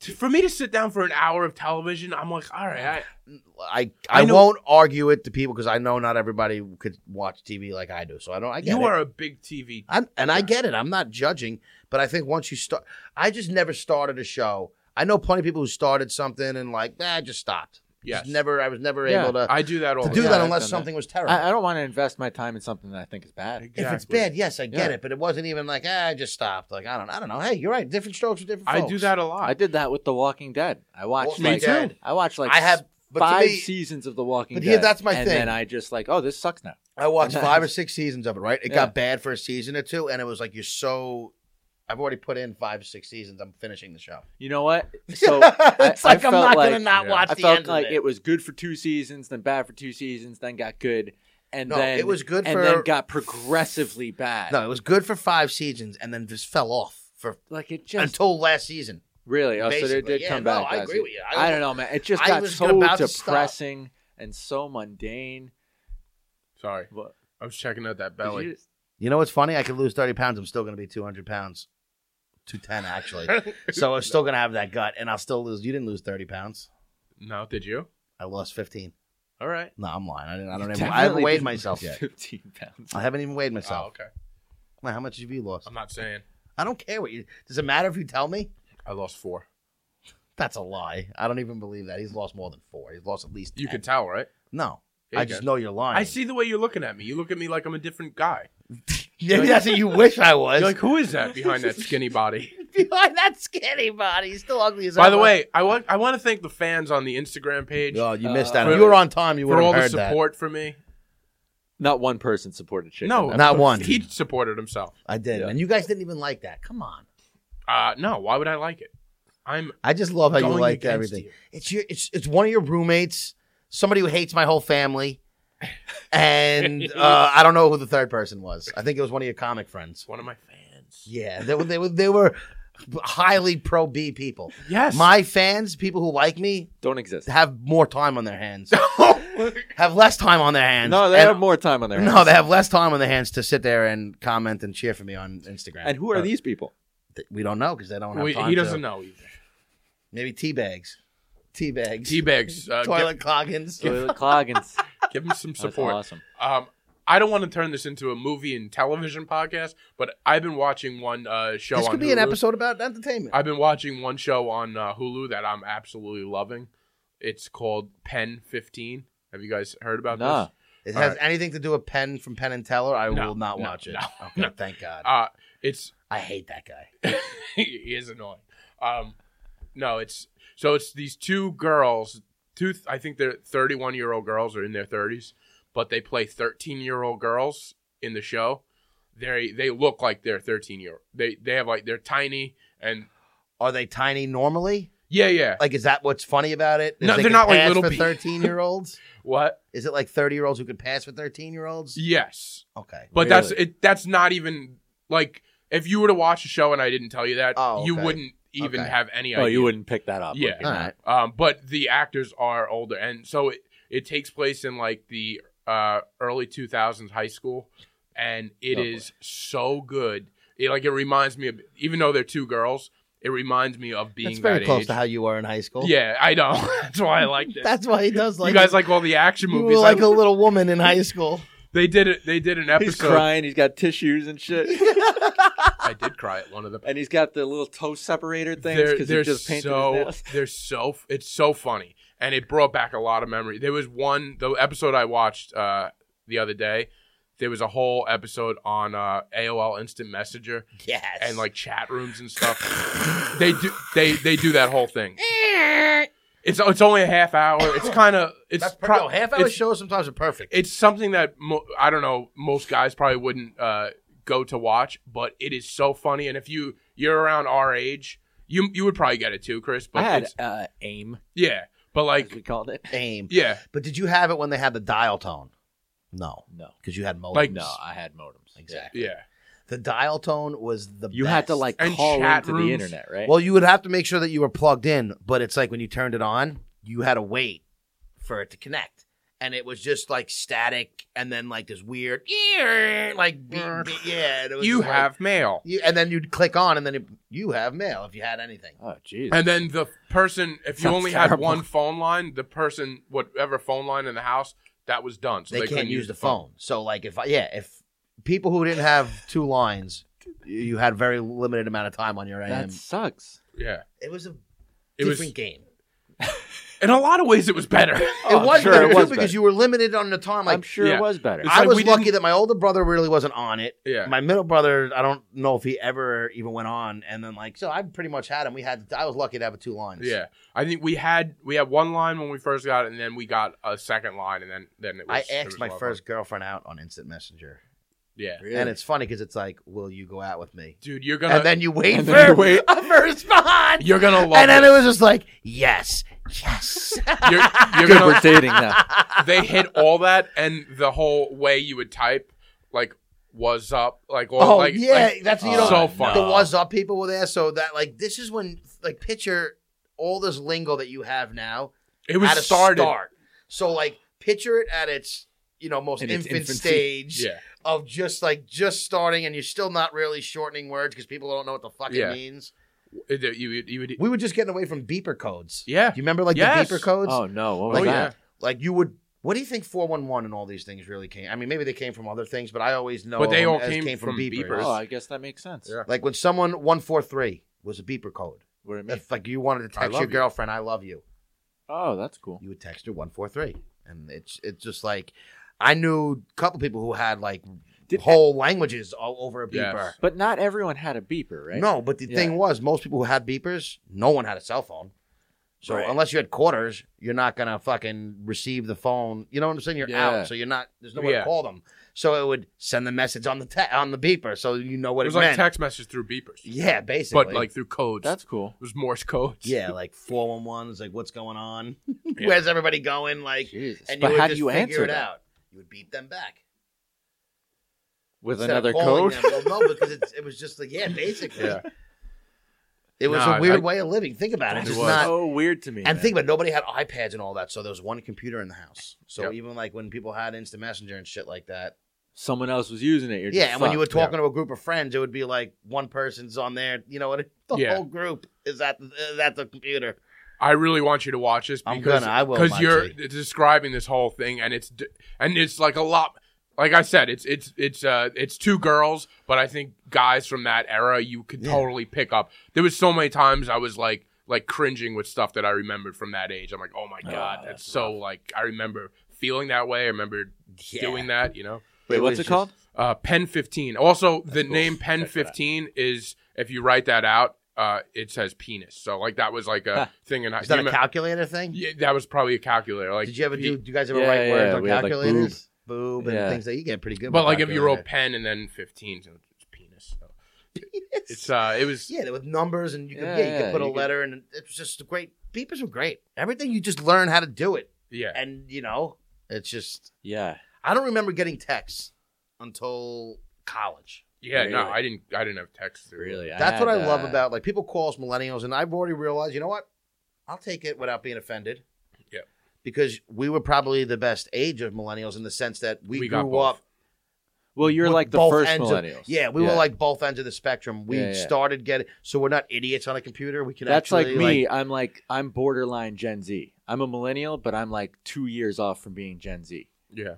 Speaker 4: to- for me to sit down for an hour of television, I'm like, all right, I,
Speaker 2: I
Speaker 4: I
Speaker 2: I,
Speaker 4: know-
Speaker 2: won't argue it to people because I know not everybody could watch TV like I do. So I don't. I get
Speaker 4: you
Speaker 2: it.
Speaker 4: are a big TV.
Speaker 2: I'm, and I get it. I'm not judging, but I think once you start, I just never started a show. I know plenty of people who started something and like, nah, I just stopped.
Speaker 4: Yes,
Speaker 2: Just never. I was never
Speaker 3: Yeah,
Speaker 2: able to,
Speaker 4: I do that all
Speaker 2: to
Speaker 4: the
Speaker 2: do
Speaker 3: yeah,
Speaker 2: that
Speaker 3: I've
Speaker 4: time.
Speaker 2: unless
Speaker 3: done
Speaker 2: something was terrible.
Speaker 3: I, I don't want to invest my time in something that I think is bad.
Speaker 2: if it's
Speaker 4: Exactly.
Speaker 2: bad, yes, I get
Speaker 3: Yeah.
Speaker 2: it. But it wasn't even like ah, I just stopped. Like I don't, I don't know. Hey, you're right. Different strokes for different.
Speaker 4: I
Speaker 2: folks.
Speaker 4: do that a lot.
Speaker 3: I did that with The Walking Dead. I watched
Speaker 2: Walking
Speaker 3: like
Speaker 2: Dead.
Speaker 3: I watched like
Speaker 2: I have- but to
Speaker 3: five
Speaker 2: me-
Speaker 3: seasons of The Walking
Speaker 2: but
Speaker 3: Dead.
Speaker 2: here- that's my
Speaker 3: and
Speaker 2: thing.
Speaker 3: then I just like, oh, this sucks now.
Speaker 2: I watched five or six seasons of it, right? It
Speaker 3: Yeah.
Speaker 2: got bad for a season or two, and it was like you're so. I've already put in five or six seasons. I'm finishing the show.
Speaker 3: You know what? So
Speaker 2: it's
Speaker 3: I- I
Speaker 2: like I'm
Speaker 3: felt
Speaker 2: not
Speaker 3: like-
Speaker 2: gonna not
Speaker 4: Yeah.
Speaker 2: watch
Speaker 3: I
Speaker 2: the
Speaker 3: felt
Speaker 2: end
Speaker 3: like
Speaker 2: of
Speaker 3: it.
Speaker 2: it.
Speaker 3: was good for two seasons, then bad for two seasons, then got good, and
Speaker 2: No,
Speaker 3: then
Speaker 2: it was good
Speaker 3: and
Speaker 2: for-
Speaker 3: then got progressively bad.
Speaker 2: No, it was good for five seasons, and then just fell off for
Speaker 3: Like it just
Speaker 2: until last season.
Speaker 3: really. Oh, so it
Speaker 2: Basically,
Speaker 3: did
Speaker 2: yeah,
Speaker 3: come
Speaker 2: no,
Speaker 3: back.
Speaker 2: I
Speaker 3: last
Speaker 2: agree
Speaker 3: year.
Speaker 2: with you.
Speaker 3: I,
Speaker 2: I
Speaker 3: don't know, man. It just
Speaker 2: I
Speaker 3: got
Speaker 2: was
Speaker 3: so
Speaker 2: about to stop.
Speaker 3: depressing and so mundane.
Speaker 4: Sorry,
Speaker 3: What-
Speaker 4: I was checking out that
Speaker 3: did
Speaker 4: belly.
Speaker 3: you-
Speaker 2: You know what's funny? I could lose thirty pounds. I'm still gonna be two hundred pounds, two ten actually. so I'm still gonna have that gut, and I'll still lose. You didn't lose thirty pounds.
Speaker 4: no, did you?
Speaker 2: I lost fifteen.
Speaker 4: All right.
Speaker 2: No, I'm lying. I didn't. I don't.
Speaker 3: you
Speaker 2: Even, I haven't
Speaker 3: definitely
Speaker 2: weighed
Speaker 3: did
Speaker 2: myself
Speaker 3: lose
Speaker 2: yet.
Speaker 3: Fifteen pounds.
Speaker 2: I haven't even weighed
Speaker 4: Oh,
Speaker 2: myself.
Speaker 4: okay.
Speaker 2: Well, How much have you lost?
Speaker 4: I'm not saying
Speaker 2: I don't care what you. Does it matter if you tell me?
Speaker 4: I lost four.
Speaker 2: That's a lie. I don't even believe that. He's lost more than four. He's lost at least.
Speaker 4: You
Speaker 2: 10.
Speaker 4: could tell, right?
Speaker 2: No,
Speaker 4: Yeah,
Speaker 2: I
Speaker 4: you
Speaker 2: just
Speaker 4: can.
Speaker 2: know you're lying.
Speaker 4: I see the way you're looking at me. You look at me like I'm a different guy.
Speaker 2: Maybe that's what you wish I was.
Speaker 4: You're like, who is that behind that skinny body?
Speaker 2: behind that skinny body. He's still ugly as
Speaker 4: By the
Speaker 2: ever.
Speaker 4: way, I want I want to thank the fans on the Instagram page
Speaker 2: Oh, you missed
Speaker 3: Uh,
Speaker 2: that.
Speaker 4: for-
Speaker 2: If you were on time, you would
Speaker 4: for all
Speaker 2: have
Speaker 4: the
Speaker 2: heard that.
Speaker 4: support for me.
Speaker 3: Not one person supported chicken.
Speaker 4: No,
Speaker 3: That-
Speaker 2: Not one.
Speaker 4: He supported himself.
Speaker 2: I did.
Speaker 3: Yeah.
Speaker 2: And you guys didn't even like that. Come on.
Speaker 4: Uh, no, why would I like it? I'm
Speaker 2: I just love how you
Speaker 4: Going
Speaker 2: liked
Speaker 4: against
Speaker 2: everything.
Speaker 4: you.
Speaker 2: It's your it's it's one of your roommates, somebody who hates my whole family. And uh, I don't know who the third person was. I think it was one of your comic friends.
Speaker 4: it's one of my fans.
Speaker 2: Yeah, they were they were they were highly pro B people.
Speaker 4: Yes,
Speaker 2: My fans, people who like me,
Speaker 3: don't exist.
Speaker 2: have more time on their hands. have less time on their hands.
Speaker 3: No, they
Speaker 2: And-
Speaker 3: have more time on their hands.
Speaker 2: No, they have less time on their hands to sit there and comment and cheer for me on Instagram.
Speaker 3: And who are
Speaker 2: Uh,
Speaker 3: these people?
Speaker 2: th- We don't know because they don't have
Speaker 4: We-
Speaker 2: time.
Speaker 4: he doesn't
Speaker 2: to.
Speaker 4: know either.
Speaker 2: Maybe tea bags, tea bags,
Speaker 4: T-Bags, uh,
Speaker 2: toilet coggins.
Speaker 3: Toilet Cloggins.
Speaker 4: give, give him some
Speaker 3: That's
Speaker 4: support.
Speaker 3: awesome.
Speaker 4: Um, I don't want to turn this into a movie and television podcast, but I've been watching one uh, show.
Speaker 2: This
Speaker 4: on
Speaker 2: could be an
Speaker 4: Hulu.
Speaker 2: episode about entertainment.
Speaker 4: I've been watching one show on uh, Hulu that I'm absolutely loving. It's called Pen 15. Have you guys heard about
Speaker 3: Nah.
Speaker 4: this?
Speaker 2: it
Speaker 4: all
Speaker 2: has
Speaker 4: right.
Speaker 2: anything to do with Penn from Penn and Teller. I
Speaker 4: No,
Speaker 2: will not
Speaker 4: no,
Speaker 2: watch it.
Speaker 4: no,
Speaker 2: okay,
Speaker 4: no.
Speaker 2: thank God.
Speaker 4: Uh, it's
Speaker 2: I hate that guy.
Speaker 4: he is annoying. Um, no, it's so it's these two girls. Two, I think they're thirty-one year old girls or in their thirties, but they play thirteen year old girls in the show. They they look like they're thirteen year. They they have like they're tiny and
Speaker 2: Are they tiny normally?
Speaker 4: yeah yeah.
Speaker 2: Like, is that what's funny about it? Is
Speaker 4: No,
Speaker 2: they
Speaker 4: they're
Speaker 2: can
Speaker 4: not like
Speaker 2: pass
Speaker 4: little
Speaker 2: for
Speaker 4: pe-
Speaker 2: thirteen-year-olds.
Speaker 4: What?
Speaker 2: Is it like thirty-year-olds who could pass for thirteen-year-olds?
Speaker 4: Yes,
Speaker 2: Okay.
Speaker 4: but that's
Speaker 3: Really?
Speaker 4: it. That's not even like if you were to watch a show and I didn't tell you that,
Speaker 2: Oh,
Speaker 4: you
Speaker 2: okay.
Speaker 4: wouldn't even
Speaker 2: Okay.
Speaker 4: have any idea.
Speaker 3: Oh, you wouldn't pick that up.
Speaker 4: Yeah.
Speaker 3: looking
Speaker 2: All
Speaker 3: at it.
Speaker 2: right.
Speaker 4: Um, but the actors are older, and so it, it takes place in like the uh, early 2000s high school, and it
Speaker 3: Oh,
Speaker 4: is so good. It like it reminds me of even though they're two girls, it reminds me of being
Speaker 2: That's very
Speaker 4: that
Speaker 2: close
Speaker 4: age.
Speaker 2: to how you were in high school.
Speaker 4: yeah, I know. That's why I like this.
Speaker 2: That's why he does like
Speaker 4: you guys
Speaker 2: it.
Speaker 4: like all the action
Speaker 2: You
Speaker 4: movies.
Speaker 2: were like
Speaker 4: I-
Speaker 2: a little woman in high school.
Speaker 4: they did it. They did an
Speaker 3: He's
Speaker 4: episode.
Speaker 3: crying. He's got tissues and shit,
Speaker 4: I did cry at one of the
Speaker 3: and he's got the little toe separator things
Speaker 4: they're,
Speaker 3: because he
Speaker 4: they're
Speaker 3: just painted
Speaker 4: so,
Speaker 3: his nails.
Speaker 4: They're so it's so funny, and it brought back a lot of memory. There was one the episode I watched uh, the other day. There was a whole episode on uh, AOL Instant Messenger
Speaker 2: Yes.
Speaker 4: and like chat rooms and stuff. they do they they do that whole thing. It's it's only a half hour. It's kind of it's
Speaker 2: that's
Speaker 4: pro-
Speaker 2: pro- half hour
Speaker 4: it's-
Speaker 2: shows sometimes are perfect.
Speaker 4: it's something that mo- I don't know most guys probably wouldn't uh, go to watch, but it is so funny. And if you you're around our age, you you would probably get it too, Chris. But
Speaker 3: I had
Speaker 4: it's,
Speaker 3: uh, aim,
Speaker 4: yeah, but
Speaker 3: as we
Speaker 4: like
Speaker 3: called it.
Speaker 2: Aim.
Speaker 4: yeah,
Speaker 2: But did you have it when they had the dial tone? No,
Speaker 3: No,
Speaker 2: because you had modems.
Speaker 4: Like-
Speaker 3: no, I had modems.
Speaker 2: Exactly.
Speaker 4: yeah.
Speaker 2: The dial tone was the
Speaker 3: You had to
Speaker 2: best.
Speaker 3: like
Speaker 4: And
Speaker 3: call
Speaker 4: chat
Speaker 3: into
Speaker 4: rooms.
Speaker 3: the internet, right?
Speaker 2: Well, you would have to make sure that you were plugged in, but it's like when you turned it on, you had to wait for it to connect. And it was just like static and then like this weird like beep, beep, yeah. and it was
Speaker 4: You
Speaker 2: like-
Speaker 4: have mail.
Speaker 2: you, and then you'd click on and then it, you have mail if you had anything.
Speaker 3: oh, jeez.
Speaker 4: And then the person, if you
Speaker 3: Sounds
Speaker 4: only had
Speaker 3: terrible.
Speaker 4: one phone line, the person, whatever phone line in the house, that was done. So
Speaker 2: they,
Speaker 4: they,
Speaker 2: can't
Speaker 4: couldn't
Speaker 2: use the phone. So like if I, yeah, if people who didn't have two lines you- you had very limited amount of time on your
Speaker 3: that
Speaker 2: end.
Speaker 3: sucks.
Speaker 4: Yeah,
Speaker 2: It was a
Speaker 4: it
Speaker 2: different
Speaker 4: was.
Speaker 2: game.
Speaker 4: In a lot of ways, it was better.
Speaker 3: Oh,
Speaker 2: it was
Speaker 3: sure,
Speaker 2: better
Speaker 3: it
Speaker 2: too
Speaker 3: was
Speaker 2: because
Speaker 3: better.
Speaker 2: you were limited on the time. Like
Speaker 3: I'm sure
Speaker 4: Yeah.
Speaker 3: it was better.
Speaker 4: It's
Speaker 2: I
Speaker 4: like
Speaker 2: was
Speaker 4: we
Speaker 2: lucky
Speaker 4: didn't-
Speaker 2: that my older brother really wasn't on it.
Speaker 4: yeah,
Speaker 2: My middle brother, I don't know if he ever even went on. And then like so, I pretty much had him. We had. I was lucky to have two lines.
Speaker 4: yeah. I think we had we had one line when we first got it, and then we got a second line, and then then it was.
Speaker 2: I
Speaker 4: it was
Speaker 2: asked my
Speaker 4: level.
Speaker 2: first girlfriend out on Instant Messenger,
Speaker 4: Yeah,
Speaker 3: Really?
Speaker 2: and it's funny because it's like, "Will you go out with me?"
Speaker 4: dude, you're gonna
Speaker 2: And then you wait
Speaker 4: and
Speaker 2: for
Speaker 4: then you wait.
Speaker 2: a response,
Speaker 4: you're gonna love.
Speaker 2: and then
Speaker 4: it.
Speaker 2: it was just like, "Yes, yes."
Speaker 4: You're, you're
Speaker 3: good.
Speaker 4: gonna
Speaker 3: We're dating now.
Speaker 4: they hit all that and the whole way you would type like was up like all
Speaker 2: Oh
Speaker 4: like,
Speaker 2: yeah,
Speaker 4: like- uh,
Speaker 2: that's you
Speaker 4: so
Speaker 2: know
Speaker 4: fun.
Speaker 2: the was up people were there, so that like this is when like picture all this lingo that you have now
Speaker 4: it was
Speaker 2: at a
Speaker 4: started
Speaker 2: start. So like picture it at its you know most
Speaker 3: In its
Speaker 2: infant
Speaker 3: infancy.
Speaker 2: stage
Speaker 4: yeah
Speaker 2: of just like just starting, and you're still not really shortening words because people don't know what the fuck
Speaker 4: Yeah.
Speaker 2: it means.
Speaker 4: It- it- you, would- you would
Speaker 2: We were just getting away from beeper codes.
Speaker 4: yeah
Speaker 2: Do you remember like
Speaker 4: Yes.
Speaker 2: the beeper codes?
Speaker 3: Oh no, what was
Speaker 4: oh
Speaker 2: Like,
Speaker 4: yeah
Speaker 3: that?
Speaker 2: Like you would. What do you think 411 and all these things really came? I mean, maybe they came from other things, but I always know
Speaker 4: But they
Speaker 2: them
Speaker 4: all
Speaker 2: as
Speaker 4: came from beepers.
Speaker 3: Oh, I guess that makes sense.
Speaker 4: Yeah.
Speaker 2: Like when someone 143 was a beeper code.
Speaker 3: What it means.
Speaker 2: If like you wanted to
Speaker 4: I
Speaker 2: text
Speaker 4: love
Speaker 2: your
Speaker 4: you.
Speaker 2: girlfriend, I love you.
Speaker 3: Oh, that's cool.
Speaker 2: you would text her 143 and it's it's just like i knew a couple people who had like
Speaker 3: Did-
Speaker 2: whole languages all over a
Speaker 4: Yes.
Speaker 2: beeper
Speaker 3: But not everyone had a beeper, right?
Speaker 2: no but the
Speaker 3: Yeah.
Speaker 2: thing was most people who had beepers no one had a cell phone so
Speaker 3: Right.
Speaker 2: unless you had quarters you're not gonna fucking receive the phone you know what i'm saying you're
Speaker 3: Yeah.
Speaker 2: out so you're not there's no way
Speaker 4: Yeah.
Speaker 2: to call them so it would send the message on the te- on the beeper so you know
Speaker 4: it
Speaker 2: what it,
Speaker 4: was like
Speaker 2: meant
Speaker 4: text messages through beepers
Speaker 2: yeah basically
Speaker 4: but like through codes
Speaker 3: That's cool.
Speaker 4: it was Morse codes
Speaker 2: yeah like 411 is like what's going on where's everybody going like
Speaker 3: Jesus.
Speaker 2: and you
Speaker 3: but
Speaker 2: would
Speaker 3: how do
Speaker 2: just
Speaker 3: you
Speaker 2: figure
Speaker 3: answer
Speaker 2: it
Speaker 3: that?
Speaker 2: out you would beep them back
Speaker 3: With
Speaker 2: instead of
Speaker 3: another
Speaker 2: calling
Speaker 3: code?
Speaker 2: them. Well, no, because it's, it was just like yeah, basically,
Speaker 4: yeah
Speaker 2: it was
Speaker 4: No, I-
Speaker 2: a weird
Speaker 4: I-
Speaker 2: way of living. Think about it. It's
Speaker 4: It
Speaker 2: just
Speaker 4: was.
Speaker 2: not.
Speaker 3: so weird to me.
Speaker 2: And
Speaker 3: man.
Speaker 2: think about it, nobody had iPads and all that, so there was one computer in the house. So
Speaker 4: Yep.
Speaker 2: even like when people had Instant Messenger and shit like that,
Speaker 3: someone else was using it. You're
Speaker 2: yeah.
Speaker 3: just
Speaker 2: And when you were
Speaker 3: fucked.
Speaker 2: talking to a group of friends, it would be like one person's on there. You know what? The
Speaker 4: Yeah.
Speaker 2: whole group is at is at the computer.
Speaker 4: I really want you to watch this
Speaker 2: I'm
Speaker 4: because
Speaker 2: gonna, I will,
Speaker 4: because
Speaker 2: my
Speaker 4: you're
Speaker 2: G.
Speaker 4: describing this whole thing and it's d- and it's like a lot. Like I said, it's it's it's uh it's two girls, but I think guys from that era you could
Speaker 2: Yeah.
Speaker 4: totally pick up. There was so many times I was like like cringing with stuff that I remembered from that age. I'm like, oh my god, that's, so like I remember feeling that way. I remember
Speaker 2: Yeah.
Speaker 4: doing that, you know.
Speaker 3: Wait,
Speaker 2: It
Speaker 3: what's
Speaker 2: was
Speaker 3: it
Speaker 2: just-
Speaker 3: called?
Speaker 4: Uh, Pen 15. Also, the
Speaker 3: cool.
Speaker 4: name Pen
Speaker 3: Check that out.
Speaker 4: 15 is if you write that out, uh, it says penis. So like that was like a thing in high
Speaker 2: Is that
Speaker 4: you
Speaker 2: a
Speaker 4: remember-
Speaker 2: calculator thing?
Speaker 4: yeah, that was probably a calculator. Like,
Speaker 2: Did you ever do? Do you guys ever
Speaker 3: Yeah,
Speaker 2: write
Speaker 3: yeah,
Speaker 2: words on
Speaker 3: we had, like,
Speaker 2: calculators? boob. and
Speaker 3: Yeah.
Speaker 2: things that you get pretty good.
Speaker 4: But
Speaker 2: with
Speaker 4: like, if you roll
Speaker 2: calculator.
Speaker 4: pen and then fifteen, so it's penis. So it's uh, it was
Speaker 2: Yeah, with numbers and you could
Speaker 3: Yeah,
Speaker 2: yeah, you
Speaker 3: yeah,
Speaker 2: could put
Speaker 3: you
Speaker 2: a
Speaker 3: could-
Speaker 2: letter and it was just great. Beepers were great. Everything you just learn how to do it,
Speaker 4: yeah.
Speaker 2: and you know it's just
Speaker 3: Yeah.
Speaker 2: I don't remember getting texts until college.
Speaker 4: Yeah, no,
Speaker 3: Really?
Speaker 4: I didn't. I didn't have text. through.
Speaker 3: Really.
Speaker 2: That's what
Speaker 3: had,
Speaker 2: I love
Speaker 3: uh,
Speaker 2: about like people call us millennials, and I've already realized you know what I'll take it without being offended.
Speaker 4: Yeah.
Speaker 2: because we were probably the best age of millennials in the sense that we,
Speaker 4: We got
Speaker 2: grew
Speaker 4: both.
Speaker 2: up.
Speaker 3: Well, you're
Speaker 2: with
Speaker 3: like the
Speaker 2: both
Speaker 3: first
Speaker 2: ends of-
Speaker 3: millennials.
Speaker 2: yeah, we were like both ends of the spectrum. We
Speaker 3: Yeah, yeah.
Speaker 2: started getting so we're not idiots on a computer. We can
Speaker 3: That's like
Speaker 2: actually
Speaker 3: me. I'm like I'm borderline Gen Z. I'm a millennial, but I'm like two years off from being Gen Z.
Speaker 4: Yeah.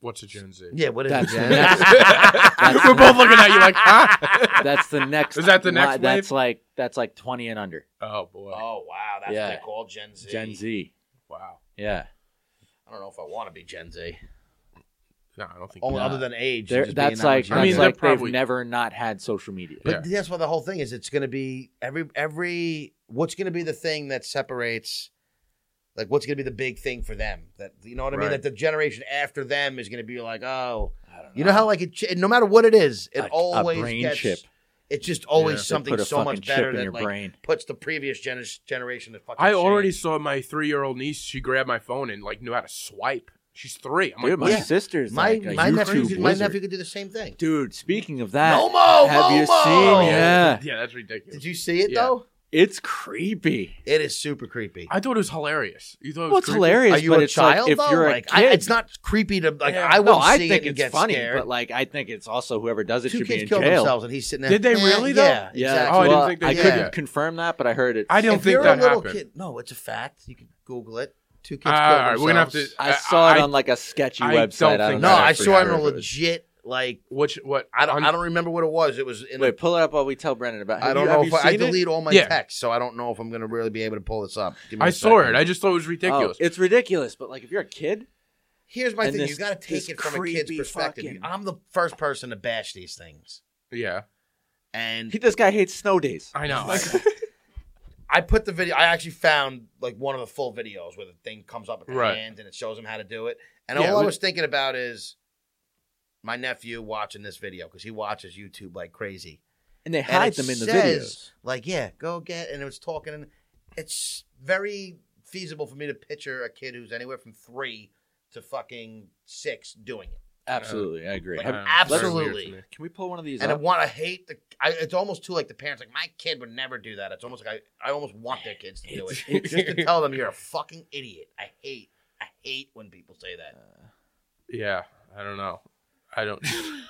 Speaker 4: What's a Gen Z?
Speaker 2: Yeah, what is
Speaker 3: That's-
Speaker 2: it? Jen?
Speaker 3: that's-
Speaker 4: We're both looking at you like, huh?
Speaker 3: That's the next.
Speaker 4: Is that the
Speaker 3: my-
Speaker 4: next wave?
Speaker 3: That's like that's like 20 and under.
Speaker 4: oh boy,
Speaker 2: Oh wow, that's
Speaker 3: Yeah.
Speaker 2: what they call Gen Z.
Speaker 3: Gen Z.
Speaker 4: wow.
Speaker 3: Yeah.
Speaker 2: I don't know if I want to be Gen Z.
Speaker 4: No, I don't think.
Speaker 2: Only
Speaker 3: Nah.
Speaker 2: Oh, other than age.
Speaker 3: They're-
Speaker 2: just being
Speaker 3: That's
Speaker 2: that
Speaker 3: like
Speaker 2: much
Speaker 3: that's
Speaker 4: I mean,
Speaker 2: younger.
Speaker 4: they're
Speaker 3: like
Speaker 4: probably-
Speaker 3: they've never not had social media.
Speaker 2: but that's what the whole thing is. It's going to be every every what's going to be the thing that separates. Like what's going to be the big thing for them? That you know what I mean.
Speaker 4: Right.
Speaker 2: That the generation after them is going to be like, oh,
Speaker 3: I don't
Speaker 2: you know how like it, ch- no matter what it is, it
Speaker 3: A- a
Speaker 2: always
Speaker 3: brain
Speaker 2: gets.
Speaker 3: chip.
Speaker 2: It's just always
Speaker 4: Yeah. They
Speaker 2: something
Speaker 3: put a
Speaker 2: so
Speaker 3: fucking
Speaker 2: much
Speaker 3: chip
Speaker 2: better
Speaker 3: in your
Speaker 2: that like
Speaker 3: brain.
Speaker 2: puts the previous gen- generation to fucking.
Speaker 4: I
Speaker 2: shame.
Speaker 4: already saw my three-year-old niece. She grabbed my phone and like knew how to swipe. She's three. I'm
Speaker 3: Dude,
Speaker 4: like,
Speaker 3: my
Speaker 4: yeah.
Speaker 3: sister's
Speaker 2: My
Speaker 3: like a
Speaker 2: my
Speaker 3: YouTube
Speaker 2: nephew, could- my
Speaker 3: wizard.
Speaker 2: nephew could do the same thing.
Speaker 3: Dude, speaking of that,
Speaker 2: Momo,
Speaker 3: have you
Speaker 2: Momo!
Speaker 3: seen? Yeah,
Speaker 4: yeah, that's ridiculous.
Speaker 2: Did you see it
Speaker 4: Yeah.
Speaker 2: though?
Speaker 3: it's creepy.
Speaker 2: It is super creepy.
Speaker 4: I thought it was hilarious. You thought it was
Speaker 3: What's
Speaker 4: creepy?
Speaker 3: hilarious?
Speaker 2: Are you
Speaker 3: but
Speaker 2: a
Speaker 3: it's like,
Speaker 2: child
Speaker 3: if
Speaker 2: though?
Speaker 3: you're a
Speaker 2: like,
Speaker 3: kid,
Speaker 2: I, it's not creepy to like.
Speaker 4: Yeah.
Speaker 2: I will
Speaker 3: No, I
Speaker 2: see
Speaker 3: think
Speaker 2: it and
Speaker 3: it's
Speaker 2: get
Speaker 3: funny,
Speaker 2: scared.
Speaker 3: but like I think it's also whoever does it
Speaker 2: Two
Speaker 3: should be
Speaker 2: kids
Speaker 3: in
Speaker 2: killed
Speaker 3: jail.
Speaker 2: themselves, and he's sitting there.
Speaker 4: Did they
Speaker 2: "Eh,
Speaker 4: really, though?
Speaker 2: Yeah,
Speaker 3: Yeah,
Speaker 2: exactly.
Speaker 4: Oh, I
Speaker 3: well,
Speaker 4: didn't think they
Speaker 3: I
Speaker 2: did
Speaker 3: couldn't
Speaker 2: that.
Speaker 3: confirm that, but I heard it.
Speaker 4: I didn't
Speaker 2: if
Speaker 4: think
Speaker 2: you're
Speaker 4: that
Speaker 2: a little
Speaker 4: happened.
Speaker 2: kid, no, it's a fact. You can Google it. Two kids
Speaker 4: Ah,
Speaker 2: killed
Speaker 4: all right,
Speaker 2: themselves.
Speaker 4: we're gonna have to-
Speaker 3: I saw it
Speaker 4: I-
Speaker 3: on like a sketchy
Speaker 4: I don't
Speaker 3: website. I
Speaker 4: think
Speaker 3: don't
Speaker 4: that
Speaker 2: No,
Speaker 3: know.
Speaker 2: I
Speaker 3: for
Speaker 2: saw it
Speaker 3: sure
Speaker 2: on a
Speaker 3: if was-
Speaker 2: legit like.
Speaker 4: Which what?
Speaker 2: I don't.
Speaker 4: on-
Speaker 2: I don't remember what it was. It was in. a
Speaker 3: Wait, pull it up while we tell Brendan about.
Speaker 2: I
Speaker 3: have
Speaker 2: don't
Speaker 3: you-
Speaker 2: know
Speaker 3: have
Speaker 2: if
Speaker 3: you
Speaker 2: I, I
Speaker 3: seen it?
Speaker 2: delete all my
Speaker 4: Yeah.
Speaker 2: texts, so I don't know if I'm gonna really be able to pull this up. Give me
Speaker 4: I
Speaker 2: a
Speaker 4: saw
Speaker 2: second.
Speaker 4: it. I just thought it was ridiculous.
Speaker 3: Oh, it's ridiculous, but like if you're a kid,
Speaker 2: Here's my
Speaker 3: And
Speaker 2: thing:
Speaker 3: this-
Speaker 2: you got to
Speaker 3: this
Speaker 2: take it from a kid's
Speaker 3: creepy
Speaker 2: perspective.
Speaker 3: fucking-
Speaker 2: I'm the first person to bash these things,
Speaker 4: yeah,
Speaker 2: and
Speaker 3: he, this guy hates snow days.
Speaker 4: I know.
Speaker 2: I put the video. I actually found like one of the full videos where the thing comes up at the
Speaker 4: Right.
Speaker 2: hand and it shows him how to do it. And
Speaker 4: Yeah,
Speaker 2: all I
Speaker 4: we-
Speaker 2: was thinking about is my nephew watching this video because he watches YouTube like crazy.
Speaker 3: And they
Speaker 2: And
Speaker 3: hide
Speaker 2: it
Speaker 3: them in the videos.
Speaker 2: says, Like, yeah, go get. And it was talking, and it's very feasible for me to picture a kid who's anywhere from three to fucking six doing it.
Speaker 3: Absolutely, I agree.
Speaker 2: Like,
Speaker 3: Have-
Speaker 2: absolutely.
Speaker 3: can we pull one of these
Speaker 2: And I
Speaker 3: up?
Speaker 2: want to hate the. I, it's almost too like the parents. Like my kid would never do that. It's almost like I. I almost want their kids to do it just to tell them you're a fucking idiot. I hate. I hate when people say that.
Speaker 4: Yeah, I don't know. I don't.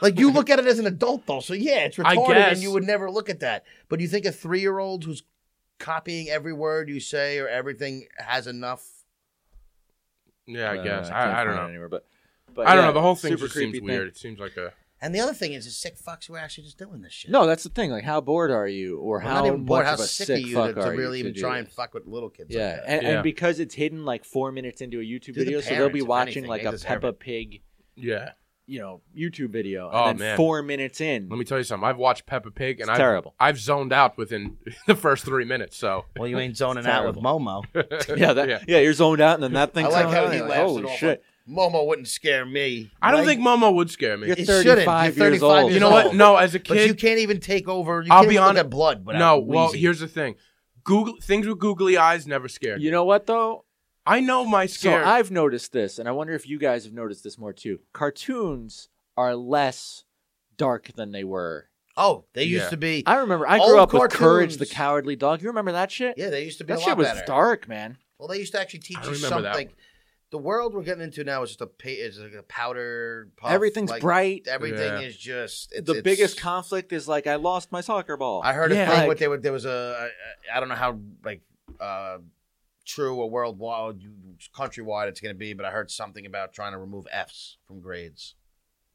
Speaker 2: Like you look at it as an adult though, so yeah, it's
Speaker 4: I
Speaker 2: retarded,
Speaker 4: guess.
Speaker 2: and you would never look at that. But you think a three-year-old who's copying every word you say or everything has enough?
Speaker 4: Yeah, I
Speaker 3: Uh,
Speaker 4: guess.
Speaker 3: can't
Speaker 4: I, I don't
Speaker 3: find it
Speaker 4: know.
Speaker 3: anywhere, but, but
Speaker 4: I don't
Speaker 3: yeah,
Speaker 4: know. The whole thing
Speaker 3: super
Speaker 4: just seems
Speaker 3: creepy thing.
Speaker 4: weird. It seems like a.
Speaker 2: And the other thing is, the sick fucks who are actually just doing this shit.
Speaker 3: No, that's the thing. Like, how bored are you, or
Speaker 2: I'm
Speaker 3: how
Speaker 2: not even bored.
Speaker 3: much
Speaker 2: How
Speaker 3: of a
Speaker 2: sick are you
Speaker 3: fuck
Speaker 2: to, to
Speaker 3: are you
Speaker 2: really even
Speaker 3: do
Speaker 2: try
Speaker 3: this?
Speaker 2: and fuck with little kids? like
Speaker 3: Yeah,
Speaker 2: that?
Speaker 3: and,
Speaker 4: Yeah.
Speaker 3: and because it's hidden like four minutes into a YouTube
Speaker 2: the
Speaker 3: video, so they'll
Speaker 2: parents,
Speaker 3: be
Speaker 2: if
Speaker 3: watching
Speaker 2: anything,
Speaker 3: like
Speaker 2: they
Speaker 3: a
Speaker 2: deserve
Speaker 3: Peppa
Speaker 2: it.
Speaker 3: Pig,
Speaker 4: Yeah.
Speaker 3: you know, YouTube video, and
Speaker 4: Oh,
Speaker 3: then
Speaker 4: man.
Speaker 3: four minutes in,
Speaker 4: Let me tell you something. I've watched Peppa Pig, and
Speaker 3: It's
Speaker 4: I've,
Speaker 3: terrible.
Speaker 4: I've zoned out within the first three minutes. So
Speaker 2: Well, you ain't zoning
Speaker 3: It's
Speaker 2: out with
Speaker 3: terrible.
Speaker 2: Momo.
Speaker 3: yeah, that, yeah,
Speaker 4: Yeah.
Speaker 3: you're zoned out, and then that
Speaker 2: I
Speaker 3: thing's
Speaker 2: like
Speaker 3: on,
Speaker 2: how
Speaker 3: and
Speaker 2: he
Speaker 3: you're
Speaker 2: laughs it
Speaker 3: like, Holy
Speaker 2: off,
Speaker 3: shit!
Speaker 2: like, Momo wouldn't scare me.
Speaker 4: I don't
Speaker 2: Like,
Speaker 4: think Momo would scare me.
Speaker 3: You're
Speaker 2: It shouldn't.
Speaker 3: 35
Speaker 2: You're
Speaker 3: years
Speaker 2: 35
Speaker 3: old.
Speaker 2: years
Speaker 4: You know what?
Speaker 2: old.
Speaker 4: No, as a
Speaker 2: But you
Speaker 4: kid,
Speaker 2: can't even take over. You
Speaker 4: I'll
Speaker 2: can't even
Speaker 4: be
Speaker 2: look
Speaker 4: honest-
Speaker 2: at blood. Without
Speaker 4: no. Well,
Speaker 2: wheezing.
Speaker 4: here's the thing. Google things with googly eyes never scared.
Speaker 3: You
Speaker 4: You
Speaker 3: know what though?
Speaker 4: I know my
Speaker 3: So
Speaker 4: scare.
Speaker 3: I've noticed this, and I wonder if you guys have noticed this more too. Cartoons are less dark than they were.
Speaker 2: oh, they used
Speaker 4: Yeah.
Speaker 2: to be.
Speaker 3: I remember I
Speaker 2: Old
Speaker 3: grew up with Courage the
Speaker 2: cartoons.
Speaker 3: Cowardly Dog. You remember that shit?
Speaker 2: Yeah, they used to be
Speaker 3: that
Speaker 2: a
Speaker 3: shit
Speaker 2: lot
Speaker 3: was
Speaker 2: better.
Speaker 3: dark, man.
Speaker 2: Well, they used to actually teach
Speaker 4: I
Speaker 2: you
Speaker 4: remember that
Speaker 2: something. The world we're getting into now is just a pa- is like a powder. Puff,
Speaker 3: Everything's
Speaker 2: like,
Speaker 3: bright.
Speaker 2: Everything
Speaker 4: Yeah.
Speaker 2: is just it's,
Speaker 3: the
Speaker 2: it's-
Speaker 3: biggest conflict is like I lost my soccer ball.
Speaker 2: I heard a
Speaker 4: Yeah.
Speaker 2: thing
Speaker 3: Like-
Speaker 2: what they were, there was a I I don't know how like uh, true or worldwide countrywide it's going to be, but I heard something about trying to remove Fs from grades.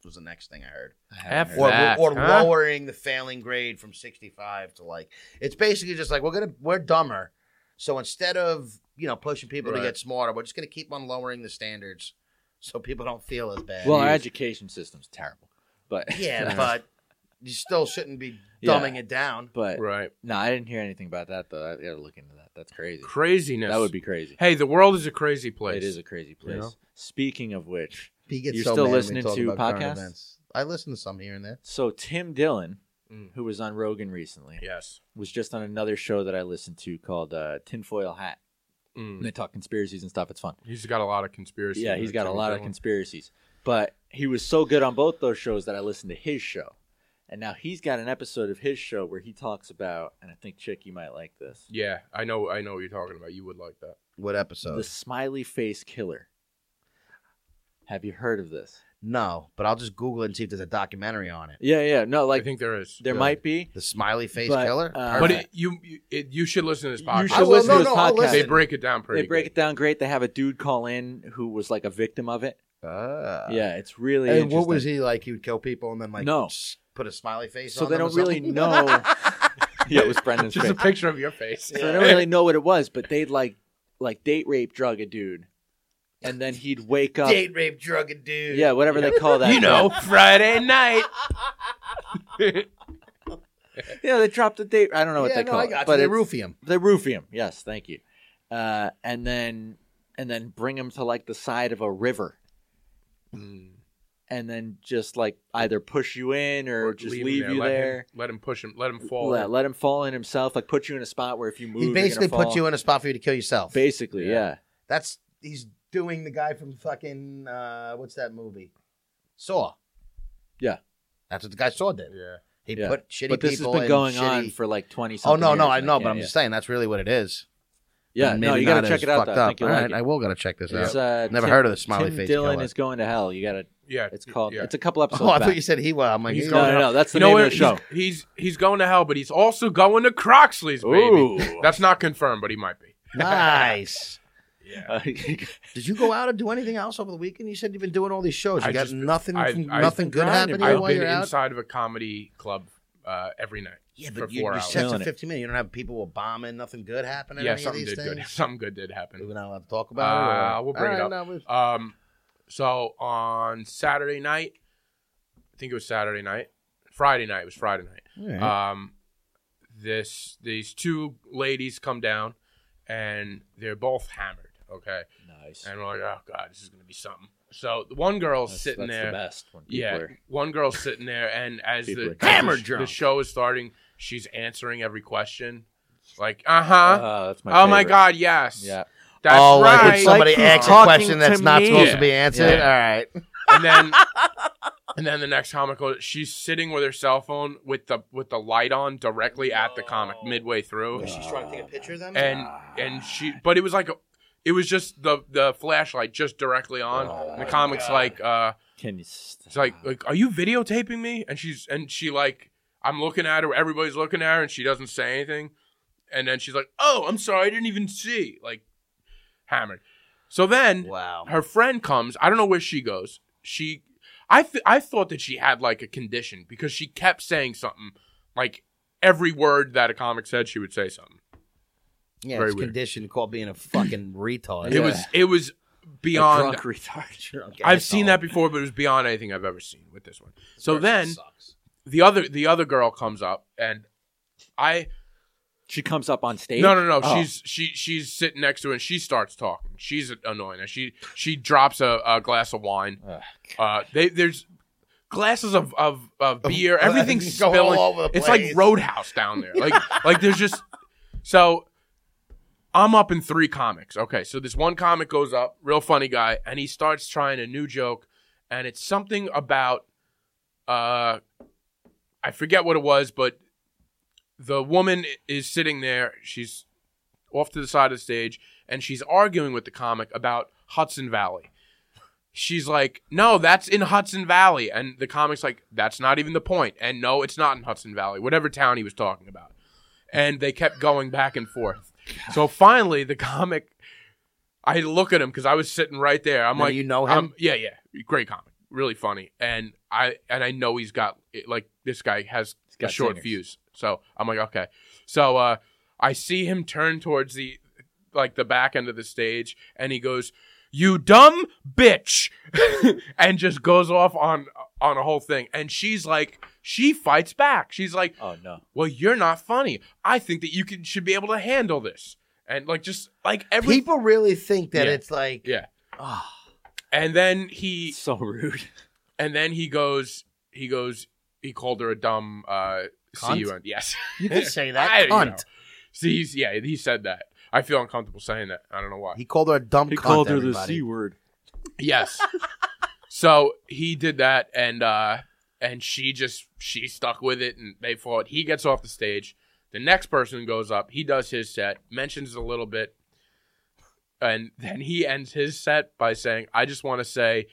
Speaker 2: Was the next thing I heard,
Speaker 4: F
Speaker 2: or,
Speaker 4: that,
Speaker 2: or
Speaker 4: huh?
Speaker 2: lowering the failing grade from sixty five to like it's basically just like we're gonna we're dumber, so instead of you know pushing people
Speaker 4: Right.
Speaker 2: to get smarter, we're just gonna keep on lowering the standards so people don't feel as bad.
Speaker 3: well, our education system's terrible, but
Speaker 2: yeah, but you still shouldn't be
Speaker 3: Yeah.
Speaker 2: dumbing it down.
Speaker 3: but
Speaker 4: right.
Speaker 3: no, I didn't hear anything about that though. I gotta look into that. That's crazy.
Speaker 4: Craziness.
Speaker 3: That would be crazy.
Speaker 4: Hey, the world is a crazy place.
Speaker 3: It is a crazy place.
Speaker 4: know?
Speaker 3: Speaking of which,
Speaker 2: He gets
Speaker 3: You're
Speaker 2: so
Speaker 3: still
Speaker 2: mad when we
Speaker 3: listening
Speaker 2: talk
Speaker 3: to
Speaker 2: about current
Speaker 3: podcasts?
Speaker 2: events. I listen to some here and there.
Speaker 3: so Tim Dillon,
Speaker 4: Mm.
Speaker 3: who was on Rogan recently,
Speaker 4: Yes.
Speaker 3: was just on another show that I listened to called uh, Tinfoil Hat. And
Speaker 4: Mm.
Speaker 3: they talk conspiracies and stuff. It's fun.
Speaker 4: He's got a lot of conspiracy.
Speaker 3: Yeah, he's got a lot of
Speaker 4: conspiracy.
Speaker 3: conspiracies. But he was so good on both those shows that I listened to his show. And now he's got an episode of his show where he talks about, and I think Chick, you might like this,
Speaker 4: Yeah, I know. I know what you're talking about. You would like that.
Speaker 2: What episode?
Speaker 3: the smiley face killer. Have you heard of this?
Speaker 2: No, but I'll just Google it and see if there's a documentary on it.
Speaker 3: Yeah, yeah. No,
Speaker 4: I
Speaker 3: like
Speaker 4: think there is.
Speaker 3: there
Speaker 4: Yeah.
Speaker 3: might be.
Speaker 2: The smiley face
Speaker 3: But,
Speaker 2: killer.
Speaker 3: uh,
Speaker 4: But
Speaker 2: Perfect.
Speaker 4: it, you, you, it, you should listen to this
Speaker 3: You
Speaker 4: podcast.
Speaker 3: should I will, listen to no, this no, I'll podcast.
Speaker 4: They
Speaker 3: listen.
Speaker 4: break it down pretty.
Speaker 3: they break it down great. They have a dude call in who was like a victim of it.
Speaker 2: Ah.
Speaker 3: yeah, it's really.
Speaker 2: And what
Speaker 3: interesting.
Speaker 2: was he like? He would kill people and then like
Speaker 3: No.
Speaker 2: s- put a smiley face.
Speaker 3: So
Speaker 2: on
Speaker 3: they
Speaker 2: them or
Speaker 3: don't really
Speaker 2: something?
Speaker 3: know. yeah, it was Brendan's
Speaker 4: Just
Speaker 3: face.
Speaker 4: a picture of your face.
Speaker 3: So they don't really know what it was, but they'd like like date rape drug a dude, and then he'd wake up.
Speaker 2: Date rape, drug, and dude.
Speaker 3: yeah, whatever they call that.
Speaker 4: you know, Friday night.
Speaker 3: Yeah, they dropped the date. I don't know what
Speaker 2: yeah,
Speaker 3: they
Speaker 2: no,
Speaker 3: call
Speaker 2: I
Speaker 3: it,
Speaker 2: got
Speaker 3: but
Speaker 2: you. They
Speaker 3: it's-
Speaker 2: roofie him.
Speaker 3: they roofie him. Yes, thank you. Uh, and then and then bring him to like the side of a river,
Speaker 4: Mm.
Speaker 3: and then just like either push you in or, just leave,
Speaker 4: him
Speaker 3: you
Speaker 4: let
Speaker 3: there.
Speaker 4: Him, let him push him. Let him fall.
Speaker 3: Let, let him fall in himself. Like put you in a spot where if you move,
Speaker 2: He basically
Speaker 3: you
Speaker 2: put you in a spot for you to kill yourself.
Speaker 3: Basically,
Speaker 4: Yeah.
Speaker 3: yeah.
Speaker 2: That's he's doing the guy from fucking uh, what's that movie? Saw.
Speaker 3: Yeah.
Speaker 2: that's what the guy Saw did.
Speaker 4: Yeah.
Speaker 2: He
Speaker 3: Yeah.
Speaker 2: put shitty
Speaker 3: but this has
Speaker 2: people
Speaker 3: been
Speaker 2: in
Speaker 3: going
Speaker 2: shitty...
Speaker 3: on for like twenty.
Speaker 2: Oh
Speaker 3: something
Speaker 2: no, no,
Speaker 3: years,
Speaker 2: I
Speaker 3: and
Speaker 2: know,
Speaker 3: can't-
Speaker 2: but I'm just saying that's really what it is.
Speaker 3: yeah.
Speaker 2: And
Speaker 3: Yeah, no,
Speaker 2: maybe
Speaker 3: you got
Speaker 2: not
Speaker 3: to check
Speaker 2: as
Speaker 3: it out.
Speaker 2: fucked
Speaker 3: though. I
Speaker 2: up.
Speaker 3: think you'll
Speaker 2: All
Speaker 3: like
Speaker 2: right,
Speaker 3: it.
Speaker 2: I will gotta check this
Speaker 3: It's,
Speaker 2: out.
Speaker 3: uh,
Speaker 2: Never
Speaker 3: Tim-
Speaker 2: heard of the smiley
Speaker 3: Tim
Speaker 2: face
Speaker 3: Dillon
Speaker 2: killer.
Speaker 3: is going to hell. You got to.
Speaker 4: Yeah.
Speaker 3: It's called.
Speaker 4: Yeah.
Speaker 3: It's a couple episodes.
Speaker 2: Oh, I thought
Speaker 3: back.
Speaker 2: you said he was. I'm like,
Speaker 4: He's
Speaker 2: he's
Speaker 4: going
Speaker 3: no,
Speaker 2: going.
Speaker 3: no, no. That's the
Speaker 4: you know
Speaker 3: name
Speaker 4: where
Speaker 3: of the show.
Speaker 4: He's, he's he's going to hell, but he's also going to Croxley's, baby.
Speaker 3: Ooh.
Speaker 4: That's not confirmed, but he might be.
Speaker 2: Nice.
Speaker 4: Yeah.
Speaker 3: Uh,
Speaker 2: Did you go out and do anything else over the weekend? You said you've been doing all these shows. You
Speaker 4: I
Speaker 2: got
Speaker 4: just-
Speaker 2: nothing,
Speaker 4: I-
Speaker 2: from-
Speaker 4: I've
Speaker 2: nothing
Speaker 4: been
Speaker 2: good
Speaker 4: grinding.
Speaker 2: happening
Speaker 4: I've
Speaker 2: while
Speaker 4: been
Speaker 2: you're out.
Speaker 4: inside of a comedy club uh, every night.
Speaker 2: Yeah,
Speaker 4: for
Speaker 2: but you,
Speaker 4: four
Speaker 2: your
Speaker 4: hours.
Speaker 2: sets
Speaker 3: Killing
Speaker 2: are
Speaker 3: it.
Speaker 2: 15 minutes. You don't have people were bombing, nothing good happening.
Speaker 4: yeah,
Speaker 2: any of
Speaker 4: something
Speaker 2: these
Speaker 4: did
Speaker 2: things?
Speaker 4: good. Something good did happen.
Speaker 2: We're not allowed to talk about it.
Speaker 4: Uh,
Speaker 2: or-
Speaker 4: we'll bring
Speaker 2: All
Speaker 4: it
Speaker 2: right,
Speaker 4: up.
Speaker 2: no, we-
Speaker 4: Um, so on Saturday night, I think it was Saturday night. Friday night it was Friday night.
Speaker 2: all right.
Speaker 4: Um, this these two ladies come down, and they're both hammered. Okay,
Speaker 3: nice.
Speaker 4: and we're like, oh god, this is gonna be something. So the one girl's
Speaker 3: That's,
Speaker 4: sitting
Speaker 3: that's
Speaker 4: there.
Speaker 3: the best. When people
Speaker 4: Yeah,
Speaker 3: are-
Speaker 4: one girl's sitting there, and as
Speaker 3: People
Speaker 4: the
Speaker 3: are hammered
Speaker 4: the,
Speaker 2: drunk.
Speaker 4: show is starting, she's answering every question, like, uh huh,
Speaker 3: Oh, that's my
Speaker 4: oh my
Speaker 3: favorite.
Speaker 4: god, yes,
Speaker 3: Yeah.
Speaker 4: that's
Speaker 2: oh,
Speaker 4: right.
Speaker 2: like when somebody
Speaker 3: Like he's
Speaker 2: asks a
Speaker 3: talking
Speaker 2: question that's
Speaker 3: to
Speaker 2: not
Speaker 3: me.
Speaker 2: supposed
Speaker 4: Yeah.
Speaker 2: to be answered.
Speaker 4: Yeah.
Speaker 2: All right.
Speaker 4: and then and then the next comic goes, she's sitting with her cell phone with the with the light on directly at the comic midway through
Speaker 2: she's trying to take a picture of them.
Speaker 4: and and she but it was like a, it was just the the flashlight just directly on
Speaker 3: Oh,
Speaker 4: and the comic's like uh
Speaker 3: Can you? Stop?
Speaker 4: it's like like are you videotaping me and she's and she like i'm looking at her everybody's looking at her and she doesn't say anything and then she's like oh i'm sorry i didn't even see like hammered so then
Speaker 2: wow.
Speaker 4: her friend comes. I don't know where she goes. She, I, th- I thought that she had like a condition because she kept saying something like every word that a comic said, she would say something.
Speaker 2: Yeah,
Speaker 4: very
Speaker 2: it's
Speaker 4: weird.
Speaker 2: conditioned called being a fucking retard.
Speaker 4: It
Speaker 3: Yeah.
Speaker 4: was, it was
Speaker 3: A
Speaker 4: beyond.
Speaker 3: drunk retard.
Speaker 2: Drunk
Speaker 4: I've seen
Speaker 2: asshole.
Speaker 4: that before, but it was beyond anything I've ever seen with this one. So
Speaker 2: Person
Speaker 4: then
Speaker 2: sucks.
Speaker 4: the other, the other girl comes up and I,
Speaker 3: She comes up on stage.
Speaker 4: no, no, no.
Speaker 3: Oh.
Speaker 4: She's, she, she's sitting next to her and she starts talking. She's annoying. She, she drops a, a glass of wine.
Speaker 3: Ugh.
Speaker 4: Uh, they, there's glasses of of, of beer.
Speaker 2: Of-
Speaker 4: Everything's
Speaker 2: go all
Speaker 4: spilling.
Speaker 2: over the
Speaker 4: it's like
Speaker 2: place.
Speaker 4: Roadhouse down there. Like like there's just so. I'm up in three comics. Okay, so this one comic goes up, real funny guy, and he starts trying a new joke, and it's something about uh, I forget what it was, but the woman is sitting there. She's off to the side of the stage, and she's arguing with the comic about Hudson Valley. She's like, "No, that's in Hudson Valley," and the comic's like, "That's not even the point." And no, it's not in Hudson Valley, whatever town he was talking about. And they kept going back and forth. So finally, the comic, I look at him because I was sitting right there. I'm
Speaker 2: Now,
Speaker 4: like,
Speaker 2: you
Speaker 3: Oh,
Speaker 2: know him?
Speaker 4: I'm- Um, yeah, yeah, great comic, really funny, and I and I know he's got like this guy has
Speaker 3: got
Speaker 4: a short
Speaker 3: singers.
Speaker 4: fuse. So I'm like, okay. So uh, I see him turn towards the like the back end of the stage, and he goes, "You dumb bitch," and just goes off on on a whole thing. And she's like, she fights back. She's like,
Speaker 3: Oh no.
Speaker 4: "Well, you're not funny. I think that you can should be able to handle this." And like just like every
Speaker 2: People really think that
Speaker 4: Yeah.
Speaker 2: it's like
Speaker 4: yeah.
Speaker 2: oh,
Speaker 4: And then he
Speaker 3: Ah, So rude.
Speaker 4: and then he goes he goes he called her a dumb uh
Speaker 2: Cunt?
Speaker 4: C-U-N. yes
Speaker 2: you could say that
Speaker 4: I- you
Speaker 2: cunt.
Speaker 4: know. See, he's, yeah, he said that. I feel uncomfortable saying that. I don't know why.
Speaker 2: He called her a dumb
Speaker 3: He
Speaker 2: cunt.
Speaker 3: called her the
Speaker 2: everybody.
Speaker 3: c word.
Speaker 4: yes. so he did that, and uh, and she just she stuck with it, and they fought. He gets off the stage. The next person goes up. He does his set, mentions a little bit, and then he ends his set by saying, "I just want to say,"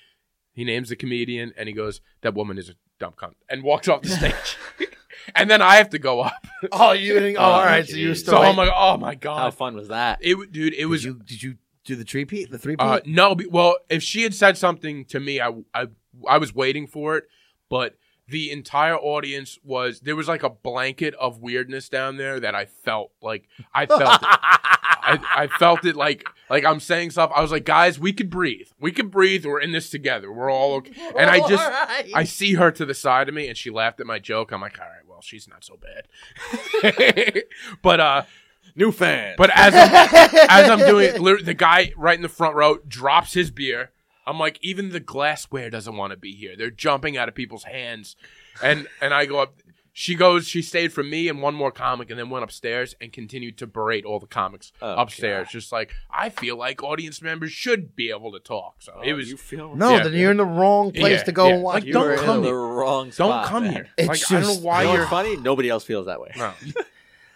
Speaker 4: he names the comedian, and he goes, "That woman is a dumb cunt," and walks off the stage. and then I have to go up.
Speaker 2: Oh, you didn't. Oh,
Speaker 3: Oh,
Speaker 2: all right. So you were
Speaker 3: geez.
Speaker 2: still.
Speaker 4: So I'm
Speaker 2: waiting.
Speaker 4: like, "Oh my
Speaker 3: How
Speaker 4: god!"
Speaker 3: fun was that?
Speaker 4: It w- dude, it
Speaker 2: did
Speaker 4: was
Speaker 2: you did you do the three peat? The three peat?
Speaker 4: Uh, no, be- well, if she had said something to me, I, I I was waiting for it, but the entire audience was there was like a blanket of weirdness down there that I felt like I felt it. I, I felt it like like I'm saying stuff. I was like, guys, we could breathe. We could breathe. We're in this together. We're all okay. And
Speaker 2: Oh,
Speaker 4: I just I see her to the side of me, and she laughed at my joke. I'm like, all right, well, she's not so bad. but uh,
Speaker 3: New fan.
Speaker 4: but as I'm, as I'm doing it, literally, the guy right in the front row drops his beer. I'm like, even the glassware doesn't want to be here. They're jumping out of people's hands, and and I go up. She goes, she stayed for me and one more comic and then went upstairs and continued to berate all the comics
Speaker 3: Oh,
Speaker 4: upstairs. Just like, I feel like audience members should be able to talk. So it was,
Speaker 3: Oh, you feel
Speaker 2: No,
Speaker 4: Yeah.
Speaker 2: then you're in the wrong place
Speaker 4: Yeah,
Speaker 2: to go
Speaker 4: yeah.
Speaker 2: and watch.
Speaker 4: Like,
Speaker 3: you
Speaker 4: don't
Speaker 3: were
Speaker 4: come
Speaker 3: in the
Speaker 4: here.
Speaker 3: wrong
Speaker 4: don't
Speaker 3: spot,
Speaker 4: come
Speaker 3: man.
Speaker 4: here.
Speaker 2: It's
Speaker 4: like, I don't
Speaker 2: just-
Speaker 4: know why
Speaker 3: You know
Speaker 4: you're.
Speaker 3: what's funny? Nobody else feels that way.
Speaker 4: No.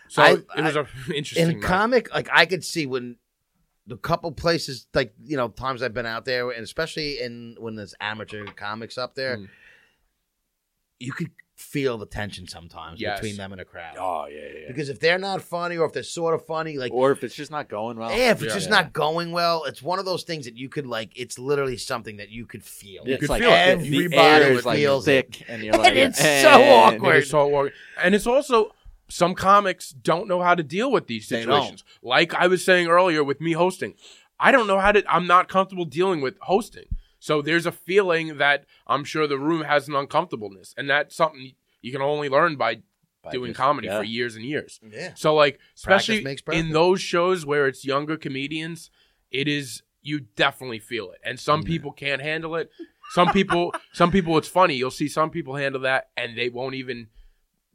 Speaker 4: So
Speaker 2: I-
Speaker 4: it was a interesting.
Speaker 2: in
Speaker 4: night.
Speaker 2: comic, like I could see when the couple places, like you know, times I've been out there, and especially in when there's amateur comics up there,
Speaker 4: Mm.
Speaker 2: you could feel the tension sometimes
Speaker 4: Yes.
Speaker 2: between them and a crowd.
Speaker 3: Oh yeah, yeah.
Speaker 2: Because if they're not funny, or if they're sort of funny, like
Speaker 3: or if it's just not going well.
Speaker 2: yeah, if it's
Speaker 4: Yeah.
Speaker 2: just not going well, it's one of those things that you could like. It's literally something that you could feel.
Speaker 4: You
Speaker 3: it's
Speaker 4: could
Speaker 3: like
Speaker 4: feel it.
Speaker 3: the
Speaker 2: Everybody
Speaker 3: air is like
Speaker 2: feels it.
Speaker 3: thick, and you're like,
Speaker 2: it's so
Speaker 3: "And
Speaker 4: And
Speaker 2: awkward.
Speaker 4: it's all war- And it's also some comics don't know how to deal with these
Speaker 2: They don't.
Speaker 4: situations. Like I was saying earlier with me hosting, I don't know how to. I'm not comfortable dealing with hosting. So there's a feeling that I'm sure the room has an uncomfortableness, and that's something you can only learn by,
Speaker 3: By
Speaker 4: doing
Speaker 3: just-
Speaker 4: comedy
Speaker 3: yeah.
Speaker 4: for years and years.
Speaker 2: Yeah.
Speaker 4: So like especially
Speaker 2: makes perfect.
Speaker 4: in those shows where it's younger comedians, it is you definitely feel it. And some people can't handle it. Some people some people it's funny. You'll see some people handle that and they won't even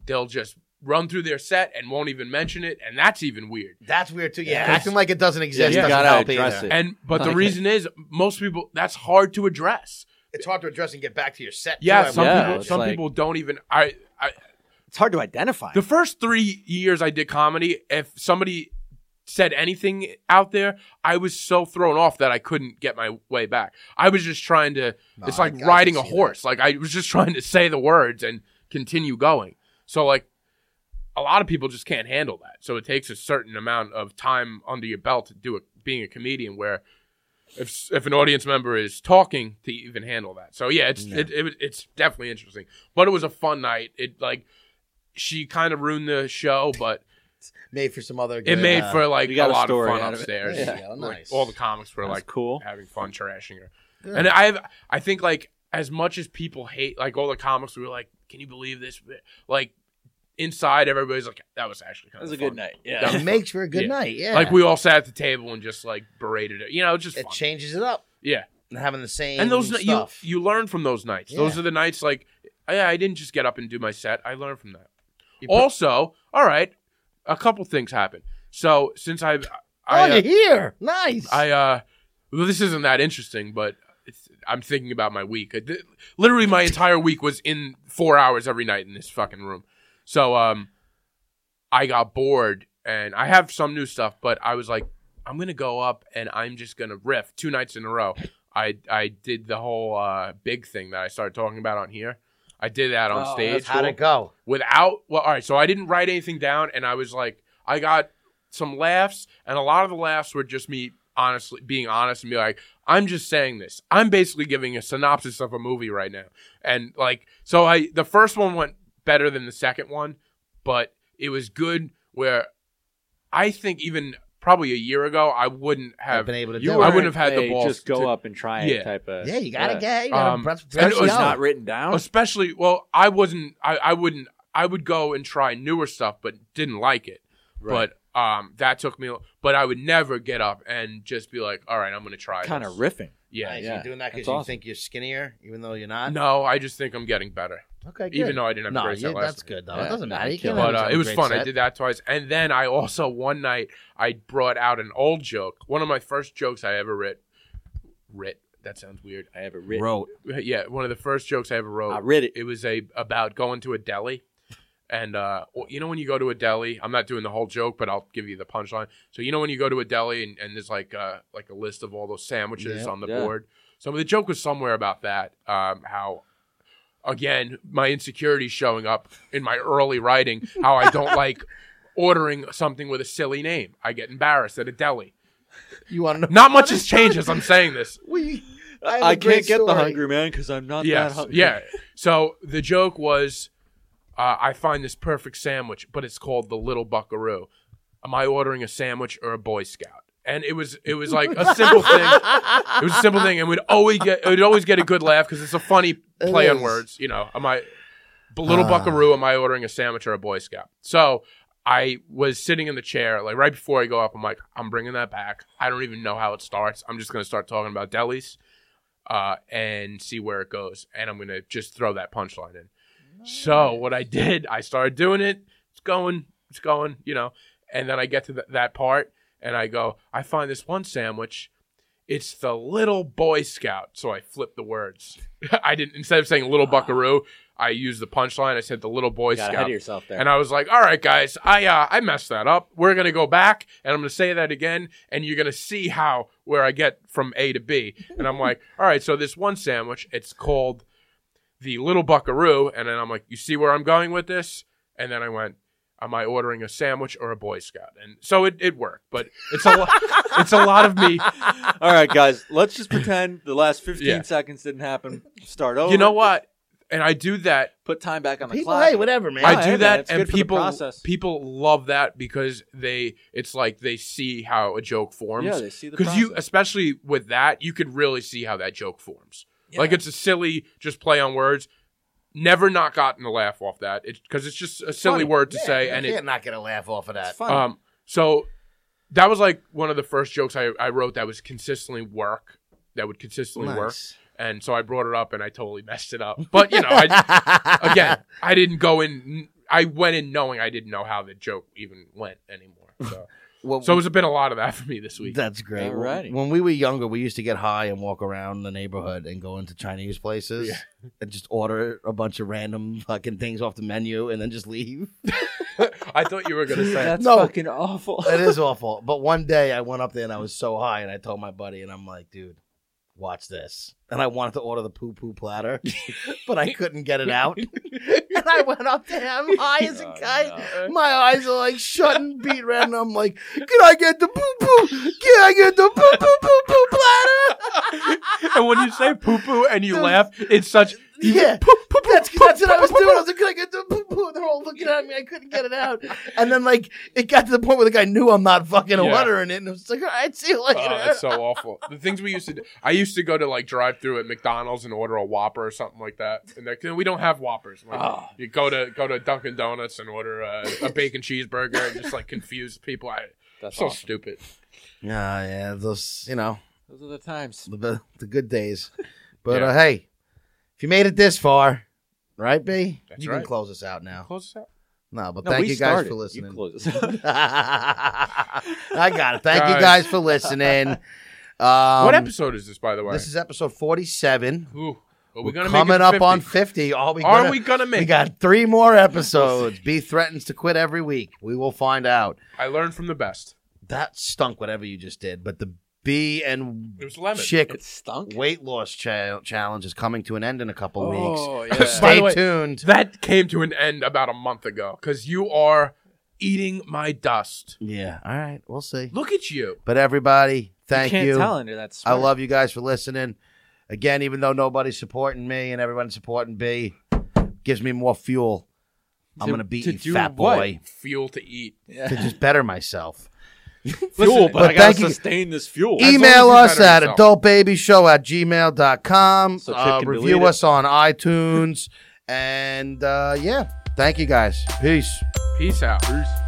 Speaker 4: they'll just run through their set and won't even mention it and that's even weird.
Speaker 2: That's weird too. Yeah,
Speaker 3: Yeah.
Speaker 2: acting like it doesn't exist
Speaker 4: you
Speaker 2: doesn't
Speaker 3: gotta
Speaker 2: help
Speaker 3: address
Speaker 2: either.
Speaker 3: it.
Speaker 4: And but the
Speaker 3: Like-
Speaker 4: reason is most people that's hard to address.
Speaker 2: It's hard to address and get back to your set. too,
Speaker 4: Yeah,
Speaker 2: I
Speaker 4: some
Speaker 2: would
Speaker 3: Yeah,
Speaker 4: people
Speaker 3: it's
Speaker 4: some
Speaker 3: like-
Speaker 4: people don't even I I
Speaker 3: It's hard to identify.
Speaker 4: The first three years I did comedy, if somebody said anything out there, I was so thrown off that I couldn't get my way back. I was just trying to.
Speaker 2: Nah,
Speaker 4: it's
Speaker 2: I- I
Speaker 4: like
Speaker 2: can
Speaker 4: riding a
Speaker 2: see that.
Speaker 4: horse. Like I was just trying to say the words and continue going. So like, a lot of people just can't handle that. So it takes a certain amount of time under your belt to do it. Being a comedian, where if if an audience member is talking to even handle that. So yeah, it's it, it, was- it's definitely interesting. But it was a fun night. It like she kind of ruined the show, but
Speaker 2: made for some other.
Speaker 4: it
Speaker 2: good,
Speaker 4: made
Speaker 2: uh,
Speaker 4: for like
Speaker 3: You
Speaker 4: a
Speaker 3: got a
Speaker 4: lot of
Speaker 3: story
Speaker 4: fun
Speaker 3: out of it.
Speaker 4: upstairs.
Speaker 2: There you go,
Speaker 4: Like,
Speaker 2: nice.
Speaker 4: all the comics were
Speaker 3: That's
Speaker 4: like
Speaker 3: cool.
Speaker 4: having fun trashing her. And I have I think like as much as people hate like all the comics we were like, Can you believe this? Like inside everybody's like that was actually kind
Speaker 3: That was
Speaker 4: of
Speaker 3: a good
Speaker 4: fun."
Speaker 3: night.
Speaker 2: It
Speaker 3: Yeah.
Speaker 2: makes for a good
Speaker 4: Yeah.
Speaker 2: night. Yeah,
Speaker 4: Like we all sat at the table and just like berated it. You know, it's just
Speaker 2: it
Speaker 4: fun.
Speaker 2: changes it up.
Speaker 4: yeah.
Speaker 2: And having the same
Speaker 4: and those you
Speaker 2: stuff.
Speaker 4: you learn from those nights. Those
Speaker 2: Yeah.
Speaker 4: are the nights like I, I didn't just get up and do my set. I learned from that.
Speaker 2: You put-
Speaker 4: also, all right, a couple things happened. So since I've
Speaker 2: oh,
Speaker 4: I,
Speaker 2: you're
Speaker 4: uh,
Speaker 2: here. Nice.
Speaker 4: I uh, well, this isn't that interesting, but it's, I'm thinking about my week. I did- literally, my entire week was in four hours every night in this fucking room. So um, I got bored, and I have some new stuff, but I was like, I'm gonna go up and I'm just gonna riff two nights in a row. I I did the whole uh, big thing that I started talking about on here. I did that on
Speaker 3: Oh,
Speaker 4: stage
Speaker 2: How'd it go?
Speaker 4: without well all right so i didn't write anything down and i was like i got some laughs and a lot of the laughs were just me honestly being honest and be like i'm just saying this i'm basically giving a synopsis of a movie right now and like so i the first one went better than the second one but it was good where i think even probably a year ago i wouldn't have
Speaker 2: been able to
Speaker 4: you
Speaker 2: do it.
Speaker 4: were- i wouldn't have had the
Speaker 3: Hey,
Speaker 4: balls
Speaker 3: Just go
Speaker 4: to-
Speaker 3: up and try it
Speaker 4: Yeah.
Speaker 3: type of.
Speaker 2: Yeah, you gotta get. You gotta
Speaker 4: Um,
Speaker 2: press,
Speaker 4: and it
Speaker 2: press
Speaker 4: was
Speaker 2: go.
Speaker 3: not written down.
Speaker 4: especially well i wasn't I, I wouldn't i would go and try newer stuff but didn't like it
Speaker 3: Right.
Speaker 4: but um that took me but i would never get up and just be like all right i'm gonna try
Speaker 3: Kind of
Speaker 4: this."
Speaker 3: riffing.
Speaker 4: yeah
Speaker 2: Nice.
Speaker 3: yeah.
Speaker 2: You're doing that because
Speaker 3: That's
Speaker 2: you
Speaker 3: awesome.
Speaker 2: think you're skinnier, even though you're not.
Speaker 4: no i just think i'm getting better
Speaker 2: Okay. Good.
Speaker 4: even though i didn't have a
Speaker 2: no,
Speaker 4: great set
Speaker 2: you-
Speaker 4: last
Speaker 2: that's
Speaker 4: night.
Speaker 2: good though.
Speaker 3: Yeah,
Speaker 2: it doesn't
Speaker 3: no,
Speaker 2: matter.
Speaker 3: you
Speaker 2: You can't
Speaker 3: killed
Speaker 2: always
Speaker 4: but uh,
Speaker 2: have
Speaker 4: it
Speaker 2: a
Speaker 4: was
Speaker 2: great
Speaker 4: fun. I
Speaker 2: set.
Speaker 4: did that twice, and then I also one night I brought out an old joke, one of my first jokes I ever writ. Writ. That sounds weird.
Speaker 3: I have it written.
Speaker 2: Wrote.
Speaker 4: Yeah, one of the first jokes I ever wrote.
Speaker 3: I read it.
Speaker 4: It was a about going to a deli, and uh, well, you know when you go to a deli, I'm not doing the whole joke, but I'll give you the punchline. So you know when you go to a deli and, and there's like uh, like a list of all those sandwiches
Speaker 2: Yeah.
Speaker 4: on the
Speaker 3: Yeah.
Speaker 4: board. So the joke was somewhere about that. Um, how again my insecurity showing up in my early writing. How I don't like ordering something with a silly name. I get embarrassed at a deli.
Speaker 2: You want to know?
Speaker 4: Not much has changed as I'm saying this.
Speaker 2: We. have
Speaker 3: I
Speaker 2: a great
Speaker 3: can't get the
Speaker 2: story.
Speaker 3: hungry man because I'm not that
Speaker 4: Yes.
Speaker 3: hungry.
Speaker 4: Yeah. So the joke was, uh, I find this perfect sandwich, but it's called the Little Buckaroo. Am I ordering a sandwich or a Boy Scout? And it was it was like a simple thing. It was a simple thing, and we'd always get we'd always get a good laugh because it's a funny
Speaker 2: It
Speaker 4: play on
Speaker 2: is.
Speaker 4: words. You know, am I but little
Speaker 2: Ah.
Speaker 4: Buckaroo? Am I ordering a sandwich or a Boy Scout? So I was sitting in the chair, like right before I go up. I'm like, I'm bringing that back. I don't even know how it starts. I'm just gonna start talking about delis uh, and see where it goes. And I'm going to just throw that punchline in. So what I did, I started doing it. It's going, it's going, you know. And then I get to th- that part, and I go, I find this one sandwich. It's the little Boy Scout. So I flipped the words. I didn't instead of saying little Buckaroo, I used the punchline. I said the little Boy
Speaker 3: Got ahead
Speaker 4: Scout.
Speaker 3: of yourself there.
Speaker 4: And I was like, all right, guys, I uh, I messed that up. We're gonna go back, and I'm gonna say that again, and you're gonna see how where I get from A to B. And I'm like, all right, so this one sandwich, it's called the Little Buckaroo, and then I'm like, you see where I'm going with this? And then I went, am I ordering a sandwich or a Boy Scout? And so it, it worked, but it's a lo- it's a lot of me.
Speaker 3: All right, guys, let's just pretend the last 15
Speaker 4: Yeah.
Speaker 3: seconds didn't happen. Start over.
Speaker 4: You know what? And I do that
Speaker 3: Put time back on the
Speaker 2: People,
Speaker 3: clock.
Speaker 2: hey, whatever, man.
Speaker 3: Yeah,
Speaker 4: I
Speaker 3: hey,
Speaker 4: do
Speaker 3: man,
Speaker 4: that,
Speaker 3: it's
Speaker 4: and
Speaker 3: good for the
Speaker 4: people
Speaker 3: process.
Speaker 4: people love that because they it's like they see how a joke forms.
Speaker 3: Yeah, they see the
Speaker 4: because you,
Speaker 3: process.
Speaker 4: especially with that, you could really see how that joke forms.
Speaker 3: Yeah.
Speaker 4: Like it's a silly just play on words. Never not gotten a laugh off that. It's because it's just a silly
Speaker 3: funny.
Speaker 4: word to
Speaker 2: Yeah,
Speaker 4: say,
Speaker 2: you
Speaker 4: and
Speaker 2: can't
Speaker 4: it.
Speaker 2: not get a laugh off of that.
Speaker 3: It's fun.
Speaker 4: Um, so that was like one of the first jokes I, I wrote that was consistently work. That would consistently work, and so I brought it up, and I totally messed it up. But you know, I, again, I didn't go in. I went in knowing I didn't know how the joke even went anymore. So,
Speaker 2: Well,
Speaker 4: so it's been a lot of that for me this week.
Speaker 2: that's great.
Speaker 3: Alrighty.
Speaker 2: When we were younger, we used to get high and walk around the neighborhood and go into Chinese places
Speaker 4: Yeah.
Speaker 2: and just order a bunch of random fucking things off the menu and then just leave.
Speaker 4: I thought you were gonna
Speaker 3: Dude,
Speaker 4: say.
Speaker 3: that's
Speaker 2: No.
Speaker 3: fucking awful.
Speaker 2: it is awful. But one day I went up there and I was so high and I told my buddy and I'm like, dude, watch this. And I wanted to order the poo poo platter, but I couldn't get it out. and I went up to him high as a
Speaker 3: Oh,
Speaker 2: kite.
Speaker 3: no.
Speaker 2: My eyes are like shut and beat red, and I'm like, "Can I get the poo poo? Can I get the poo poo poo poo platter?"
Speaker 4: and when you say poo poo and you
Speaker 2: Dude.
Speaker 4: laugh, it's such.
Speaker 2: Yeah,
Speaker 4: Poo, poo, poo,
Speaker 2: that's,
Speaker 4: poo,
Speaker 2: that's what I
Speaker 4: poo,
Speaker 2: was
Speaker 4: poo,
Speaker 2: doing. I was like, "Can I get the poo poo?" They're all looking at me. I couldn't get it out, and then like it got to the point where the guy knew I'm not fucking
Speaker 4: Yeah.
Speaker 2: ordering it, and I was like, "All right, see you later."
Speaker 4: Oh, that's so awful. The things we used to do. I used to go to like drive through at McDonald's and order a Whopper or something like that. And they're, 'cause we don't have Whoppers. Like,
Speaker 2: Ah.
Speaker 3: Oh.
Speaker 4: You go to go to Dunkin' Donuts and order a, a bacon cheeseburger and just like confuse people. I,
Speaker 3: That's
Speaker 4: so
Speaker 3: awesome.
Speaker 4: stupid.
Speaker 2: yeah, yeah, those you know
Speaker 3: Those are the times.
Speaker 2: the the good days, but
Speaker 4: Yeah.
Speaker 2: uh, hey, if you made it this far, right, B,
Speaker 4: That's
Speaker 2: you
Speaker 4: right.
Speaker 2: can close us out now.
Speaker 4: Close this out.
Speaker 2: No, but
Speaker 3: No,
Speaker 2: thank
Speaker 3: we
Speaker 2: you guys
Speaker 3: started.
Speaker 2: for
Speaker 3: You
Speaker 2: listening.
Speaker 3: close us.
Speaker 2: I got it. Thank you
Speaker 4: Guys.
Speaker 2: guys for listening. Um,
Speaker 4: what episode is this, by the way?
Speaker 2: This is episode forty-seven.
Speaker 4: Ooh, are
Speaker 2: We're
Speaker 4: we gonna
Speaker 2: coming
Speaker 4: make it to
Speaker 2: up
Speaker 4: 50?
Speaker 2: on fifty. Are we?
Speaker 4: Are
Speaker 2: gonna-
Speaker 4: we gonna make?
Speaker 2: We
Speaker 4: it?
Speaker 2: got three more episodes. B threatens to quit every week. We will find out.
Speaker 4: I learned from the best.
Speaker 2: That stunk. Whatever you just did, but the B and
Speaker 4: It was lemon.
Speaker 2: chick
Speaker 3: it stunk.
Speaker 2: weight loss cha- challenge is coming to an end in a couple weeks.
Speaker 3: Oh,
Speaker 4: By
Speaker 3: yeah.
Speaker 4: By
Speaker 2: Stay
Speaker 4: the way-
Speaker 2: tuned.
Speaker 4: That came to an end about a month ago because you are eating my dust.
Speaker 2: Yeah. All right. We'll see.
Speaker 4: Look at you.
Speaker 2: But everybody, thank
Speaker 3: you.
Speaker 2: you.
Speaker 3: Can't tell under that
Speaker 2: I
Speaker 3: smirk.
Speaker 2: love you guys for listening. Again, even though nobody's supporting me and everyone's supporting B, gives me more fuel. I'm
Speaker 3: To-
Speaker 2: gonna beat
Speaker 3: to
Speaker 2: you,
Speaker 3: do
Speaker 2: fat
Speaker 3: what?
Speaker 2: boy,
Speaker 4: Fuel to eat.
Speaker 2: to
Speaker 3: Yeah.
Speaker 2: just better myself.
Speaker 3: fuel, but,
Speaker 2: but
Speaker 3: I gotta
Speaker 2: thank you.
Speaker 3: sustain this fuel.
Speaker 4: long
Speaker 2: Email
Speaker 4: as you
Speaker 2: us
Speaker 4: better
Speaker 2: at
Speaker 4: yourself.
Speaker 2: adultbabyshow at gmail.com.
Speaker 3: So Chip
Speaker 2: uh,
Speaker 3: can
Speaker 2: review
Speaker 3: delete it.
Speaker 2: us on iTunes. and uh, yeah, thank you guys. Peace.
Speaker 4: Peace out. Peace.